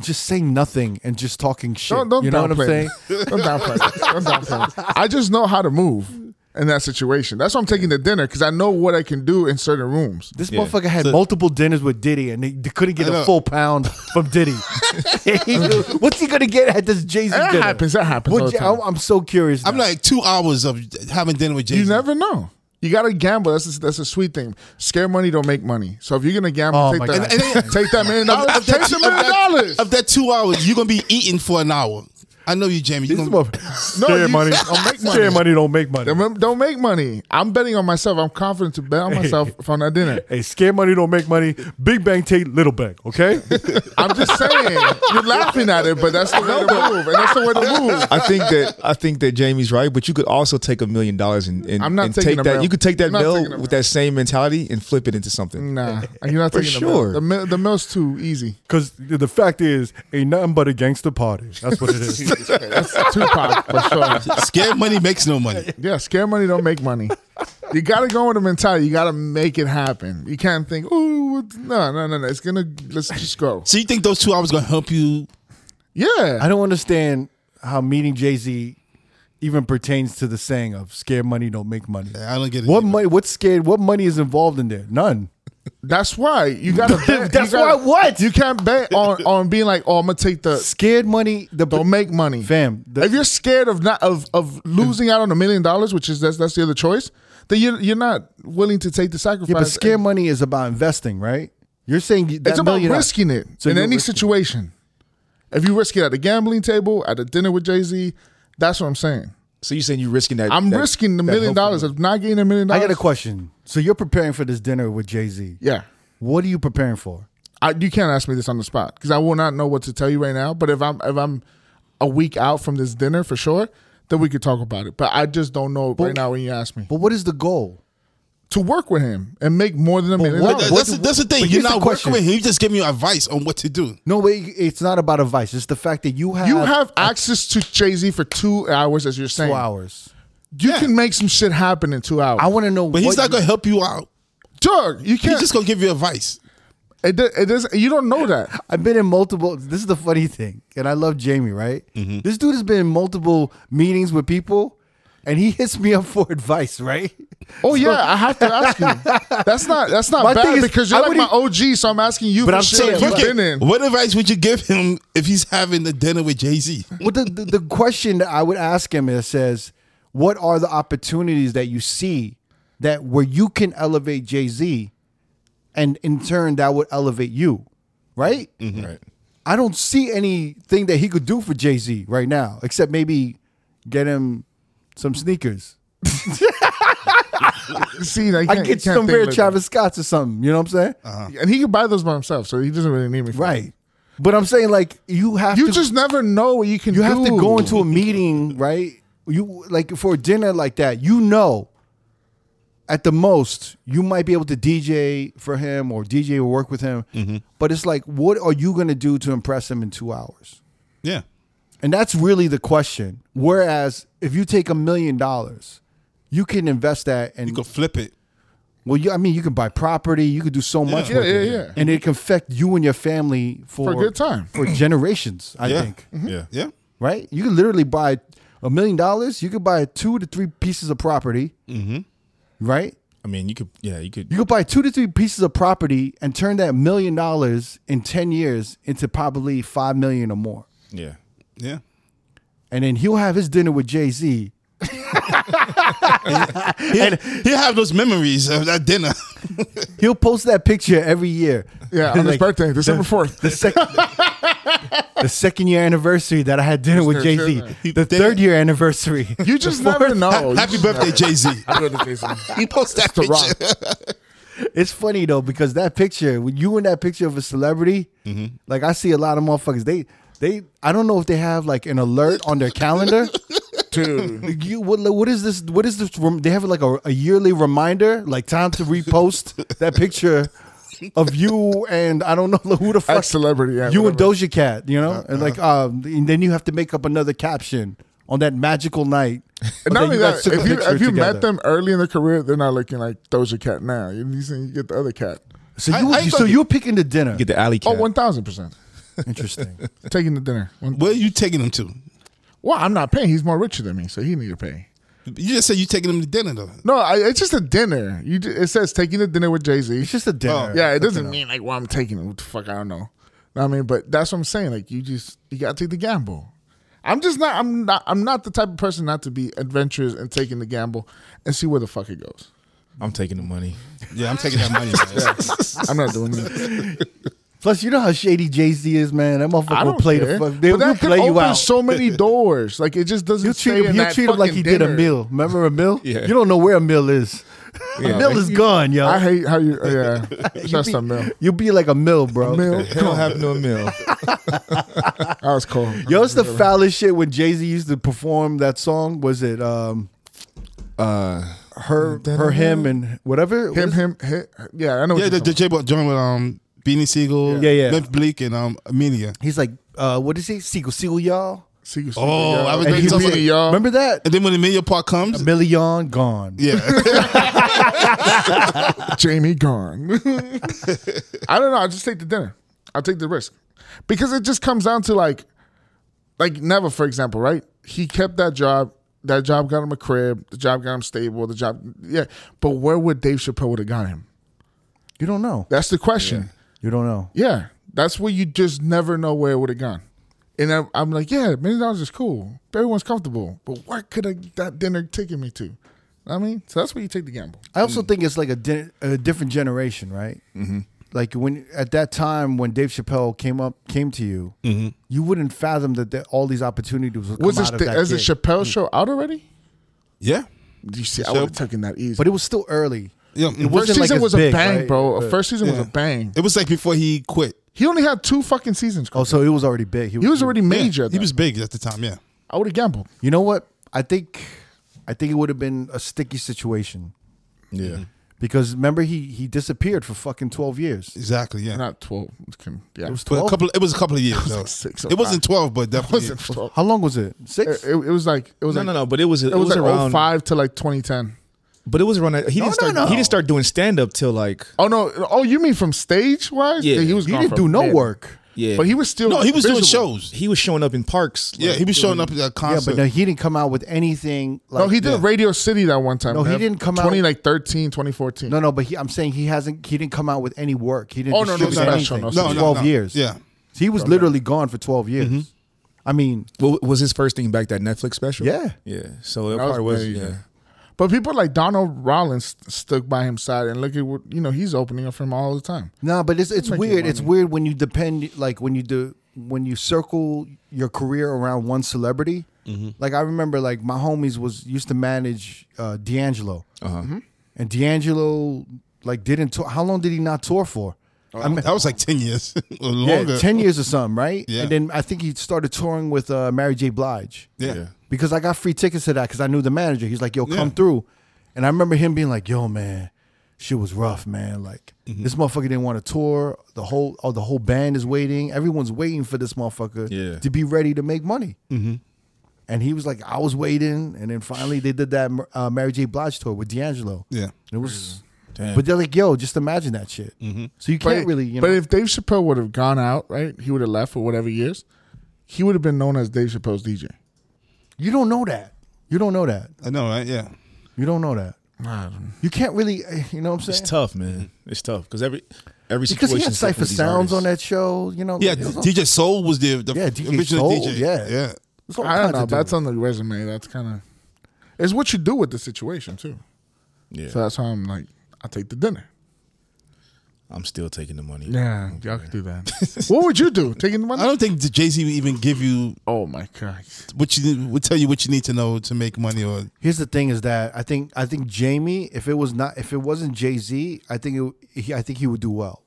Speaker 1: just saying nothing and just talking shit.
Speaker 4: Don't, don't
Speaker 1: you know what I'm
Speaker 4: downplay
Speaker 1: saying?
Speaker 4: it. Don't downplay it. Don't downplay it. I just know how to move in that situation. That's why I'm taking the dinner because I know what I can do in certain rooms.
Speaker 1: This motherfucker had multiple dinners with Diddy, and they, they couldn't get
Speaker 2: I
Speaker 1: a
Speaker 2: know.
Speaker 1: full pound from Diddy. What's he gonna get at this Jay Z
Speaker 4: That
Speaker 1: dinner?
Speaker 4: happens. That happens
Speaker 1: Would
Speaker 4: all the
Speaker 1: you-
Speaker 4: time.
Speaker 1: I'm, I'm so curious.
Speaker 2: I'm
Speaker 1: now.
Speaker 2: like two hours of having dinner with Jay.
Speaker 4: You never know. You gotta gamble. That's a, that's a sweet thing. Scare money don't make money. So if you're gonna gamble,
Speaker 1: Oh,
Speaker 4: take,
Speaker 1: my
Speaker 4: that,
Speaker 1: God.
Speaker 2: And- and-
Speaker 4: take that million dollars.
Speaker 2: Of
Speaker 4: take
Speaker 2: that-
Speaker 4: the
Speaker 2: of
Speaker 4: million
Speaker 2: that-
Speaker 4: dollars.
Speaker 2: Of that two hours, you're gonna be eating for an hour. I know you, Jamie. You're gonna,
Speaker 1: motherfucker.
Speaker 4: No,
Speaker 1: Share
Speaker 4: you-
Speaker 1: money.
Speaker 4: I'll make money.
Speaker 1: Share money don't make money.
Speaker 4: Don't- Don't make money. I'm betting on myself. I'm confident to bet on myself on that dinner.
Speaker 1: Hey, scare money don't make money. Big bang take little bang. Okay.
Speaker 4: I'm just saying. You're laughing at it, but that's the way to move, and that's the way to move.
Speaker 3: I think that I think that Jamie's right, but you could also take a million dollars and, and,
Speaker 4: I'm not
Speaker 3: and
Speaker 4: taking
Speaker 3: take
Speaker 4: a
Speaker 3: that.
Speaker 4: mil.
Speaker 3: You could take that
Speaker 4: I'm not taking a
Speaker 3: bill with
Speaker 4: mil.
Speaker 3: that same mentality and flip it into something.
Speaker 4: Nah, you're not
Speaker 3: For
Speaker 4: taking the mill.
Speaker 3: sure.
Speaker 4: The mill, the mill's too easy.
Speaker 1: Because the fact is, ain't nothing but a gangster party. That's what it is.
Speaker 4: That's Tupac for sure.
Speaker 2: scared money makes no money.
Speaker 4: Yeah, scare money don't make money. You gotta go with a mentality. You gotta make it happen. You can't think, oh no, no, no, no. It's gonna let's just go.
Speaker 2: So you think those two hours gonna help you?
Speaker 1: I
Speaker 4: Yeah,
Speaker 1: don't understand how meeting Jay Z even pertains to the saying of "scare money don't make money."
Speaker 2: I don't get it.
Speaker 1: What
Speaker 2: either.
Speaker 1: money? What's scared? What money is involved in there? None.
Speaker 4: that's why you gotta. Bet. You
Speaker 1: That's
Speaker 4: gotta-
Speaker 1: why what?
Speaker 4: you can't bet on on being like, oh, I'm gonna take the
Speaker 1: Scared money. The
Speaker 4: don't make money,
Speaker 1: Fam, the-
Speaker 4: if you're scared of not of of losing out on a million dollars, which is that's that's the other choice, then you're you're not willing to take the sacrifice.
Speaker 1: yeah, but
Speaker 4: and-
Speaker 1: scare money is about investing, right? You're saying that
Speaker 4: it's about
Speaker 1: million
Speaker 4: risking it
Speaker 1: So
Speaker 4: in
Speaker 1: you're
Speaker 4: any
Speaker 1: risking it.
Speaker 4: situation. If you risk it at the gambling table, at a dinner with Jay Z, that's what I'm saying.
Speaker 3: So you are saying you're risking that?
Speaker 4: I'm
Speaker 3: that-
Speaker 4: risking the
Speaker 3: that
Speaker 4: million
Speaker 3: hopeful-
Speaker 4: dollars of not getting a million
Speaker 1: I
Speaker 4: dollars.
Speaker 1: got a question. So you're preparing for this dinner with Jay Z.
Speaker 4: Yeah,
Speaker 1: What are you preparing for?
Speaker 4: I, you can't ask me this on the spot because I will not know what to tell you right now. But if I'm if I'm a week out from this dinner for sure, then we could talk about it. But I just don't know right now when you ask me
Speaker 1: But what is the goal?
Speaker 4: to work with him and make more than a million.
Speaker 1: what-
Speaker 4: dollars.
Speaker 2: That- that's, the- that's the thing.
Speaker 1: but here's
Speaker 2: You're
Speaker 1: the
Speaker 2: not
Speaker 1: question.
Speaker 2: working with him. He's just giving you advice on what to do.
Speaker 1: No, wait. It's not about advice. It's the fact that you have
Speaker 4: You have access to Jay Z for two hours, as you're saying.
Speaker 1: two hours.
Speaker 4: You can make some shit happen in two hours.
Speaker 1: I want to know.
Speaker 2: But he's
Speaker 1: what
Speaker 2: not gonna help you out.
Speaker 4: Doug, you can't.
Speaker 2: He's just gonna give you advice.
Speaker 4: It, do- it does. You don't know that.
Speaker 1: I've been in multiple. This is the funny thing, and I love Jamie, right?
Speaker 2: Mm-hmm.
Speaker 1: This dude has been in multiple meetings with people, and he hits me up for advice, right?
Speaker 4: Oh yeah, I have to ask you. That's not. That's not
Speaker 1: My
Speaker 4: bad
Speaker 1: thing is,
Speaker 4: because you're
Speaker 1: I
Speaker 4: like my OG, so I'm asking you. But
Speaker 1: I'm
Speaker 4: shit
Speaker 1: saying,
Speaker 4: that
Speaker 1: you
Speaker 4: you've
Speaker 2: can-
Speaker 4: been in.
Speaker 2: What advice would you give him if he's having a dinner with Jay Z?
Speaker 1: Well, the, the the question that I would ask him is says, what are the opportunities that you see that where you can elevate Jay Z, and in turn that would elevate you, right?
Speaker 4: Mm-hmm.
Speaker 3: Right.
Speaker 1: I don't see anything that he could do for Jay Z right now, except maybe get him some sneakers.
Speaker 4: See, like, you
Speaker 1: I get
Speaker 4: can't- you can't
Speaker 1: some
Speaker 4: think Uh-huh.
Speaker 1: rare
Speaker 4: like
Speaker 1: Travis Scotts or something. You know what I'm saying?
Speaker 4: that. and he can buy those by himself, so he doesn't really need me. For
Speaker 1: Right. But I'm saying like you have
Speaker 4: that. You
Speaker 1: to
Speaker 4: just never know what you can.
Speaker 1: you have to
Speaker 4: do.
Speaker 1: go into a meeting, right? you like for a dinner like that, you know, at the most you might be able to DJ for him or DJ or work with him,
Speaker 4: Mm-hmm.
Speaker 1: but it's like, what are you gonna do to impress him in two hours?
Speaker 2: Yeah.
Speaker 1: And that's really the question. Whereas if you take a million dollars, you can invest that and
Speaker 2: You could flip it.
Speaker 1: well, you, I mean, you can buy property, you can do so much,
Speaker 4: Yeah,
Speaker 1: with
Speaker 4: yeah,
Speaker 1: it.
Speaker 4: yeah.
Speaker 1: and it can affect you and your family for,
Speaker 4: For a good time.
Speaker 1: for generations. I
Speaker 2: Yeah.
Speaker 1: think
Speaker 4: Mm-hmm.
Speaker 3: Yeah.
Speaker 2: Yeah.
Speaker 1: right? You can literally buy a million dollars. You could buy two to three pieces of property, right?
Speaker 3: I mean, you could. Yeah, you could.
Speaker 1: You could buy two to three pieces of property and turn that million dollars in ten years into probably five million or more.
Speaker 3: Yeah.
Speaker 2: Yeah.
Speaker 1: And then he'll have his dinner with Jay Z.
Speaker 2: He have those memories of that dinner.
Speaker 1: He'll post that picture every year.
Speaker 4: Yeah, on his
Speaker 1: Like,
Speaker 4: birthday, December fourth.
Speaker 1: The second, the second year anniversary that I had dinner with Jay Z.
Speaker 2: He-
Speaker 1: The third year anniversary.
Speaker 4: You just never know. You
Speaker 2: Happy
Speaker 4: just
Speaker 2: birthday, Jay Z.
Speaker 4: never know. Happy birthday, Jason.
Speaker 2: He posts that
Speaker 4: The Rock.
Speaker 2: picture.
Speaker 1: It's funny though because that picture, when you in that picture of a celebrity,
Speaker 4: Mm-hmm.
Speaker 1: like I see a lot of motherfuckers. They they I don't know if they have like an alert on their calendar.
Speaker 4: Dude,
Speaker 1: Like, you what what is this? What is this? rem- They have like a, a yearly reminder, like time to repost that picture of you and I don't know who the fuck
Speaker 4: ex celebrity. Yeah,
Speaker 1: you
Speaker 4: whatever.
Speaker 1: and Doja Cat, you know,
Speaker 4: Uh-huh.
Speaker 1: and like um, and then you have to make up another caption on that magical night.
Speaker 4: And not only
Speaker 1: you guys
Speaker 4: that,
Speaker 1: took a
Speaker 4: if you
Speaker 1: picture
Speaker 4: if you
Speaker 1: together.
Speaker 4: met them early in their career, they're not looking like Doja Cat now. You, you see, you get the other cat.
Speaker 1: so
Speaker 2: I-
Speaker 1: you
Speaker 2: I
Speaker 1: so
Speaker 2: thought-
Speaker 1: you're picking the dinner.
Speaker 3: Get the alley
Speaker 4: Oh,
Speaker 3: cat.
Speaker 4: one thousand percent
Speaker 1: Interesting.
Speaker 4: taking the dinner. One-
Speaker 2: Where are you taking him to?
Speaker 4: Well, I'm not paying. He's more richer than me, so he need to pay.
Speaker 2: You just said you taking him to dinner though.
Speaker 4: No, I, it's just a dinner. You ju- it says taking a dinner with Jay Z.
Speaker 1: It's just a dinner.
Speaker 4: Oh, yeah, it doesn't mean like well I'm taking it. What the fuck I don't know. Know what I mean, but that's what I'm saying. Like you just you gotta take the gamble. I'm just not. I'm not. I'm not the type of person not to be adventurous and taking the gamble and see where the fuck it goes.
Speaker 3: I'm taking the money.
Speaker 2: Yeah, I'm taking that money. man.
Speaker 4: I'm not doing that.
Speaker 1: Plus, you know how shady Jay Z is, man. That motherfucker
Speaker 4: I
Speaker 1: will
Speaker 4: don't
Speaker 1: play
Speaker 4: care.
Speaker 1: the fuck. They
Speaker 4: but
Speaker 1: will
Speaker 4: that can
Speaker 1: play you
Speaker 4: open
Speaker 1: out.
Speaker 4: so many doors. Like it just doesn't.
Speaker 1: you treat
Speaker 4: stay
Speaker 1: him.
Speaker 4: in
Speaker 1: You
Speaker 4: that
Speaker 1: treat him like
Speaker 4: fucking
Speaker 1: he did a
Speaker 4: dinner.
Speaker 1: meal. Remember a meal?
Speaker 3: Yeah.
Speaker 1: You don't know where a meal is.
Speaker 3: Yeah,
Speaker 1: a meal
Speaker 3: like,
Speaker 1: is gone, yo.
Speaker 4: I hate how you. Yeah, that's a meal.
Speaker 1: You'll be like a mill, bro.
Speaker 4: Meal.
Speaker 3: I don't have no meal.
Speaker 4: That was cool.
Speaker 1: Yo, it's the foulest shit when Jay Z used to perform that song. Was it um
Speaker 3: Uh,
Speaker 1: her, her, him, and whatever? What
Speaker 4: Him,
Speaker 1: is-
Speaker 4: him, him. Yeah, I know. what
Speaker 2: yeah, the,
Speaker 4: you're
Speaker 2: the
Speaker 4: talking
Speaker 2: J Bot joined with um Beanie Siegel,
Speaker 1: Yeah, yeah.
Speaker 2: Memphis Bleak, and um Amelia.
Speaker 1: He's like, uh, what is he? Seagull, seagull, y'all.
Speaker 4: Secret Secret,
Speaker 2: Oh,
Speaker 4: y'all.
Speaker 2: I was
Speaker 4: And
Speaker 2: thinking
Speaker 4: he
Speaker 2: something-
Speaker 4: beat y'all.
Speaker 1: Remember that?
Speaker 2: And then when the Amelia part comes,
Speaker 1: Million gone.
Speaker 2: yeah,
Speaker 4: Jamie gone. I don't know. I just take the dinner. I take the risk because it just comes down to like, like Never, for example, right? He kept that job. That job got him a crib. The job got him stable. The job, yeah. But where would Dave Chappelle would have got him?
Speaker 1: You don't know.
Speaker 4: That's the question.
Speaker 1: You don't know.
Speaker 4: Yeah, that's where you just never know where it would have gone. And I'm, I'm like, yeah, million dollars is cool. Everyone's comfortable. But where could I, that dinner taken me to? I mean, so that's where you take the gamble.
Speaker 1: I also think it's like a, di- a different generation, right? Mm-hmm. Like when at that time when Dave Chappelle came up came to you, you wouldn't fathom that there, all these opportunities would come
Speaker 4: Mm-hmm. Was
Speaker 1: out
Speaker 4: this
Speaker 1: of
Speaker 4: the,
Speaker 1: that
Speaker 4: as the
Speaker 1: gig.
Speaker 4: Chappelle show out already?
Speaker 2: yeah,
Speaker 4: You see, I
Speaker 2: So-
Speaker 4: would have taken that easy.
Speaker 1: but it was still early.
Speaker 2: yeah. It
Speaker 1: was-
Speaker 2: was,
Speaker 1: wasn't
Speaker 4: first
Speaker 1: like
Speaker 4: season
Speaker 1: as
Speaker 4: was
Speaker 1: big,
Speaker 4: a bang,
Speaker 1: right?
Speaker 4: bro.
Speaker 1: But-
Speaker 4: first season was
Speaker 2: yeah.
Speaker 4: a bang.
Speaker 2: it was like before he quit.
Speaker 4: He only had two fucking seasons.
Speaker 1: Oh,
Speaker 4: Chris.
Speaker 1: so it was already big.
Speaker 4: he was already
Speaker 2: Yeah,
Speaker 4: major.
Speaker 2: he was big at the time. Yeah,
Speaker 4: I would have gambled.
Speaker 1: You know what? I think, I think it would have been a sticky situation
Speaker 3: yeah.
Speaker 1: because remember he he disappeared for fucking twelve years.
Speaker 2: exactly. Yeah,
Speaker 4: Not twelve. Can- Yeah, it was,
Speaker 2: but a
Speaker 1: 12?
Speaker 2: couple. It was a couple of years though.
Speaker 4: like six or
Speaker 2: it wasn't twelve, but definitely.
Speaker 4: wasn't 12.
Speaker 1: How long was it?
Speaker 4: It,
Speaker 1: Six?
Speaker 4: it- it was like it was
Speaker 3: No,
Speaker 4: like
Speaker 3: no, no. But it was it,
Speaker 4: it was, like
Speaker 3: around.
Speaker 4: 05 to like 2010.
Speaker 3: But it was around. He
Speaker 1: No,
Speaker 3: didn't start.
Speaker 1: no, no.
Speaker 3: He didn't start doing stand up till like.
Speaker 4: Oh no! Oh, you mean from stage wise?
Speaker 3: Yeah.
Speaker 4: he was.
Speaker 1: he
Speaker 4: gone
Speaker 1: didn't
Speaker 4: for
Speaker 1: do
Speaker 4: a
Speaker 1: no
Speaker 4: minute.
Speaker 1: work.
Speaker 3: Yeah.
Speaker 4: but he was still.
Speaker 2: No, he was doing
Speaker 4: visible.
Speaker 2: shows.
Speaker 3: he was showing up in parks.
Speaker 2: Yeah,
Speaker 3: like,
Speaker 2: he was showing
Speaker 3: doing-
Speaker 2: up at a
Speaker 1: Yeah,
Speaker 2: concert.
Speaker 1: but no, he didn't come out with anything. Like,
Speaker 4: no, he did Radio City that one time.
Speaker 1: No, he
Speaker 4: man.
Speaker 1: didn't come out-
Speaker 4: 20, like 13, 2014.
Speaker 1: No, no, but he, I'm saying he hasn't. He didn't come out with any work. He didn't.
Speaker 4: Oh, no, no,
Speaker 1: distribute
Speaker 4: no, no,
Speaker 1: anything
Speaker 4: no,
Speaker 1: for
Speaker 4: no, no,
Speaker 1: twelve years.
Speaker 2: Yeah.
Speaker 1: So he was literally gone for twelve years.
Speaker 4: Mm-hmm.
Speaker 1: I mean,
Speaker 3: What was his first thing back? That Netflix special.
Speaker 1: Yeah.
Speaker 3: yeah. So it
Speaker 4: That was
Speaker 3: probably was.
Speaker 4: amazing.
Speaker 3: Yeah.
Speaker 4: But people like Donald Rollins st- stuck by his side, and look at what you know. He's opening up for him all the time.
Speaker 1: no, but it's it's
Speaker 4: Making
Speaker 1: weird. It's
Speaker 4: money.
Speaker 1: weird when you depend, like when you do, when you circle your career around one celebrity.
Speaker 4: Mm-hmm.
Speaker 1: Like I remember, like my homies was used to manage uh, D'Angelo,
Speaker 4: Uh-huh.
Speaker 1: and D'Angelo like didn't tour. How long did he not tour for?
Speaker 4: Oh,
Speaker 1: I mean,
Speaker 2: Uh, that was like ten years or
Speaker 1: yeah,
Speaker 2: longer.
Speaker 1: ten years or something, right?
Speaker 2: Yeah.
Speaker 1: And then I think he started touring with uh, Mary J. Blige.
Speaker 2: Yeah.
Speaker 3: Yeah.
Speaker 1: because I got free tickets to that because I knew the manager. He's like, "Yo, come
Speaker 2: Yeah.
Speaker 1: through," and I remember him being like, "Yo, man, shit was rough, man. Like this motherfucker didn't want to tour. The whole oh, the whole band is waiting. Everyone's waiting for this motherfucker
Speaker 3: Yeah.
Speaker 1: to be ready to make money." And he was like, "I was waiting," and then finally they did that uh, Mary J. Blige tour with D'Angelo.
Speaker 2: Yeah.
Speaker 1: It was,
Speaker 3: Damn.
Speaker 1: but they're like, "Yo, just imagine that shit." So you can't really, you know.
Speaker 4: but if Dave Chappelle would have gone out, right? He would have left for whatever years. He would have been known as Dave Chappelle's DJ.
Speaker 1: You don't know that. You don't know that.
Speaker 2: I know, right? Yeah.
Speaker 1: You don't know that. You can't really, eh, you know what I'm saying?
Speaker 3: It's tough, man. It's tough because every every
Speaker 1: because he had
Speaker 3: situation's different
Speaker 1: Cypher
Speaker 3: with these
Speaker 1: Sounds on
Speaker 3: artists.
Speaker 1: that show, you know?
Speaker 2: Yeah,
Speaker 1: It was all-
Speaker 2: DJ Soul was the, the
Speaker 1: Yeah, DJ
Speaker 2: original
Speaker 1: Soul,
Speaker 2: DJ.
Speaker 1: yeah.
Speaker 2: yeah.
Speaker 1: it was all
Speaker 4: I don't
Speaker 1: kinds
Speaker 4: know.
Speaker 1: of
Speaker 4: That's
Speaker 1: dudes.
Speaker 4: on the resume. That's kind of. It's what you do with the situation too.
Speaker 3: Yeah,
Speaker 4: So that's how I'm like, I take the dinner.
Speaker 3: I'm still taking the money.
Speaker 4: Yeah, y'all can do that. what would you do? Taking the
Speaker 2: I
Speaker 4: money?
Speaker 2: don't think Jay Z would even give you
Speaker 4: Oh my god!
Speaker 2: what you would tell you what you need to know to make money or
Speaker 1: Here's the thing: is that I think I think Jamie, if it was not, if it wasn't Jay Z, I think it, he, I think he would do well.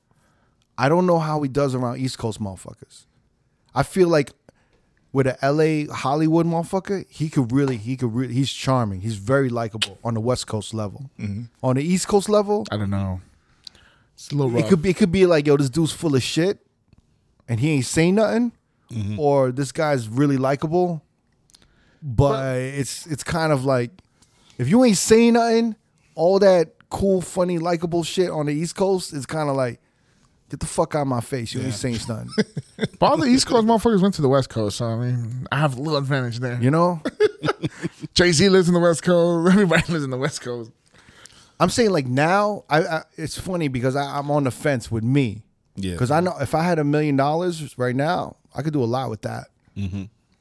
Speaker 1: I don't know how he does around East Coast motherfuckers. I feel like with a LA Hollywood motherfucker, he could really, he could really, he's charming. He's very likable on the West Coast level.
Speaker 3: Mm-hmm.
Speaker 1: On the East Coast level,
Speaker 4: I don't know. It's a little rough.
Speaker 1: It could be it could be like, yo, this dude's full of shit and he ain't saying nothing. Or this guy's really likable. But, it's it's kind of like if you ain't saying nothing, all that cool, funny, likable shit on the East Coast is kind of like, get the fuck out of my face. You ain't saying nothing.
Speaker 4: But all the East Coast motherfuckers went to the West Coast, so I mean, I have a little advantage there.
Speaker 1: you know?
Speaker 4: Jay Z lives in the West Coast. Everybody lives in the West Coast.
Speaker 1: I'm saying like now, I, I it's funny because I, I'm on the fence with me.
Speaker 3: Yeah.
Speaker 1: Because I know if I had a million dollars right now, I could do a lot with that.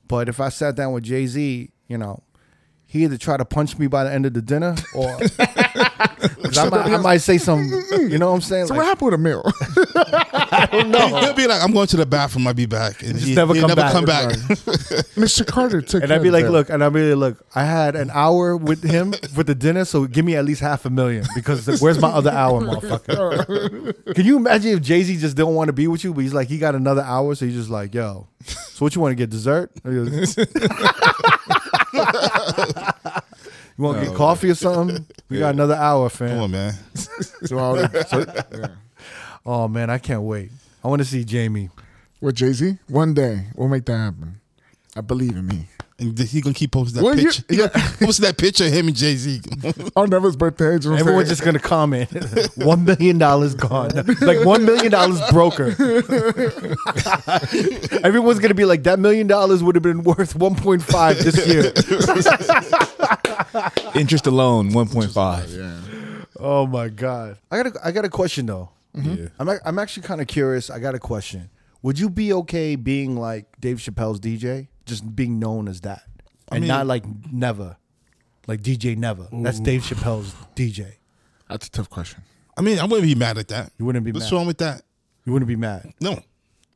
Speaker 1: But if I sat down with Jay Z, you know, he either try to punch me by the end of the dinner, or 'cause I, might, I might say some. You know what I'm saying?
Speaker 4: So what
Speaker 1: Like,
Speaker 4: happened with a meal?
Speaker 2: he'll be like, I'm going to the bathroom, I'll be back. And he,
Speaker 1: never
Speaker 2: he'll
Speaker 1: come
Speaker 2: never
Speaker 1: back.
Speaker 2: come back.
Speaker 4: Mr. Carter took.
Speaker 1: and
Speaker 4: care
Speaker 1: I'd be
Speaker 4: of
Speaker 1: like,
Speaker 4: that.
Speaker 1: look, and I'd be like, look, I had an hour with him with the dinner, so give me at least half a million because where's my other hour, motherfucker? Can you imagine if Jay Z just don't want to be with you, but he's like, he got another hour, so he's just like, yo, so what you want to get dessert? Or he goes, you want to get coffee or something? We got another hour,
Speaker 2: Oh, Come
Speaker 1: fam.
Speaker 2: on, man.
Speaker 4: So all the- so- yeah.
Speaker 1: Oh man, I can't wait. I want to see Jamie.
Speaker 4: with Jay Z, one day we'll make that happen. I believe in me.
Speaker 2: And th- he gonna keep posting that
Speaker 4: Well, you-
Speaker 2: picture. He gonna keep posting that picture of him and Jay Z.
Speaker 4: On Never's birthday, you know what I'm
Speaker 1: Everyone's
Speaker 4: saying?
Speaker 1: just gonna comment. one million dollars gone. Like one million dollars broker. Everyone's gonna be like, that million dollars would have been worth one point five this year.
Speaker 3: Interest alone, one point five.
Speaker 1: oh my god. I got a I got a question though.
Speaker 3: Yeah.
Speaker 1: I'm ac- I'm actually kind of curious. I got a question. Would you be okay being like Dave Chappelle's DJ, just being known as that, and not like Never, like DJ Never? That's Dave Chappelle's DJ.
Speaker 4: That's a tough question.
Speaker 2: I mean, I wouldn't be mad at that.
Speaker 1: You wouldn't be
Speaker 2: What's
Speaker 1: mad.
Speaker 2: wrong with that?
Speaker 1: You wouldn't be mad
Speaker 2: No.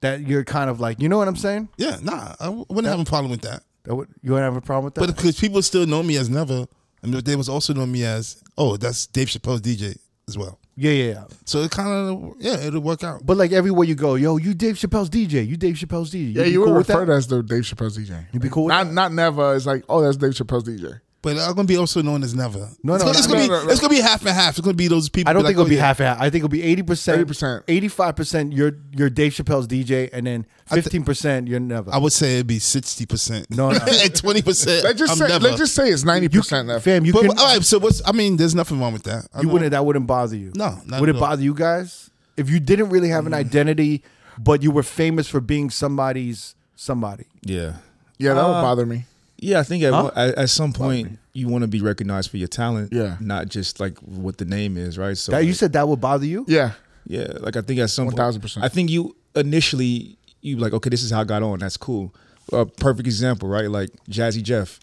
Speaker 1: that you're kind of like you know what I'm saying.
Speaker 2: Yeah, nah. I w- wouldn't have a problem with that.
Speaker 1: That would, you wouldn't have a problem with that.
Speaker 2: But because people still know me as never, I mean they was also know me as, oh, that's Dave Chappelle's DJ as well.
Speaker 1: yeah, yeah, yeah.
Speaker 2: So it kinda yeah, it'll work out.
Speaker 1: But like everywhere you go, yo, you Dave Chappelle's DJ. You Dave Chappelle's DJ.
Speaker 4: Yeah,
Speaker 1: be
Speaker 4: you were
Speaker 1: cool with
Speaker 4: referred
Speaker 1: that?
Speaker 4: as the Dave Chappelle's DJ.
Speaker 1: You be cool with
Speaker 4: Not not never. It's like, oh, that's Dave Chappelle's DJ.
Speaker 2: But I'm gonna be also known as never.
Speaker 1: No,
Speaker 2: it's
Speaker 1: no,
Speaker 2: gonna, it's
Speaker 1: no,
Speaker 2: gonna be
Speaker 4: no, no, no.
Speaker 2: it's gonna be half and half. It's gonna be those people.
Speaker 1: I don't
Speaker 2: like,
Speaker 1: think it'll
Speaker 2: oh,
Speaker 1: be
Speaker 2: yeah.
Speaker 1: half and half. I think it'll be eighty percent,
Speaker 4: 80%.
Speaker 1: eighty-five percent. You're you're Dave Chappelle's DJ, and then
Speaker 2: I th-
Speaker 1: fifteen percent you're never.
Speaker 2: I would say it'd be sixty percent.
Speaker 1: No, no.
Speaker 2: and twenty percent.
Speaker 4: Let's just
Speaker 2: I'm
Speaker 4: say
Speaker 2: never.
Speaker 4: let's just say it's ninety percent that.
Speaker 1: Fam, you
Speaker 2: But,
Speaker 1: can,
Speaker 2: all right, so what's? I mean, there's nothing wrong with that. I
Speaker 1: you
Speaker 2: don't-
Speaker 1: wouldn't. That wouldn't bother you.
Speaker 2: No, not
Speaker 1: would
Speaker 2: at
Speaker 1: it
Speaker 2: all. Mm-hmm.
Speaker 1: bother you guys if you didn't really have an identity, but you were famous for being somebody's somebody?
Speaker 3: Yeah,
Speaker 4: yeah,
Speaker 1: uh,
Speaker 4: that would bother me.
Speaker 3: yeah. I think at, one- at, at some point you want to be recognized for your talent.
Speaker 4: Yeah.
Speaker 3: not just like what the name is, right? So
Speaker 1: That you
Speaker 3: like,
Speaker 1: said that would bother you.
Speaker 4: Yeah,
Speaker 3: Yeah, like I think at some
Speaker 4: 1000%.
Speaker 3: I think you initially you like okay, this is how I got on. That's cool. A perfect example, right? Like Jazzy Jeff.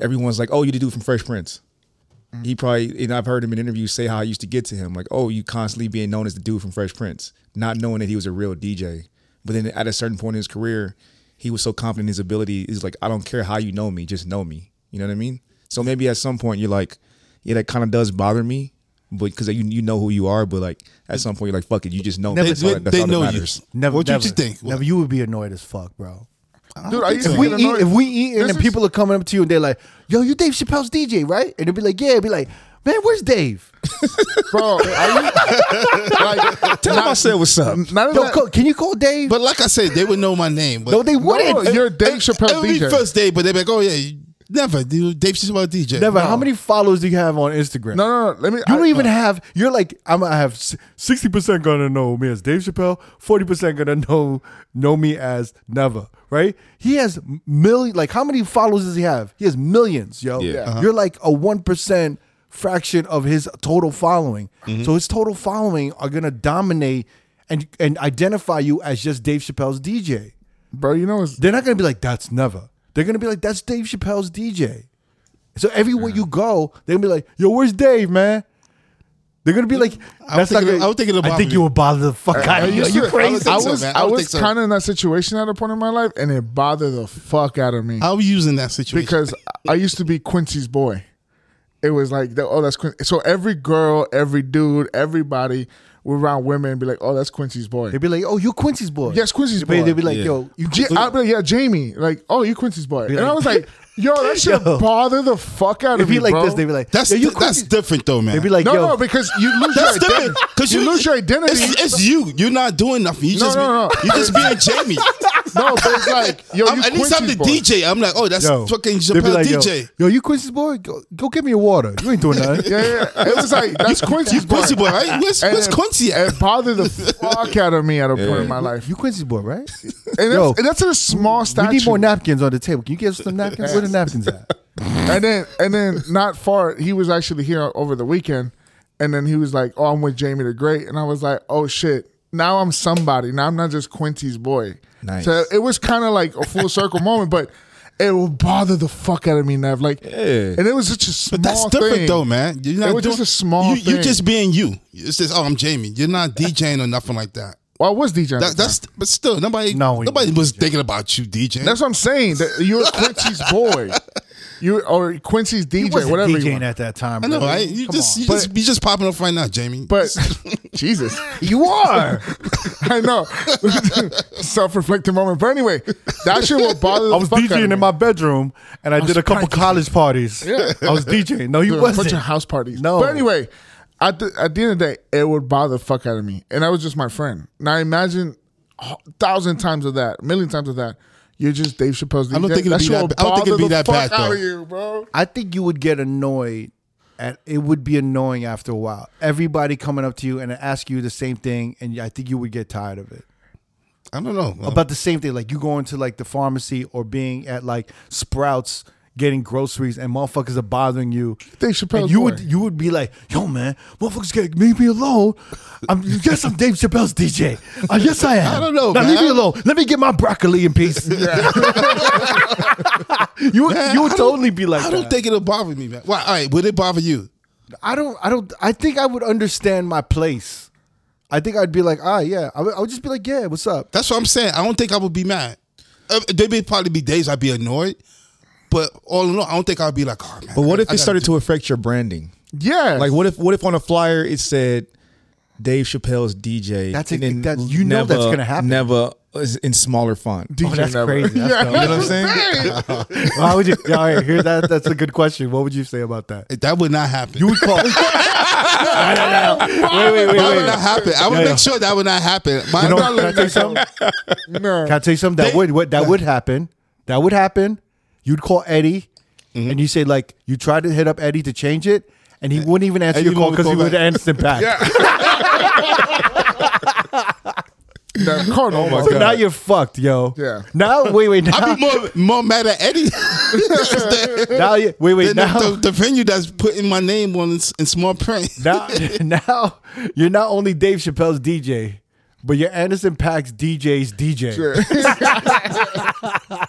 Speaker 3: Everyone's like, oh, you the dude from Fresh Prince. He probably and I've heard him in interviews say how I used to get to him, like, oh, you constantly being known as the dude from Fresh Prince, not knowing that he was a real DJ. But then at a certain point in his career, he was so confident in his ability. He's like, I don't care how you know me, just know me. You know what I mean? So maybe at some point you're like, yeah, that kind of does bother me, but because you you know who you are, but like at some point you're like, fuck it, you just know. me.
Speaker 2: They,
Speaker 3: That's all
Speaker 2: they,
Speaker 3: that- that's
Speaker 2: they
Speaker 3: all that
Speaker 2: know you.
Speaker 3: matters.
Speaker 1: Never.
Speaker 2: What
Speaker 1: never,
Speaker 2: you think?
Speaker 1: Never. You would be annoyed as fuck, bro.
Speaker 4: Dude, I used to
Speaker 1: If we
Speaker 4: get
Speaker 1: eat,
Speaker 4: annoyed.
Speaker 1: if we eat
Speaker 4: This
Speaker 1: and
Speaker 4: is-
Speaker 1: people are coming up to you and they're like, "Yo, you Dave Chappelle's DJ, right?" And they'll be like, "Yeah." I'd be like, "Man, where's Dave?
Speaker 4: bro. I, like,
Speaker 3: Tell him I said what's up.
Speaker 4: none of
Speaker 1: Yo,
Speaker 4: that.
Speaker 1: co- can you call Dave?"
Speaker 2: But like I said, they would know my name. But
Speaker 1: no, they
Speaker 4: no,
Speaker 1: wouldn't.
Speaker 4: you're Dave Chappelle
Speaker 2: every
Speaker 4: DJ.
Speaker 2: first day, but they'd be like, oh yeah, you- never, dude. Dave Chappelle DJ.
Speaker 1: Never. How many followers do you have on Instagram?
Speaker 4: No, no, no. Let me.
Speaker 1: You don't
Speaker 4: I,
Speaker 1: even have. You're like I'm. I have sixty percent gonna know me as Dave Chappelle. Forty percent gonna know know me as Never. Right? He has million. Like how many followers does he have? He has millions, yo.
Speaker 3: Yeah.
Speaker 4: Yeah.
Speaker 1: You're like a one percent fraction of his total following.
Speaker 4: Mm-hmm.
Speaker 1: So his total following are gonna dominate and and identify you as just Dave Chappelle's DJ.
Speaker 4: bro. You know, it's,
Speaker 1: They're not gonna be like that's Never. They're gonna be like that's Dave Chappelle's DJ. So everywhere you go, they're gonna be like, "Yo, where's Dave, man?" They're gonna be like,
Speaker 2: I was
Speaker 1: "That's not
Speaker 2: thinking-
Speaker 1: gonna-
Speaker 2: I was thinking of
Speaker 1: I think
Speaker 2: Bobby.
Speaker 1: you would bother the fuck out
Speaker 4: I
Speaker 1: of you. Are
Speaker 4: used
Speaker 1: you
Speaker 4: to-
Speaker 1: crazy?"
Speaker 4: I
Speaker 2: so,
Speaker 4: was,
Speaker 2: man. I
Speaker 4: I
Speaker 2: don't
Speaker 4: was
Speaker 2: think so.
Speaker 4: kind of in that situation at a point in my life, and it bothered the fuck out of me
Speaker 2: How are you using that situation?
Speaker 4: because I used to be Quincy's boy. It was like, oh, that's Quincy. So every girl, every dude, everybody around women be like, oh, that's Quincy's boy.
Speaker 1: They'd be like, "Oh, you Quincy's boy."
Speaker 4: Yes, Quincy's
Speaker 1: They'd be-
Speaker 4: boy.
Speaker 1: They'd be like,
Speaker 2: Yeah.
Speaker 1: "Yo, you."
Speaker 4: Ja- I'd be like, yeah, Jamie. Like, oh, you Quincy's boy. And I was like, yo, that should
Speaker 1: Yo.
Speaker 4: bother the fuck out
Speaker 1: If
Speaker 4: of me,
Speaker 1: he like
Speaker 4: bro.
Speaker 1: this, they'd be like,
Speaker 2: that's
Speaker 1: "Yo, you
Speaker 2: that's
Speaker 1: Quincy's-"
Speaker 2: different though, man.
Speaker 1: They'd be like,
Speaker 4: no,
Speaker 1: "Yo,
Speaker 4: no, because you lose your
Speaker 2: that's
Speaker 4: identity.
Speaker 2: different because
Speaker 4: You, lose your identity.
Speaker 2: It's, it's you. You're not doing nothing. You
Speaker 4: No,
Speaker 2: just
Speaker 4: no, no.
Speaker 2: you just being Jamie.
Speaker 4: no, but it's like, yo,
Speaker 2: I'm-
Speaker 4: you
Speaker 2: at least I'm
Speaker 4: Quincy's
Speaker 2: the
Speaker 4: boy.
Speaker 2: DJ. I'm like, oh, that's
Speaker 1: Yo.
Speaker 2: fucking
Speaker 1: They'd be
Speaker 2: Chappelle
Speaker 1: like, yo,
Speaker 2: DJ.
Speaker 1: Yo, you Quincy's boy? Go, go get me a water. You ain't doing nothing.
Speaker 4: Yeah, yeah, yeah. It was like that's Quincy's boy.
Speaker 2: Quincy boy, right? Where's,
Speaker 4: And
Speaker 2: where's
Speaker 4: it-
Speaker 2: Quincy at?
Speaker 4: It bothered the fuck out of me at a point in my life,
Speaker 1: You Quincy's boy, right?
Speaker 4: and that's,
Speaker 1: Yo.
Speaker 4: and that's a small
Speaker 1: We
Speaker 4: statue.
Speaker 1: need more napkins on the table. Can you get us some napkins? Where the napkins at?
Speaker 4: and then and then not far, he was actually here over the weekend, and then he was like, "Oh, I'm with Jamie the Great," and I was like, "Oh shit." Now I'm somebody. Now I'm not just Quincy's boy.
Speaker 3: Nice.
Speaker 4: So it was kind of like a full circle moment, but it will bother the fuck out of me, Nev. Like, and it was such a small
Speaker 2: But that's different
Speaker 4: thing.
Speaker 2: though, man. You're not
Speaker 4: It was
Speaker 2: doing-
Speaker 4: just a small
Speaker 2: You,
Speaker 4: thing.
Speaker 2: You're just being you. It's just oh, I'm Jamie. You're not DJing or nothing like that.
Speaker 4: Well, I was DJing. at
Speaker 2: That,
Speaker 4: the time.
Speaker 2: that's but still nobody.
Speaker 1: No, we-
Speaker 2: nobody was thinking about you, DJ.
Speaker 4: That's what I'm saying. That you're Quincy's boy. You or Quincy's
Speaker 1: He
Speaker 4: DJ,
Speaker 1: wasn't
Speaker 4: whatever you
Speaker 1: DJing
Speaker 4: want.
Speaker 1: at that time.
Speaker 2: I know,
Speaker 1: brother.
Speaker 2: right? You
Speaker 1: Come
Speaker 2: just,
Speaker 1: on.
Speaker 2: you just you just popping up right now, Jamie.
Speaker 4: But Jesus,
Speaker 1: you are.
Speaker 4: I know. Self-reflective moment. But anyway, that shit will bother. The
Speaker 1: I was
Speaker 4: fuck out of
Speaker 1: DJing
Speaker 4: me.
Speaker 1: in my bedroom, and I, did a couple college parties. I was DJing. No, you
Speaker 4: Dude, a
Speaker 1: wasn't.
Speaker 4: bunch of house parties.
Speaker 1: No.
Speaker 4: but anyway, at the at the end of the day, it would bother the fuck out of me, and that was just my friend. Now imagine a thousand times of that, a million times of that. You're just Dave Chappelle's DJ.
Speaker 2: I don't think it'd
Speaker 4: that
Speaker 2: be
Speaker 4: shit
Speaker 2: that
Speaker 4: will
Speaker 2: ba- I don't think it'd
Speaker 4: bother the
Speaker 2: be that
Speaker 4: fuck
Speaker 2: bad,
Speaker 4: out
Speaker 2: though.
Speaker 4: of you, bro.
Speaker 1: I think you would get annoyed. At, it would be annoying after a while. Everybody coming up to you and ask you the same thing, and I think you would get tired of it.
Speaker 2: I don't know.
Speaker 1: About the same thing, like you going to like the pharmacy or being at like Sprouts getting groceries, and motherfuckers are bothering you.
Speaker 4: Dave Chappelle's
Speaker 1: And you
Speaker 4: boy.
Speaker 1: would you would be like, "Yo, man, motherfuckers, get, leave me alone." I'm yes, I'm Dave Chappelle's DJ. Uh, yes, I am.
Speaker 2: I don't know,
Speaker 1: Now
Speaker 2: man.
Speaker 1: leave me alone. Let me get my broccoli in peace. you would
Speaker 2: Man,
Speaker 1: you
Speaker 2: I
Speaker 1: would
Speaker 2: don't-
Speaker 1: totally be like,
Speaker 2: I don't
Speaker 1: that.
Speaker 2: think it'll bother me, man. Why? All right, would it bother you?
Speaker 1: I don't. I don't. I think I would understand my place. I think I'd be like, ah, yeah. I would, I would just be like, yeah, what's up?
Speaker 2: That's what I'm saying. I don't think I would be mad. Uh, there would probably be days I'd be annoyed, but all in all, I don't think I'd be like, oh man.
Speaker 3: But what if
Speaker 2: I
Speaker 3: it
Speaker 2: gotta
Speaker 3: started
Speaker 2: do-
Speaker 3: to affect your branding?
Speaker 4: Yeah,
Speaker 3: Like what if what if on a flyer it said Dave Chappelle's DJ?
Speaker 1: That's
Speaker 3: and
Speaker 1: it-
Speaker 3: then
Speaker 1: that- you know that's gonna happen.
Speaker 3: Never is in smaller font.
Speaker 1: Oh, that's
Speaker 4: never.
Speaker 1: crazy. That's
Speaker 4: Yeah.
Speaker 1: dumb.
Speaker 3: You know what I'm saying?
Speaker 1: Why would you? yeah, All right, here that. That's a good question. What would you say about that?
Speaker 2: That would not happen.
Speaker 1: You would call. no, no, no. Wait, wait, wait,
Speaker 2: that
Speaker 1: wait.
Speaker 2: would not happen. I would
Speaker 1: Yeah,
Speaker 2: make
Speaker 1: yeah.
Speaker 2: sure that would not happen. My-
Speaker 1: You know,
Speaker 2: I'm
Speaker 1: can I tell
Speaker 2: not
Speaker 1: you
Speaker 2: letting-
Speaker 1: something?
Speaker 4: no.
Speaker 1: Can I tell you something? That would what that would happen. That would happen. You'd call Eddie,
Speaker 2: Mm-hmm.
Speaker 1: and you say like you try to hit up Eddie to change it, and he wouldn't even answer
Speaker 2: And
Speaker 1: your
Speaker 2: he
Speaker 1: call
Speaker 2: won't
Speaker 1: because he
Speaker 2: call
Speaker 1: would
Speaker 2: back.
Speaker 1: answer back.
Speaker 4: That card oh
Speaker 1: So now you're fucked, yo.
Speaker 4: Yeah.
Speaker 1: Now wait, wait. Now,
Speaker 2: I'd be more more mad at Eddie than
Speaker 1: now you wait, wait. Now,
Speaker 2: the, the venue that's putting my name on in, s- in small print.
Speaker 1: now, now, you're not only Dave Chappelle's DJ, but you're Anderson Pack's DJ's DJ.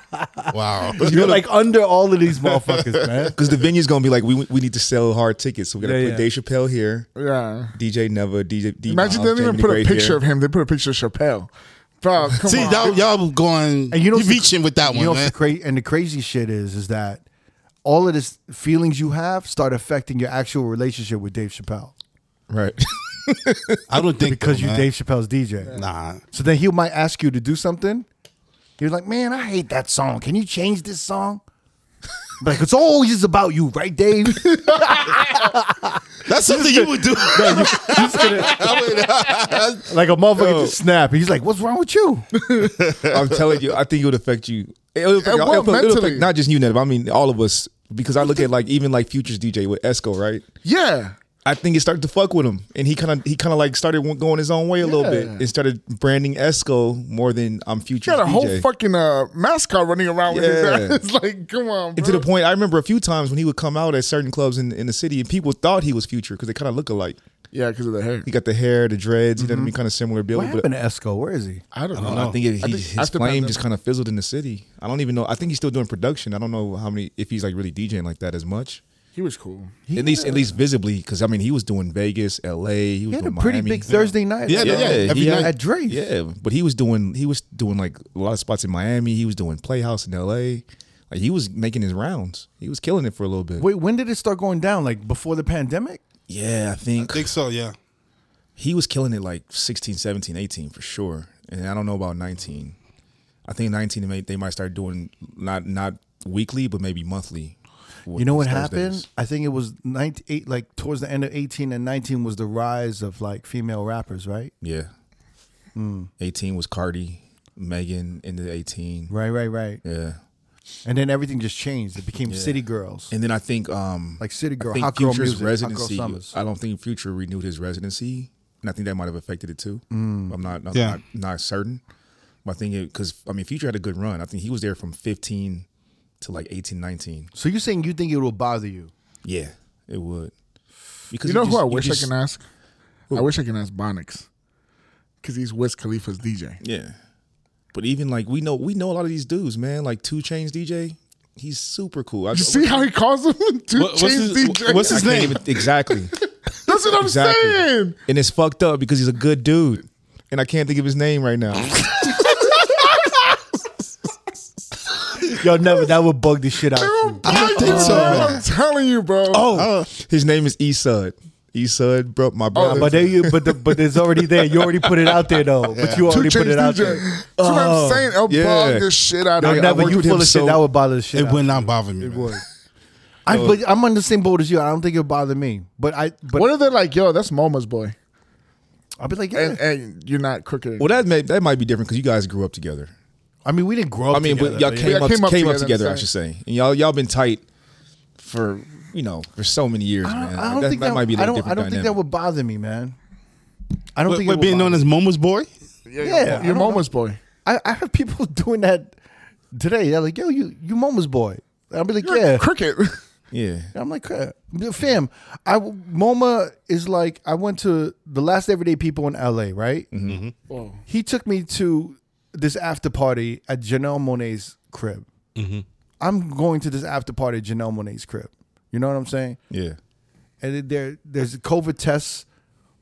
Speaker 2: Wow.
Speaker 1: You're like under all of these motherfuckers, man.
Speaker 3: Because the venue's gonna be like, we we need to sell hard tickets, so we gotta
Speaker 1: Yeah,
Speaker 3: put
Speaker 1: yeah.
Speaker 3: Dave Chappelle here,
Speaker 4: Yeah.
Speaker 3: DJ Never, DJ. D
Speaker 4: Imagine they
Speaker 3: Miles,
Speaker 4: didn't even
Speaker 3: Jamie
Speaker 4: put a
Speaker 3: Gray
Speaker 4: picture
Speaker 3: here.
Speaker 4: of him. They put a picture of Chappelle. Bro, come
Speaker 2: See,
Speaker 4: on.
Speaker 2: y'all, y'all going
Speaker 1: And you
Speaker 2: you
Speaker 1: know
Speaker 2: are reaching with that
Speaker 1: you
Speaker 2: one,
Speaker 1: know,
Speaker 2: man.
Speaker 1: The cra- and the crazy shit is, is that all of this feelings you have start affecting your actual relationship with Dave Chappelle
Speaker 3: right?
Speaker 2: I don't think
Speaker 1: because
Speaker 2: though,
Speaker 1: you
Speaker 2: man.
Speaker 1: Dave Chappelle's DJ.
Speaker 2: Nah.
Speaker 1: So then he might ask you to do something, He was like, man, I hate that song. Can you change this song? I'm Like it's always about you, right, Dave?
Speaker 2: That's something you would do. I would-
Speaker 1: like a motherfucker
Speaker 2: Oh.
Speaker 1: just snap. He's like, "What's wrong with you?"
Speaker 3: I'm telling you, I think it would affect you. It'll affect,
Speaker 4: It
Speaker 3: it'll
Speaker 4: will
Speaker 3: affect- it'll affect
Speaker 4: mentally.
Speaker 3: not just you, Ned, but I mean all of us. Because I look at like even like Futures DJ with Esco, right?
Speaker 4: Yeah.
Speaker 3: I think it started to fuck with him, and he kind of he kind of like started going his own way a little bit
Speaker 4: Yeah.
Speaker 3: and started branding Esco more than I'm
Speaker 4: You
Speaker 3: Futures
Speaker 4: got a
Speaker 3: DJ.
Speaker 4: whole fucking uh, mascot running around with his
Speaker 3: Yeah.
Speaker 4: ass. like, come on,
Speaker 3: and to
Speaker 4: bro.
Speaker 3: the point, I remember a few times when he would come out at certain clubs in, in the city, and people thought he was Future because they kind of look alike.
Speaker 4: yeah, because of the hair.
Speaker 3: He got the hair, the dreads. He doesn't be kind of similar build,
Speaker 1: What
Speaker 3: but
Speaker 1: happened to Esco? Where is he?
Speaker 4: Mm-hmm. I don't,
Speaker 3: I
Speaker 4: know.
Speaker 3: think, it, he,
Speaker 4: I think
Speaker 3: his
Speaker 4: after
Speaker 3: flame
Speaker 4: pandemic-
Speaker 3: just kind of fizzled in the city. I don't even know. I think he's still doing production. I don't know how many if he's like really DJing like that as much.
Speaker 4: He was cool.
Speaker 3: at least at least visibly, because I mean he was doing Vegas, L.A. He was
Speaker 1: He had a
Speaker 3: doing
Speaker 1: pretty
Speaker 3: Miami.
Speaker 1: big Thursday night.
Speaker 2: Yeah,
Speaker 1: at,
Speaker 2: yeah,
Speaker 1: uh,
Speaker 2: yeah. Every
Speaker 1: he-
Speaker 2: night.
Speaker 1: at Dre's.
Speaker 3: Yeah, but he was doing he was doing like a lot of spots in Miami. He was doing Playhouse in L.A. Like he was making his rounds. He was killing it for a little bit.
Speaker 1: Wait, when did it start going down? Like before the pandemic?
Speaker 3: Yeah, I
Speaker 2: I
Speaker 3: think
Speaker 2: think so, yeah.
Speaker 3: he was killing it like 16, 17, 18 for sure. And I don't know about 19. I think 19 they, may, they might start doing not not weekly, but maybe monthly. with
Speaker 1: You know what
Speaker 3: those
Speaker 1: happened?
Speaker 3: Thursdays.
Speaker 1: I think it was 98 like towards the end of 18 and 19 was the rise of like female rappers, right?
Speaker 3: Yeah.
Speaker 1: Hmm.
Speaker 3: 18 was Cardi, Megan into 18.
Speaker 1: Right, right, right.
Speaker 3: Yeah.
Speaker 1: And then everything just changed. It became City Girls.
Speaker 3: And then I think um
Speaker 1: Like City Girl,
Speaker 3: I think
Speaker 1: Hot Girl Music,
Speaker 3: Future's
Speaker 1: Hot Girl
Speaker 3: residency.
Speaker 1: Summers.
Speaker 3: I don't think Future renewed his residency, and I think that might have affected it too. I'm not, I'm
Speaker 2: Yeah.
Speaker 3: not, not certain. But I think because I mean, Future had a good run. I think he was there from 15 to like 18, 19.
Speaker 1: So you're saying you think it will bother you?
Speaker 3: Yeah, it would. Because
Speaker 4: You know
Speaker 3: just-
Speaker 4: who I wish
Speaker 3: just-
Speaker 4: I can ask? I wish I can ask Bonix. Because he's Wiz Khalifa's DJ.
Speaker 3: Yeah, but even like we know we know a lot of these dudes, man. Like Two Chains DJ, he's super cool. I,
Speaker 4: You see how he calls him? Dude,
Speaker 2: What- what's his-
Speaker 4: DJ.
Speaker 2: what's his
Speaker 3: I
Speaker 2: name?
Speaker 3: can't even exactly.
Speaker 4: That's what I'm
Speaker 3: Exactly.
Speaker 4: saying.
Speaker 3: and it's fucked up because he's a good dude, and I can't think of his name right now.
Speaker 1: Yo, never. That would bug the shit out of you.
Speaker 2: I don't think so.
Speaker 4: Bro,
Speaker 2: man.
Speaker 4: I'm telling you, bro.
Speaker 3: Oh, his name is Esud. Esud, bro, my brother.
Speaker 1: But there you, but the, but it's already there. You already put it out there though. But you
Speaker 4: Two
Speaker 1: already
Speaker 4: Chainz
Speaker 1: put it out
Speaker 4: DJ.
Speaker 1: there.
Speaker 4: That's what I'm saying. I'll
Speaker 3: yeah.
Speaker 4: bug the shit out
Speaker 1: No,
Speaker 4: of
Speaker 1: never.
Speaker 4: you.
Speaker 1: You
Speaker 3: with him
Speaker 1: full of shit.
Speaker 3: so-
Speaker 1: That would bother the shit.
Speaker 2: It
Speaker 1: out of
Speaker 2: would not bother me. man.
Speaker 1: I, but I'm on the same boat as you. I don't think it'll bother me. But I, but
Speaker 4: What if they're like, yo, that's Moma's boy.
Speaker 1: I'll be like, yeah.
Speaker 4: And, and you're not crooked.
Speaker 3: well, that may, that might be different because you guys grew up together.
Speaker 1: I mean, we didn't grow up.
Speaker 3: I mean,
Speaker 1: together,
Speaker 3: but y'all
Speaker 1: but
Speaker 3: came,
Speaker 4: yeah.
Speaker 3: up,
Speaker 4: Came
Speaker 3: came
Speaker 4: up
Speaker 3: up
Speaker 4: together,
Speaker 3: together, I
Speaker 4: I'm
Speaker 3: should say. And y'all y'all been tight for you know for so many years,
Speaker 1: I don't,
Speaker 3: man.
Speaker 1: I don't
Speaker 3: that,
Speaker 1: think
Speaker 3: that
Speaker 1: that,
Speaker 3: might be. a
Speaker 1: I don't.
Speaker 3: different
Speaker 1: I don't think that
Speaker 3: dynamic.
Speaker 1: would bother me, man. I don't
Speaker 2: But,
Speaker 1: think it
Speaker 2: but
Speaker 1: would
Speaker 2: being known
Speaker 1: bother
Speaker 2: as
Speaker 1: me.
Speaker 2: Moma's boy?
Speaker 1: yeah, I
Speaker 4: You're
Speaker 1: don't
Speaker 4: Moma's boy.
Speaker 1: I, I have people doing that today. They're like, "Yo, you, you Moma's boy." I'll be like, "Yeah."
Speaker 4: Crooked.
Speaker 3: Yeah,
Speaker 1: I'm like, "Uh, "Fam, I Moma is like." I went to the last everyday people in LA, right?
Speaker 3: Mm-hmm.
Speaker 4: Whoa.
Speaker 1: He took me to this after party at Janelle Monet's crib.
Speaker 3: Mm-hmm.
Speaker 1: I'm going to this after party at Janelle Monet's crib. You know what I'm saying?
Speaker 3: yeah.
Speaker 1: and it- there there's COVID tests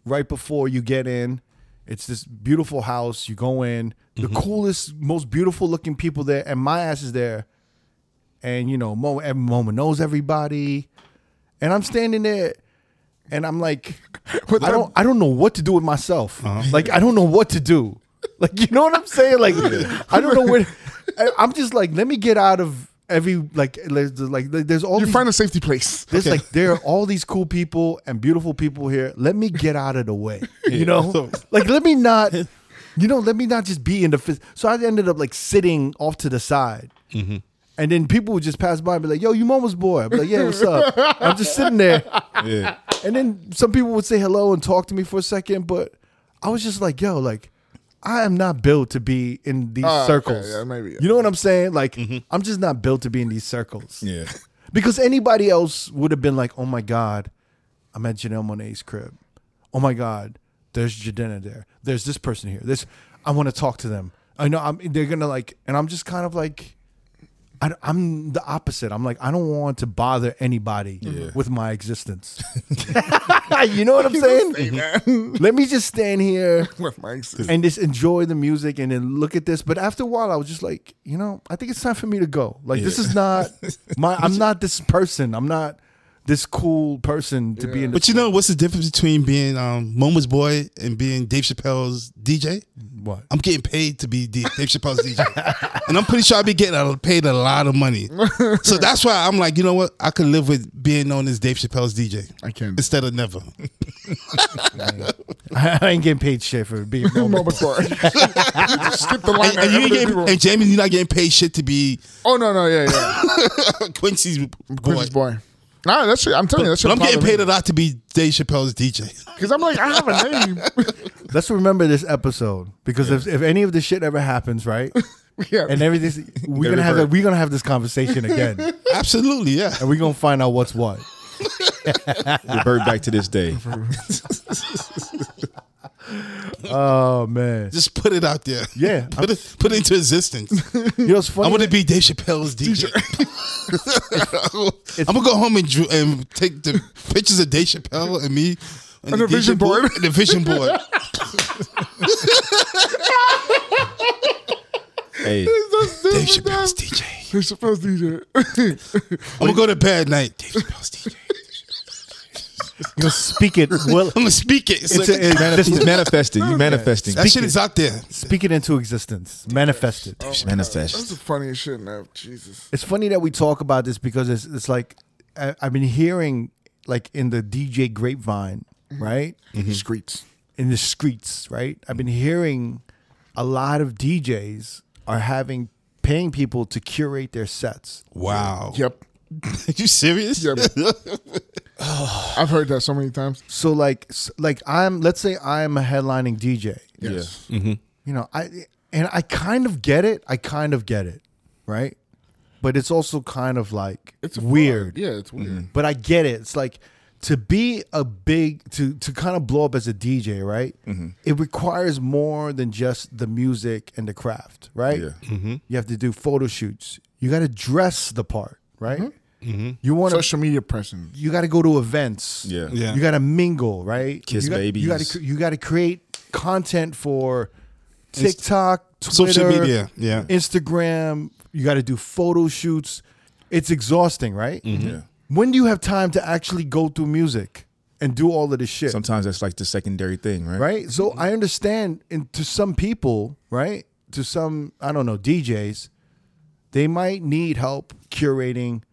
Speaker 1: right before you get in. It's this beautiful house. You go in, the coolest, most beautiful looking people there, and my ass is there. And you know, Mo and Moma knows everybody, and I'm standing there, and I'm like, I don't, I don't know what to do with myself. Like, I don't know what to do. Like, you know what I'm saying? Like, I don't know what. I- I'm just like, let me get out of every like, there's- like, there's all
Speaker 4: You
Speaker 1: these
Speaker 4: find a safety place.
Speaker 1: there's like there are all these cool people and beautiful people here. Let me get out of the way. You know? like let me not you know, let me not just be in the phys- so I ended up like sitting off to the side.
Speaker 4: Mm-hmm.
Speaker 1: And then people would just pass by and be like, yo, you mama's boy. I'd be like, yeah, what's up? I'm just sitting there.
Speaker 3: Yeah.
Speaker 1: And then some people would say hello and talk to me for a second, but I was just like, yo, like, I am not built to be in these
Speaker 4: Ah, okay,
Speaker 1: circles.
Speaker 4: yeah, maybe, yeah.
Speaker 1: You know what I'm saying? Like, I'm just not built to be in these circles.
Speaker 3: Yeah.
Speaker 1: Because anybody else would have been like, oh my God, I'm at Janelle Monet's crib. Oh my God, there's Jadena there. There's this person here. This I want to talk to them. I know I'm, they're going to like, and I'm just kind of like, I, am the opposite. I'm like, I don't want to bother anybody with my existence. you know what I'm saying?
Speaker 4: man.
Speaker 1: Let me just stand here
Speaker 4: With Mike's.
Speaker 1: and just enjoy the music and then look at this. But after a while, I was just like, you know, I think it's time for me to go. Like, this is not my, I'm not this person. I'm not this cool person to be in. The
Speaker 2: But you know what's the difference between being um, Moma's boy and being Dave Chappelle's DJ?
Speaker 1: what?
Speaker 2: I'm getting paid to be D- Dave Chappelle's DJ, and I'm pretty sure I'll be getting a- paid a lot of money. So that's why I'm like, you know what? I could live with being known as Dave Chappelle's DJ
Speaker 4: I can.
Speaker 2: instead of never.
Speaker 1: I ain't getting paid shit for being. normal.
Speaker 4: Moment for it. Just skip the line.
Speaker 2: And, and you ain't getting, and Jamie, you're not getting paid shit to be
Speaker 4: oh no, no, yeah, yeah.
Speaker 2: Quincy's boy.
Speaker 4: Quincy's boy. Nah, that's I'm telling you, that's
Speaker 2: But I'm getting paid a lot to be Dave Chappelle's DJ.
Speaker 4: because I'm like I have a name.
Speaker 1: Let's remember this episode because if, if any of this shit ever happens, right,
Speaker 4: yeah,
Speaker 1: and everything, we're gonna have that, we're gonna have this conversation again, and
Speaker 2: Absolutely, yeah.
Speaker 1: we're gonna find out what's what.
Speaker 3: Revert back to this day.
Speaker 1: Oh man,
Speaker 2: Just put it out there.
Speaker 1: Yeah,
Speaker 2: Put it put it into existence.
Speaker 1: you know what's funny?
Speaker 2: I want to be Dave Chappelle's DJ. I'm gonna go home and drew, and take the pictures of Dave Chappelle and me and,
Speaker 4: the vision board.
Speaker 2: and the vision board.
Speaker 3: Hey,
Speaker 2: Dave Chappelle's DJ.
Speaker 4: You're supposed to
Speaker 2: I'm gonna go to bed at night. Dave Chappelle's DJ.
Speaker 1: You'll speak it. Well,
Speaker 2: I'm gonna speak it. It's
Speaker 1: it's
Speaker 2: like-
Speaker 1: a, it- this
Speaker 3: he's
Speaker 1: is-
Speaker 3: manifesting. You manifesting.
Speaker 2: that shit is out there.
Speaker 1: speak it into existence. Manifest it.
Speaker 4: That's the
Speaker 3: Manifest.
Speaker 4: funniest shit now. Jesus.
Speaker 1: It's funny that we talk about this because it's it's like I, I've been hearing like in the DJ grapevine, right?
Speaker 2: Mm-hmm.
Speaker 4: Streets.
Speaker 1: in the streets, right? I've been hearing a lot of DJs are having paying people to curate their sets.
Speaker 2: Wow.
Speaker 4: Yep.
Speaker 2: Are you serious?
Speaker 4: Yep. I've heard that so many times.
Speaker 1: So like s- like I'm let's say I'm a headlining DJ.
Speaker 4: Yes.
Speaker 1: You know, I and I kind of get it. I kind of get it, right? But it's also kind of like it's weird.
Speaker 4: Yeah, it's weird.
Speaker 2: Mm-hmm.
Speaker 1: But I get it. It's like to be a big to to kind of blow up as a DJ, right?
Speaker 3: Mm-hmm.
Speaker 1: It requires more than just the music and the craft, right?
Speaker 3: Yeah.
Speaker 2: Mm-hmm.
Speaker 1: You have to do photo shoots. You got to dress the part, right?
Speaker 2: Mm-hmm.
Speaker 1: You want to.
Speaker 4: Social media presence.
Speaker 1: you got to go to events.
Speaker 3: Yeah.
Speaker 2: Yeah.
Speaker 1: You got to mingle, right?
Speaker 3: Kiss
Speaker 1: you got, You got
Speaker 3: babies.
Speaker 1: to. You got to create content for TikTok, Twitter,
Speaker 2: Social media. Yeah.
Speaker 1: Instagram. You got to do photo shoots. It's exhausting, right?
Speaker 3: Yeah.
Speaker 1: When do you have time to actually go through music and do all of this shit?
Speaker 3: Sometimes that's like the secondary thing, right?
Speaker 1: right? So I understand, and to some people, right, to some I don't know DJs, they might need help curating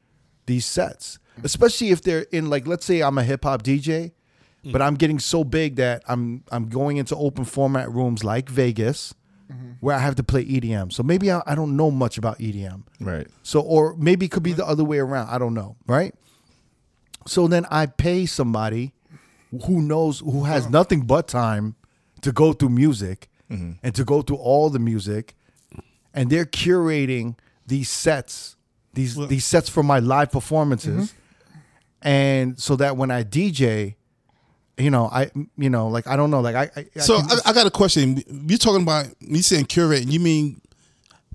Speaker 1: these sets, especially if they're in like let's say I'm a hip hop DJ, but I'm getting so big that I'm I'm going into open format rooms like Vegas, where I have to play EDM. So maybe I, I don't know much about E EDM.
Speaker 3: Right.
Speaker 1: So, or maybe it could be
Speaker 2: Uh-huh.
Speaker 1: the other way around. I don't know, right? So then I pay somebody who knows, who has
Speaker 2: Uh-huh.
Speaker 1: nothing but time to go through music
Speaker 2: Mm-hmm.
Speaker 1: and to go through all the music, and they're curating these sets, these these sets for my live performances,
Speaker 2: Mm-hmm.
Speaker 1: and so that when I DJ, you know, I you know, like I don't know, like I, I I
Speaker 2: So
Speaker 1: can-
Speaker 2: I, I got a question. You're talking about me saying curate. You mean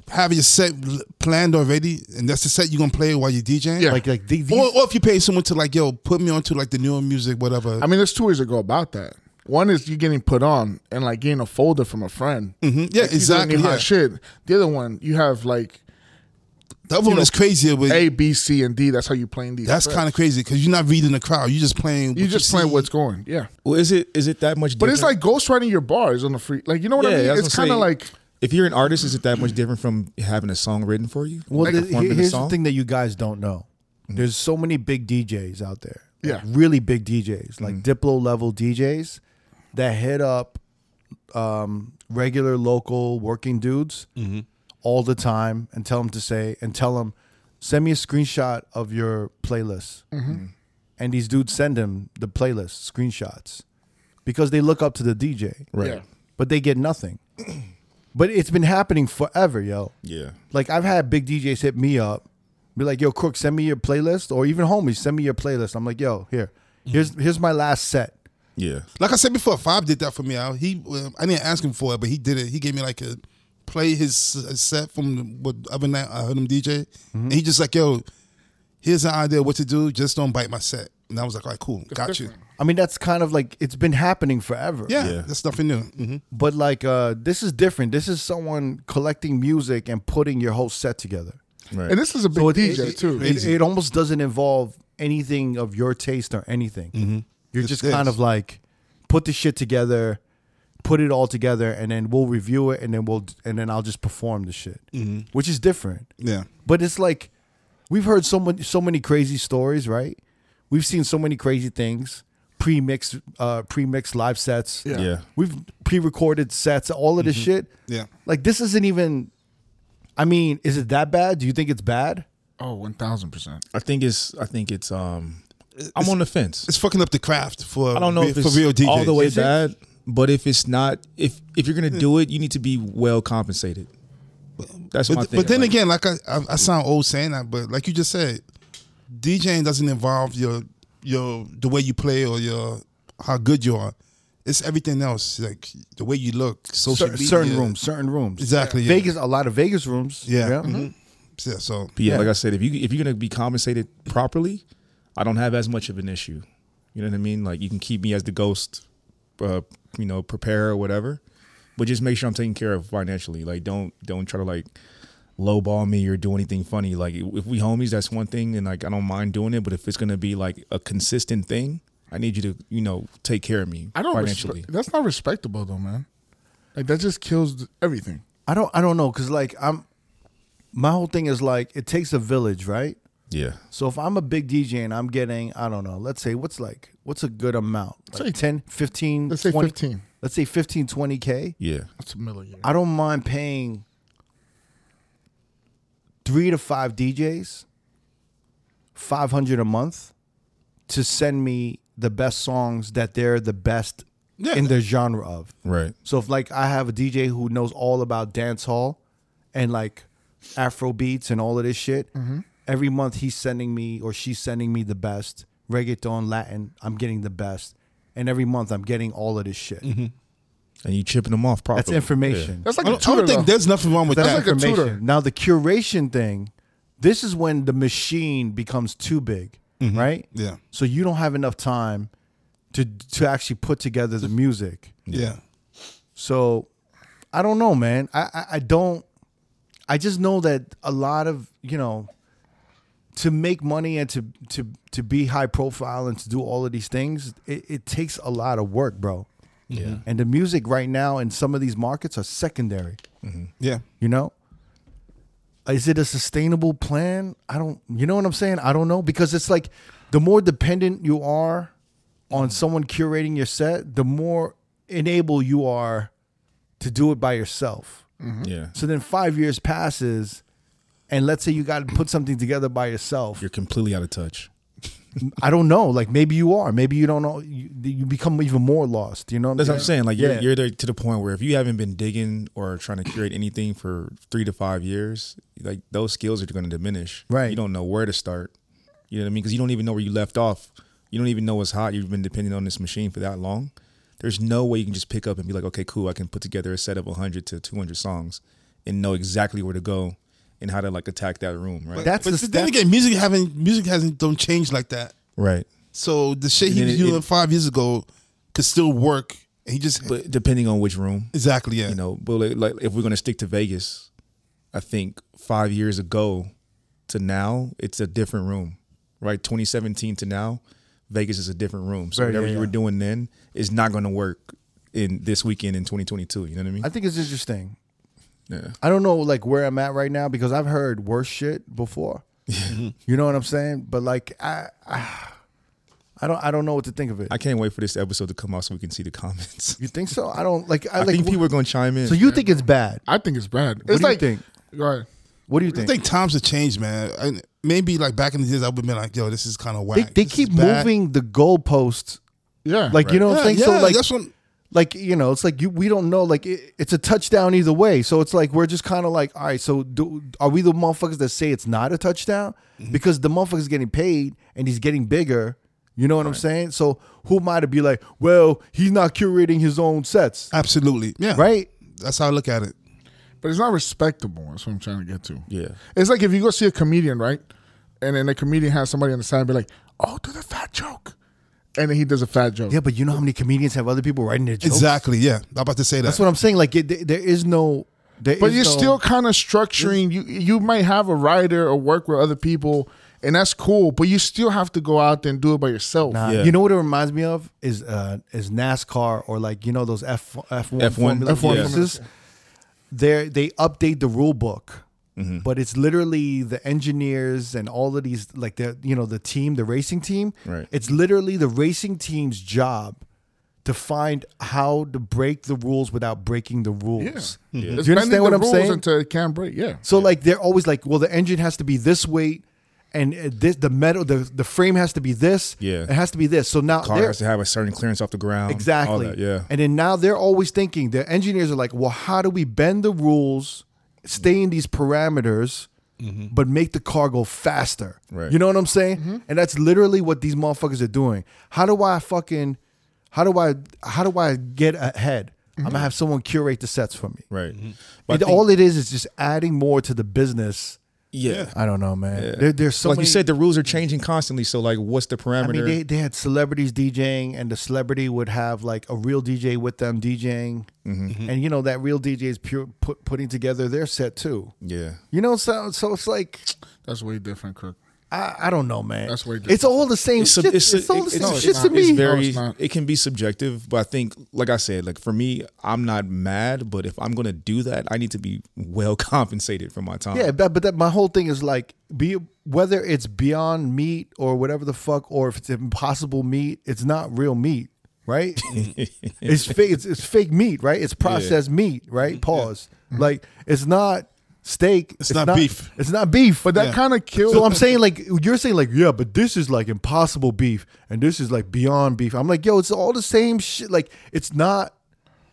Speaker 2: having your set l- planned already, and that's the set you're gonna play while you're DJing?
Speaker 4: Yeah.
Speaker 1: like like these,
Speaker 2: Or, or if you pay someone to like, yo, put me onto like the newer music, whatever.
Speaker 4: I mean, there's two ways to go about that. One is you getting put on and like getting a folder from a friend.
Speaker 2: Mhm. Yeah,
Speaker 4: Like, you
Speaker 2: exactly.
Speaker 4: doing your hot
Speaker 2: Yeah.
Speaker 4: Shit. The other one, you have like
Speaker 2: The other one is crazier, but
Speaker 4: A, B, C, and D. That's how you playing these.
Speaker 2: that's
Speaker 4: sets.
Speaker 2: kind of crazy because you're not reading the crowd. You're just playing.
Speaker 4: you just playing
Speaker 2: see.
Speaker 4: what's going. Yeah,
Speaker 3: Well, is it is it that much?
Speaker 4: but it's
Speaker 3: different?
Speaker 4: like ghostwriting your bars on the free. Like you know what
Speaker 3: Yeah,
Speaker 4: I mean?
Speaker 3: that's
Speaker 4: It's
Speaker 3: what I'm
Speaker 4: kind of
Speaker 3: saying.
Speaker 4: like
Speaker 3: if you're an artist, is it that much different from having a song written for you?
Speaker 1: Well,
Speaker 3: Like
Speaker 1: the-
Speaker 3: performing
Speaker 1: he- here's
Speaker 3: song?
Speaker 1: the thing that you guys don't know. There's so many big DJs out there. like
Speaker 4: Yeah.
Speaker 1: really big DJs, like Diplo level DJs that hit up um, regular local working dudes all the time and tell them to say and tell them send me a screenshot of your playlist. And these dudes send them the playlist screenshots because they look up to the DJ,
Speaker 4: yeah.
Speaker 1: but they get nothing. but it's been happening forever, yo.
Speaker 3: Yeah.
Speaker 1: Like I've had big DJs hit me up, be like, "Yo, Crook, send me your playlist," or even homies, send me your playlist. I'm like, "Yo, here, here's here's my last set."
Speaker 3: Yeah.
Speaker 2: Like I said before, Five did that for me. I, he, um, I didn't ask him for it, but he did it. He gave me like a play his uh, set from the, what other night I heard him DJ,
Speaker 3: Mm-hmm.
Speaker 2: and he just like, yo, here's an idea what to do. Just don't bite my set. And I was like, all right, cool, got you.
Speaker 1: I mean, that's kind of like it's been happening forever.
Speaker 2: Yeah,
Speaker 3: Yeah.
Speaker 2: that's nothing new.
Speaker 3: Mm-hmm.
Speaker 2: hmm
Speaker 1: But like, uh, this is different. This is someone collecting music and putting your whole set together.
Speaker 3: Right.
Speaker 4: And this is a big
Speaker 1: it,
Speaker 4: DJ
Speaker 1: it-
Speaker 4: too.
Speaker 1: It, it almost doesn't involve anything of your taste or anything. You're
Speaker 2: Mm-hmm. It's
Speaker 1: just
Speaker 2: this.
Speaker 1: kind of like put the shit together, put it all together, and then we'll review it, and then we'll and then I'll just perform the shit,
Speaker 2: Mm-hmm.
Speaker 1: which is different.
Speaker 2: Yeah.
Speaker 1: But it's like we've heard so many so many crazy stories, right? We've seen so many crazy things, pre-mixed uh pre-mixed live sets.
Speaker 4: Yeah.
Speaker 3: Yeah.
Speaker 1: We've pre-recorded sets, all of this shit.
Speaker 2: Mm-hmm. Yeah.
Speaker 1: Like this isn't even I mean, is it that bad? Do you think it's bad?
Speaker 4: Oh, one thousand percent.
Speaker 3: I think it's. I think it's. Um, I'm on the fence.
Speaker 2: It's fucking up the craft for
Speaker 3: I don't know
Speaker 2: re-
Speaker 3: if
Speaker 2: for
Speaker 3: it's
Speaker 2: real DJs.
Speaker 3: all the way
Speaker 1: Is it?
Speaker 3: bad, but if it's not, if if you're gonna do it, you need to be well compensated. That's my
Speaker 2: But,
Speaker 3: thing.
Speaker 2: but then
Speaker 3: Like,
Speaker 2: again, like I, I, I sound old saying that, but like you just said, DJing doesn't involve your your the way you play or your how good you are. It's everything else, like the way you look, social
Speaker 1: Cer-
Speaker 2: media.
Speaker 1: certain rooms, certain rooms.
Speaker 2: exactly. Yeah.
Speaker 1: Vegas, a lot of Vegas rooms.
Speaker 2: yeah. mhm. Yeah, so
Speaker 3: but yeah,
Speaker 1: yeah.
Speaker 3: like I said, if you if you're gonna be compensated properly, I don't have as much of an issue. You know what I mean? Like you can keep me as the ghost, uh, you know, prepare or whatever, but just make sure I'm taken care of financially. Like don't don't try to like lowball me or do anything funny. Like if we homies, that's one thing, and like I don't mind doing it. But if it's gonna be like a consistent thing, I need you to you know take care of me.
Speaker 4: I don't.
Speaker 3: financially.
Speaker 4: Respe- that's not respectable though, man. Like that just kills th- everything.
Speaker 1: I don't I don't know cuz like I'm my whole thing is like it takes a village, right?
Speaker 3: Yeah.
Speaker 1: So if I'm a big DJ and I'm getting, I don't know, let's say what's like what's a good amount? Like
Speaker 4: Say-
Speaker 1: 10, 15,
Speaker 4: Let's say
Speaker 1: 20
Speaker 4: fifteen.
Speaker 1: Let's say 15 20k.
Speaker 3: Yeah.
Speaker 4: That's a million.
Speaker 1: I don't mind paying 3 to 5 DJs 500 a month to send me the best songs that they're the best
Speaker 2: Yeah.
Speaker 1: in their genre of.
Speaker 3: Right.
Speaker 1: So if like I have a DJ who knows all about dance hall and like Afro beats and all of this shit,
Speaker 4: Mm-hmm.
Speaker 1: every month he's sending me or she's sending me the best reggaeton, Latin. I'm getting the best, and every month I'm getting all of this shit.
Speaker 3: And you chipping them off properly.
Speaker 1: That's information.
Speaker 4: That's like
Speaker 2: I
Speaker 4: a
Speaker 2: don't, I
Speaker 4: tutor.
Speaker 2: don't think
Speaker 4: though.
Speaker 2: there's nothing wrong with
Speaker 1: That's
Speaker 2: that.
Speaker 4: like a tutor.
Speaker 1: Now the curation thing, this is when the machine becomes too big, right?
Speaker 2: yeah.
Speaker 1: So you don't have enough time to to actually put together the music.
Speaker 2: yeah,
Speaker 1: So I don't know, man. I, I, I don't. I just know that a lot of you know to make money and to to to be high profile and to do all of these things, it, it takes a lot of work, bro.
Speaker 3: Yeah.
Speaker 1: And the music right now in some of these markets are secondary.
Speaker 2: yeah,
Speaker 1: You know, is it a sustainable plan? I don't. You know what I'm saying? I don't know because it's like the more dependent you are on someone curating your set, the more enable you are to do it by yourself.
Speaker 3: Yeah.
Speaker 1: So then five years passes, and let's say you got to put something together by yourself.
Speaker 3: You're completely out of touch.
Speaker 1: I don't know. Like maybe you are. Maybe you don't know. You, you become even more lost. You know what
Speaker 3: That's
Speaker 1: I'm
Speaker 3: what I'm
Speaker 1: saying?
Speaker 3: saying. Like you're,
Speaker 1: Yeah.
Speaker 3: you're there to the point where if you haven't been digging or trying to create anything for three to five years, like those skills are going to diminish.
Speaker 1: Right.
Speaker 3: You don't know where to start. You know what I mean? Because you don't even know where you left off. You don't even know what's hot. You've been depending on this machine for that long. There's no way you can just pick up and be like, okay, cool. I can put together a set of 100 to 200 songs and know exactly where to go and how to like attack that room. Right.
Speaker 1: That's
Speaker 2: but
Speaker 1: the
Speaker 2: then
Speaker 1: that's-
Speaker 2: again, music haven't music hasn't don't change like that.
Speaker 3: right.
Speaker 2: So the shit
Speaker 3: And
Speaker 2: he
Speaker 3: then
Speaker 2: was
Speaker 3: it-
Speaker 2: doing
Speaker 3: it-
Speaker 2: five years ago could still work. And he just
Speaker 3: But depending on which room.
Speaker 2: exactly yeah.
Speaker 3: you know but like, like if we're going to stick to vegas i think five years ago to now it's a different room right 2017 to now vegas is a different room so
Speaker 1: Right,
Speaker 3: whatever
Speaker 1: yeah,
Speaker 3: you
Speaker 1: yeah.
Speaker 3: were doing then is not going to work in this weekend in 2022 you know what i mean
Speaker 1: I think it's interesting.
Speaker 3: yeah
Speaker 1: I don't know like where I'm at right now because I've heard worse shit before. you know what I'm saying? But like I, I, I don't I don't know what to think of it.
Speaker 3: i can't wait for this episode to come out so we can see the comments
Speaker 1: you think so? I don't like I,
Speaker 3: i,
Speaker 1: like
Speaker 3: think
Speaker 1: wh-
Speaker 3: people are going to chime in
Speaker 1: So you think it's bad?
Speaker 4: I think it's bad.
Speaker 1: What
Speaker 4: it's
Speaker 1: do
Speaker 4: like
Speaker 1: you think?
Speaker 4: go ahead.
Speaker 1: What do you
Speaker 2: I
Speaker 1: think?
Speaker 2: think times have changed, man. I, maybe like back in the days, I would have been like, "Yo, this is kind of whack."
Speaker 1: They, they
Speaker 2: This is
Speaker 1: keep
Speaker 2: bad.
Speaker 1: moving the goalposts.
Speaker 4: Yeah.
Speaker 1: Like you know
Speaker 2: Yeah,
Speaker 1: what I'm saying?
Speaker 2: yeah,
Speaker 1: so like
Speaker 2: that's what.
Speaker 1: like you know it's like you we don't know like it, it's a touchdown either way so it's like we're just kind of like all right so do, are we the motherfuckers that say it's not a touchdown
Speaker 4: Mm-hmm.
Speaker 1: because the motherfucker's getting paid and he's getting bigger you know what i'm saying so who am i to be like well he's not curating his own sets
Speaker 2: Absolutely, yeah.
Speaker 1: right
Speaker 2: That's how I look at it.
Speaker 4: but it's not respectable. That's what I'm trying to get to.
Speaker 3: yeah
Speaker 4: It's like if you go see a comedian, right? And then the comedian has somebody on the side and be like, "Oh, do the fat joke," and then he does a fat joke.
Speaker 1: yeah but you know how many comedians have other people writing their jokes
Speaker 2: Exactly, yeah. I'm about to say that.
Speaker 1: that's what i'm saying like it, there- there is no there
Speaker 4: But
Speaker 1: is
Speaker 4: you're
Speaker 1: no-
Speaker 4: still kind of structuring. You you might have a writer or work with other people, and that's cool. But you still have to go out there and do it by yourself.
Speaker 1: Nah,
Speaker 3: Yeah.
Speaker 1: You know what it reminds me of is uh, is NASCAR or like you know those F F one
Speaker 3: F1,
Speaker 1: Formula
Speaker 3: F1,
Speaker 1: races. They they update the rule book, but it's literally the engineers and all of these like the you know the team the racing team.
Speaker 3: Right.
Speaker 1: It's literally the racing team's job to find how to break the rules without breaking the rules.
Speaker 4: It's
Speaker 1: Do you
Speaker 4: bending
Speaker 1: understand what
Speaker 4: the
Speaker 1: I'm
Speaker 4: rules
Speaker 1: saying?
Speaker 4: Until it can't break. Yeah.
Speaker 1: So like they're always like, well, the engine has to be this weight, and uh, this the metal the the frame has to be this.
Speaker 3: Yeah.
Speaker 1: it has to be this. So now
Speaker 3: Car
Speaker 1: they're-
Speaker 3: has to have a certain clearance off the ground. all
Speaker 1: exactly.
Speaker 3: that, yeah.
Speaker 1: And then now they're always thinking. The engineers are like, well, how do we bend the rules, stay in these parameters, but make the car go faster?
Speaker 3: Right.
Speaker 1: You know what I'm saying? And that's literally what these motherfuckers are doing. How do I fucking? How do I? How do I get ahead? I'm gonna have someone curate the sets for me.
Speaker 3: Right.
Speaker 1: It-
Speaker 3: But I think-
Speaker 1: all it is is just adding more to the business.
Speaker 3: yeah.
Speaker 1: I don't know, man. There, there's so
Speaker 3: like
Speaker 1: many,
Speaker 3: you said, the rules are changing constantly. So like, what's the
Speaker 1: I
Speaker 3: parameter?
Speaker 1: mean, they, they had celebrities DJing, and the celebrity would have like a real DJ with them DJing,
Speaker 3: Mm-hmm.
Speaker 4: Mm-hmm.
Speaker 1: and you know that real DJ is pure, put, putting together their set too.
Speaker 3: yeah.
Speaker 1: You know, so so it's like
Speaker 4: That's way different, Cook.
Speaker 1: I, I don't know, man.
Speaker 4: That's way different.
Speaker 1: it's all the same
Speaker 3: sub-
Speaker 1: shit. It's, all the
Speaker 3: it-
Speaker 1: same
Speaker 3: no,
Speaker 1: shit
Speaker 3: it's
Speaker 1: to
Speaker 4: not.
Speaker 1: me.
Speaker 3: It's very,
Speaker 4: it's not.
Speaker 3: it can be subjective, but I think, like I said, like for me, I'm not mad, but if I'm gonna do that, I need to be well compensated for my time.
Speaker 1: yeah, but, but that my whole thing is like be whether it's beyond meat or whatever the fuck, or if it's impossible meat, it's not real meat, right? it's fake. It's, it's fake meat, right? It's processed meat, right? Pause. Like it's not steak. Mm-hmm. It's,
Speaker 2: not beef.
Speaker 1: It's not beef. But
Speaker 4: That kind of kills.
Speaker 1: so I'm saying like you're saying like yeah, but this is like impossible beef, and this is like beyond beef. I'm like yo, it's all the same shit. Like it's not.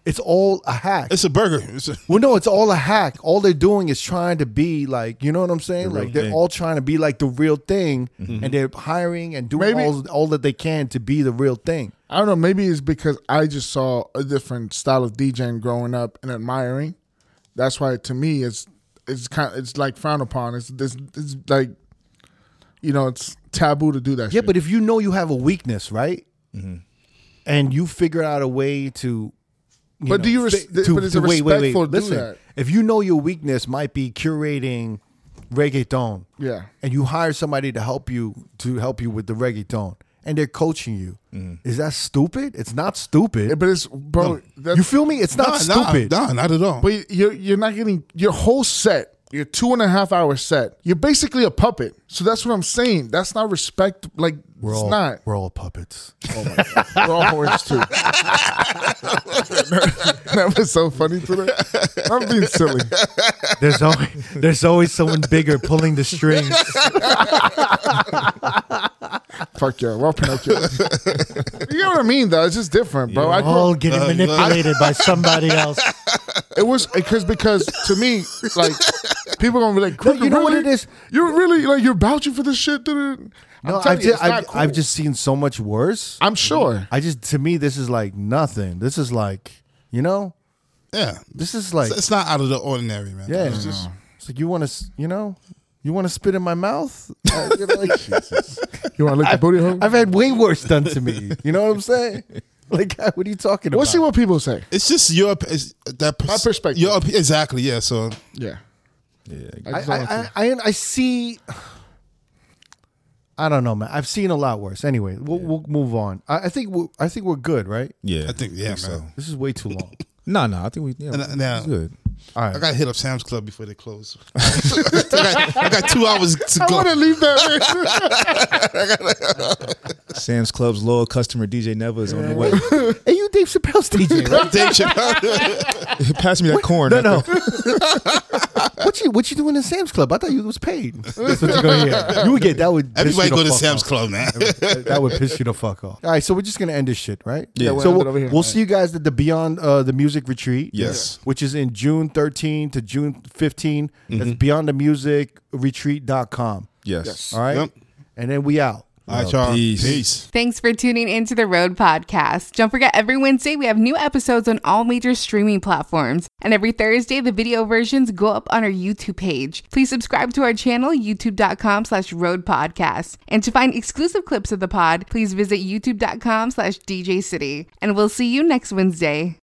Speaker 1: It's all a hack.
Speaker 2: It's a burger. It's a,
Speaker 1: Well, no, it's all a hack. All they're doing is trying to be like, you know what I'm saying? like they're
Speaker 3: thing.
Speaker 1: all trying to be like the real thing, and they're hiring and doing
Speaker 4: Maybe-
Speaker 1: all all that they can to be the real thing.
Speaker 4: I don't know. Maybe it's because I just saw a different style of DJing growing up and admiring. That's why to me it's it's kind it's like frowned upon. It's this it's like you know it's taboo to do that.
Speaker 1: Yeah,
Speaker 4: shit.
Speaker 1: but if you know you have a weakness, right, and you figure out a way to, you
Speaker 4: But do you res-
Speaker 1: fi-
Speaker 4: but it's a respectful do that.
Speaker 1: if you know your weakness might be curating reggaeton,
Speaker 4: yeah,
Speaker 1: and you hire somebody to help you to help you with the reggaeton, and they're coaching you, is that stupid? It's not stupid.
Speaker 4: Yeah, but it's bro. that's,
Speaker 1: You feel me? It's not stupid.
Speaker 2: Nah, nah, not at all.
Speaker 4: But you're you're not getting your whole set, your two and a half hour set. You're basically a puppet. So that's what I'm saying. That's not respect. Like
Speaker 1: We're
Speaker 4: it's
Speaker 1: all,
Speaker 4: not.
Speaker 1: We're all puppets.
Speaker 4: We're all horns too. that was so funny today. I'm being silly.
Speaker 1: There's always there's always someone bigger pulling the strings.
Speaker 4: Fuck yeah, we're all Pinocchio. you know what I mean though? It's just different, bro. I grew up-
Speaker 5: all getting manipulated by somebody else.
Speaker 4: it was because because to me, like people gonna be like,
Speaker 1: No, you know what
Speaker 4: really?
Speaker 1: it is?
Speaker 4: You're really like you're vouching for this shit. dude." I'm
Speaker 1: No,
Speaker 4: telling
Speaker 1: I've
Speaker 4: you,
Speaker 1: just
Speaker 4: it's not
Speaker 1: I've,
Speaker 4: cool.
Speaker 1: I've just seen so much worse.
Speaker 4: I'm sure.
Speaker 1: I just to me this is like nothing. This is like you know
Speaker 2: yeah,
Speaker 1: this is like
Speaker 2: it's, it's not out of the ordinary, man.
Speaker 1: yeah. It's just it's like you want to you know you want to spit in my mouth. Uh, you know, like,
Speaker 4: You want to lick the booty hole?
Speaker 1: I've had way worse done to me. You know what I'm saying? Like what are you talking
Speaker 4: We'll
Speaker 1: about?
Speaker 4: see what people say.
Speaker 2: It's just your it's that pers-
Speaker 4: My perspective.
Speaker 2: Your, op- exactly. Yeah. So
Speaker 4: Yeah.
Speaker 3: Yeah.
Speaker 4: I just
Speaker 1: I,
Speaker 4: don't
Speaker 1: I,
Speaker 4: like
Speaker 1: I, I see. I don't know, man. I've seen a lot worse. Anyway, we'll, we'll move on. I, I think we're, I think we're good, right?
Speaker 3: yeah.
Speaker 2: I think yeah, man.
Speaker 1: This is way too long.
Speaker 3: No, no, I think we. Yeah,
Speaker 2: And, uh, now-
Speaker 3: it's good.
Speaker 1: All
Speaker 2: I
Speaker 1: right.
Speaker 2: got to hit up Sam's Club before they close. I, got, I got two hours to
Speaker 4: I
Speaker 2: go.
Speaker 4: want to leave that.
Speaker 3: Sam's Club's loyal customer DJ Neva is on the way.
Speaker 1: Hey, you Dave Chappelle's DJ, right?
Speaker 2: Dave Chappelle.
Speaker 3: Pass me that corn.
Speaker 1: No, no. what you what you doing in Sam's Club? I thought you was paid. That's what you're gonna hear. You would get that would piss
Speaker 2: Everybody
Speaker 1: you the
Speaker 2: go to
Speaker 1: fuck
Speaker 2: Sam's
Speaker 1: off.
Speaker 2: Club, man.
Speaker 1: That would piss you the fuck off. All right, so we're just gonna end this shit, right?
Speaker 3: Yeah.
Speaker 4: we'll
Speaker 1: so
Speaker 4: end it
Speaker 1: we'll,
Speaker 4: over here.
Speaker 1: we'll see you guys at the Beyond uh, the Music Retreat.
Speaker 3: Yes.
Speaker 1: Which is in June 13 to June 15. That's Beyond the Music Retreat.com.
Speaker 3: Yes.
Speaker 1: All right.
Speaker 2: Yep.
Speaker 1: And then we out.
Speaker 2: All right, y'all.
Speaker 3: Peace.
Speaker 2: Peace.
Speaker 6: Thanks for tuning into the Road Podcast. Don't forget, every Wednesday we have new episodes on all major streaming platforms. And every Thursday, the video versions go up on our YouTube page. Please subscribe to our channel, youtube.com slash road podcast. And to find exclusive clips of the pod, please visit youtube.com slash DJ City. And we'll see you next Wednesday.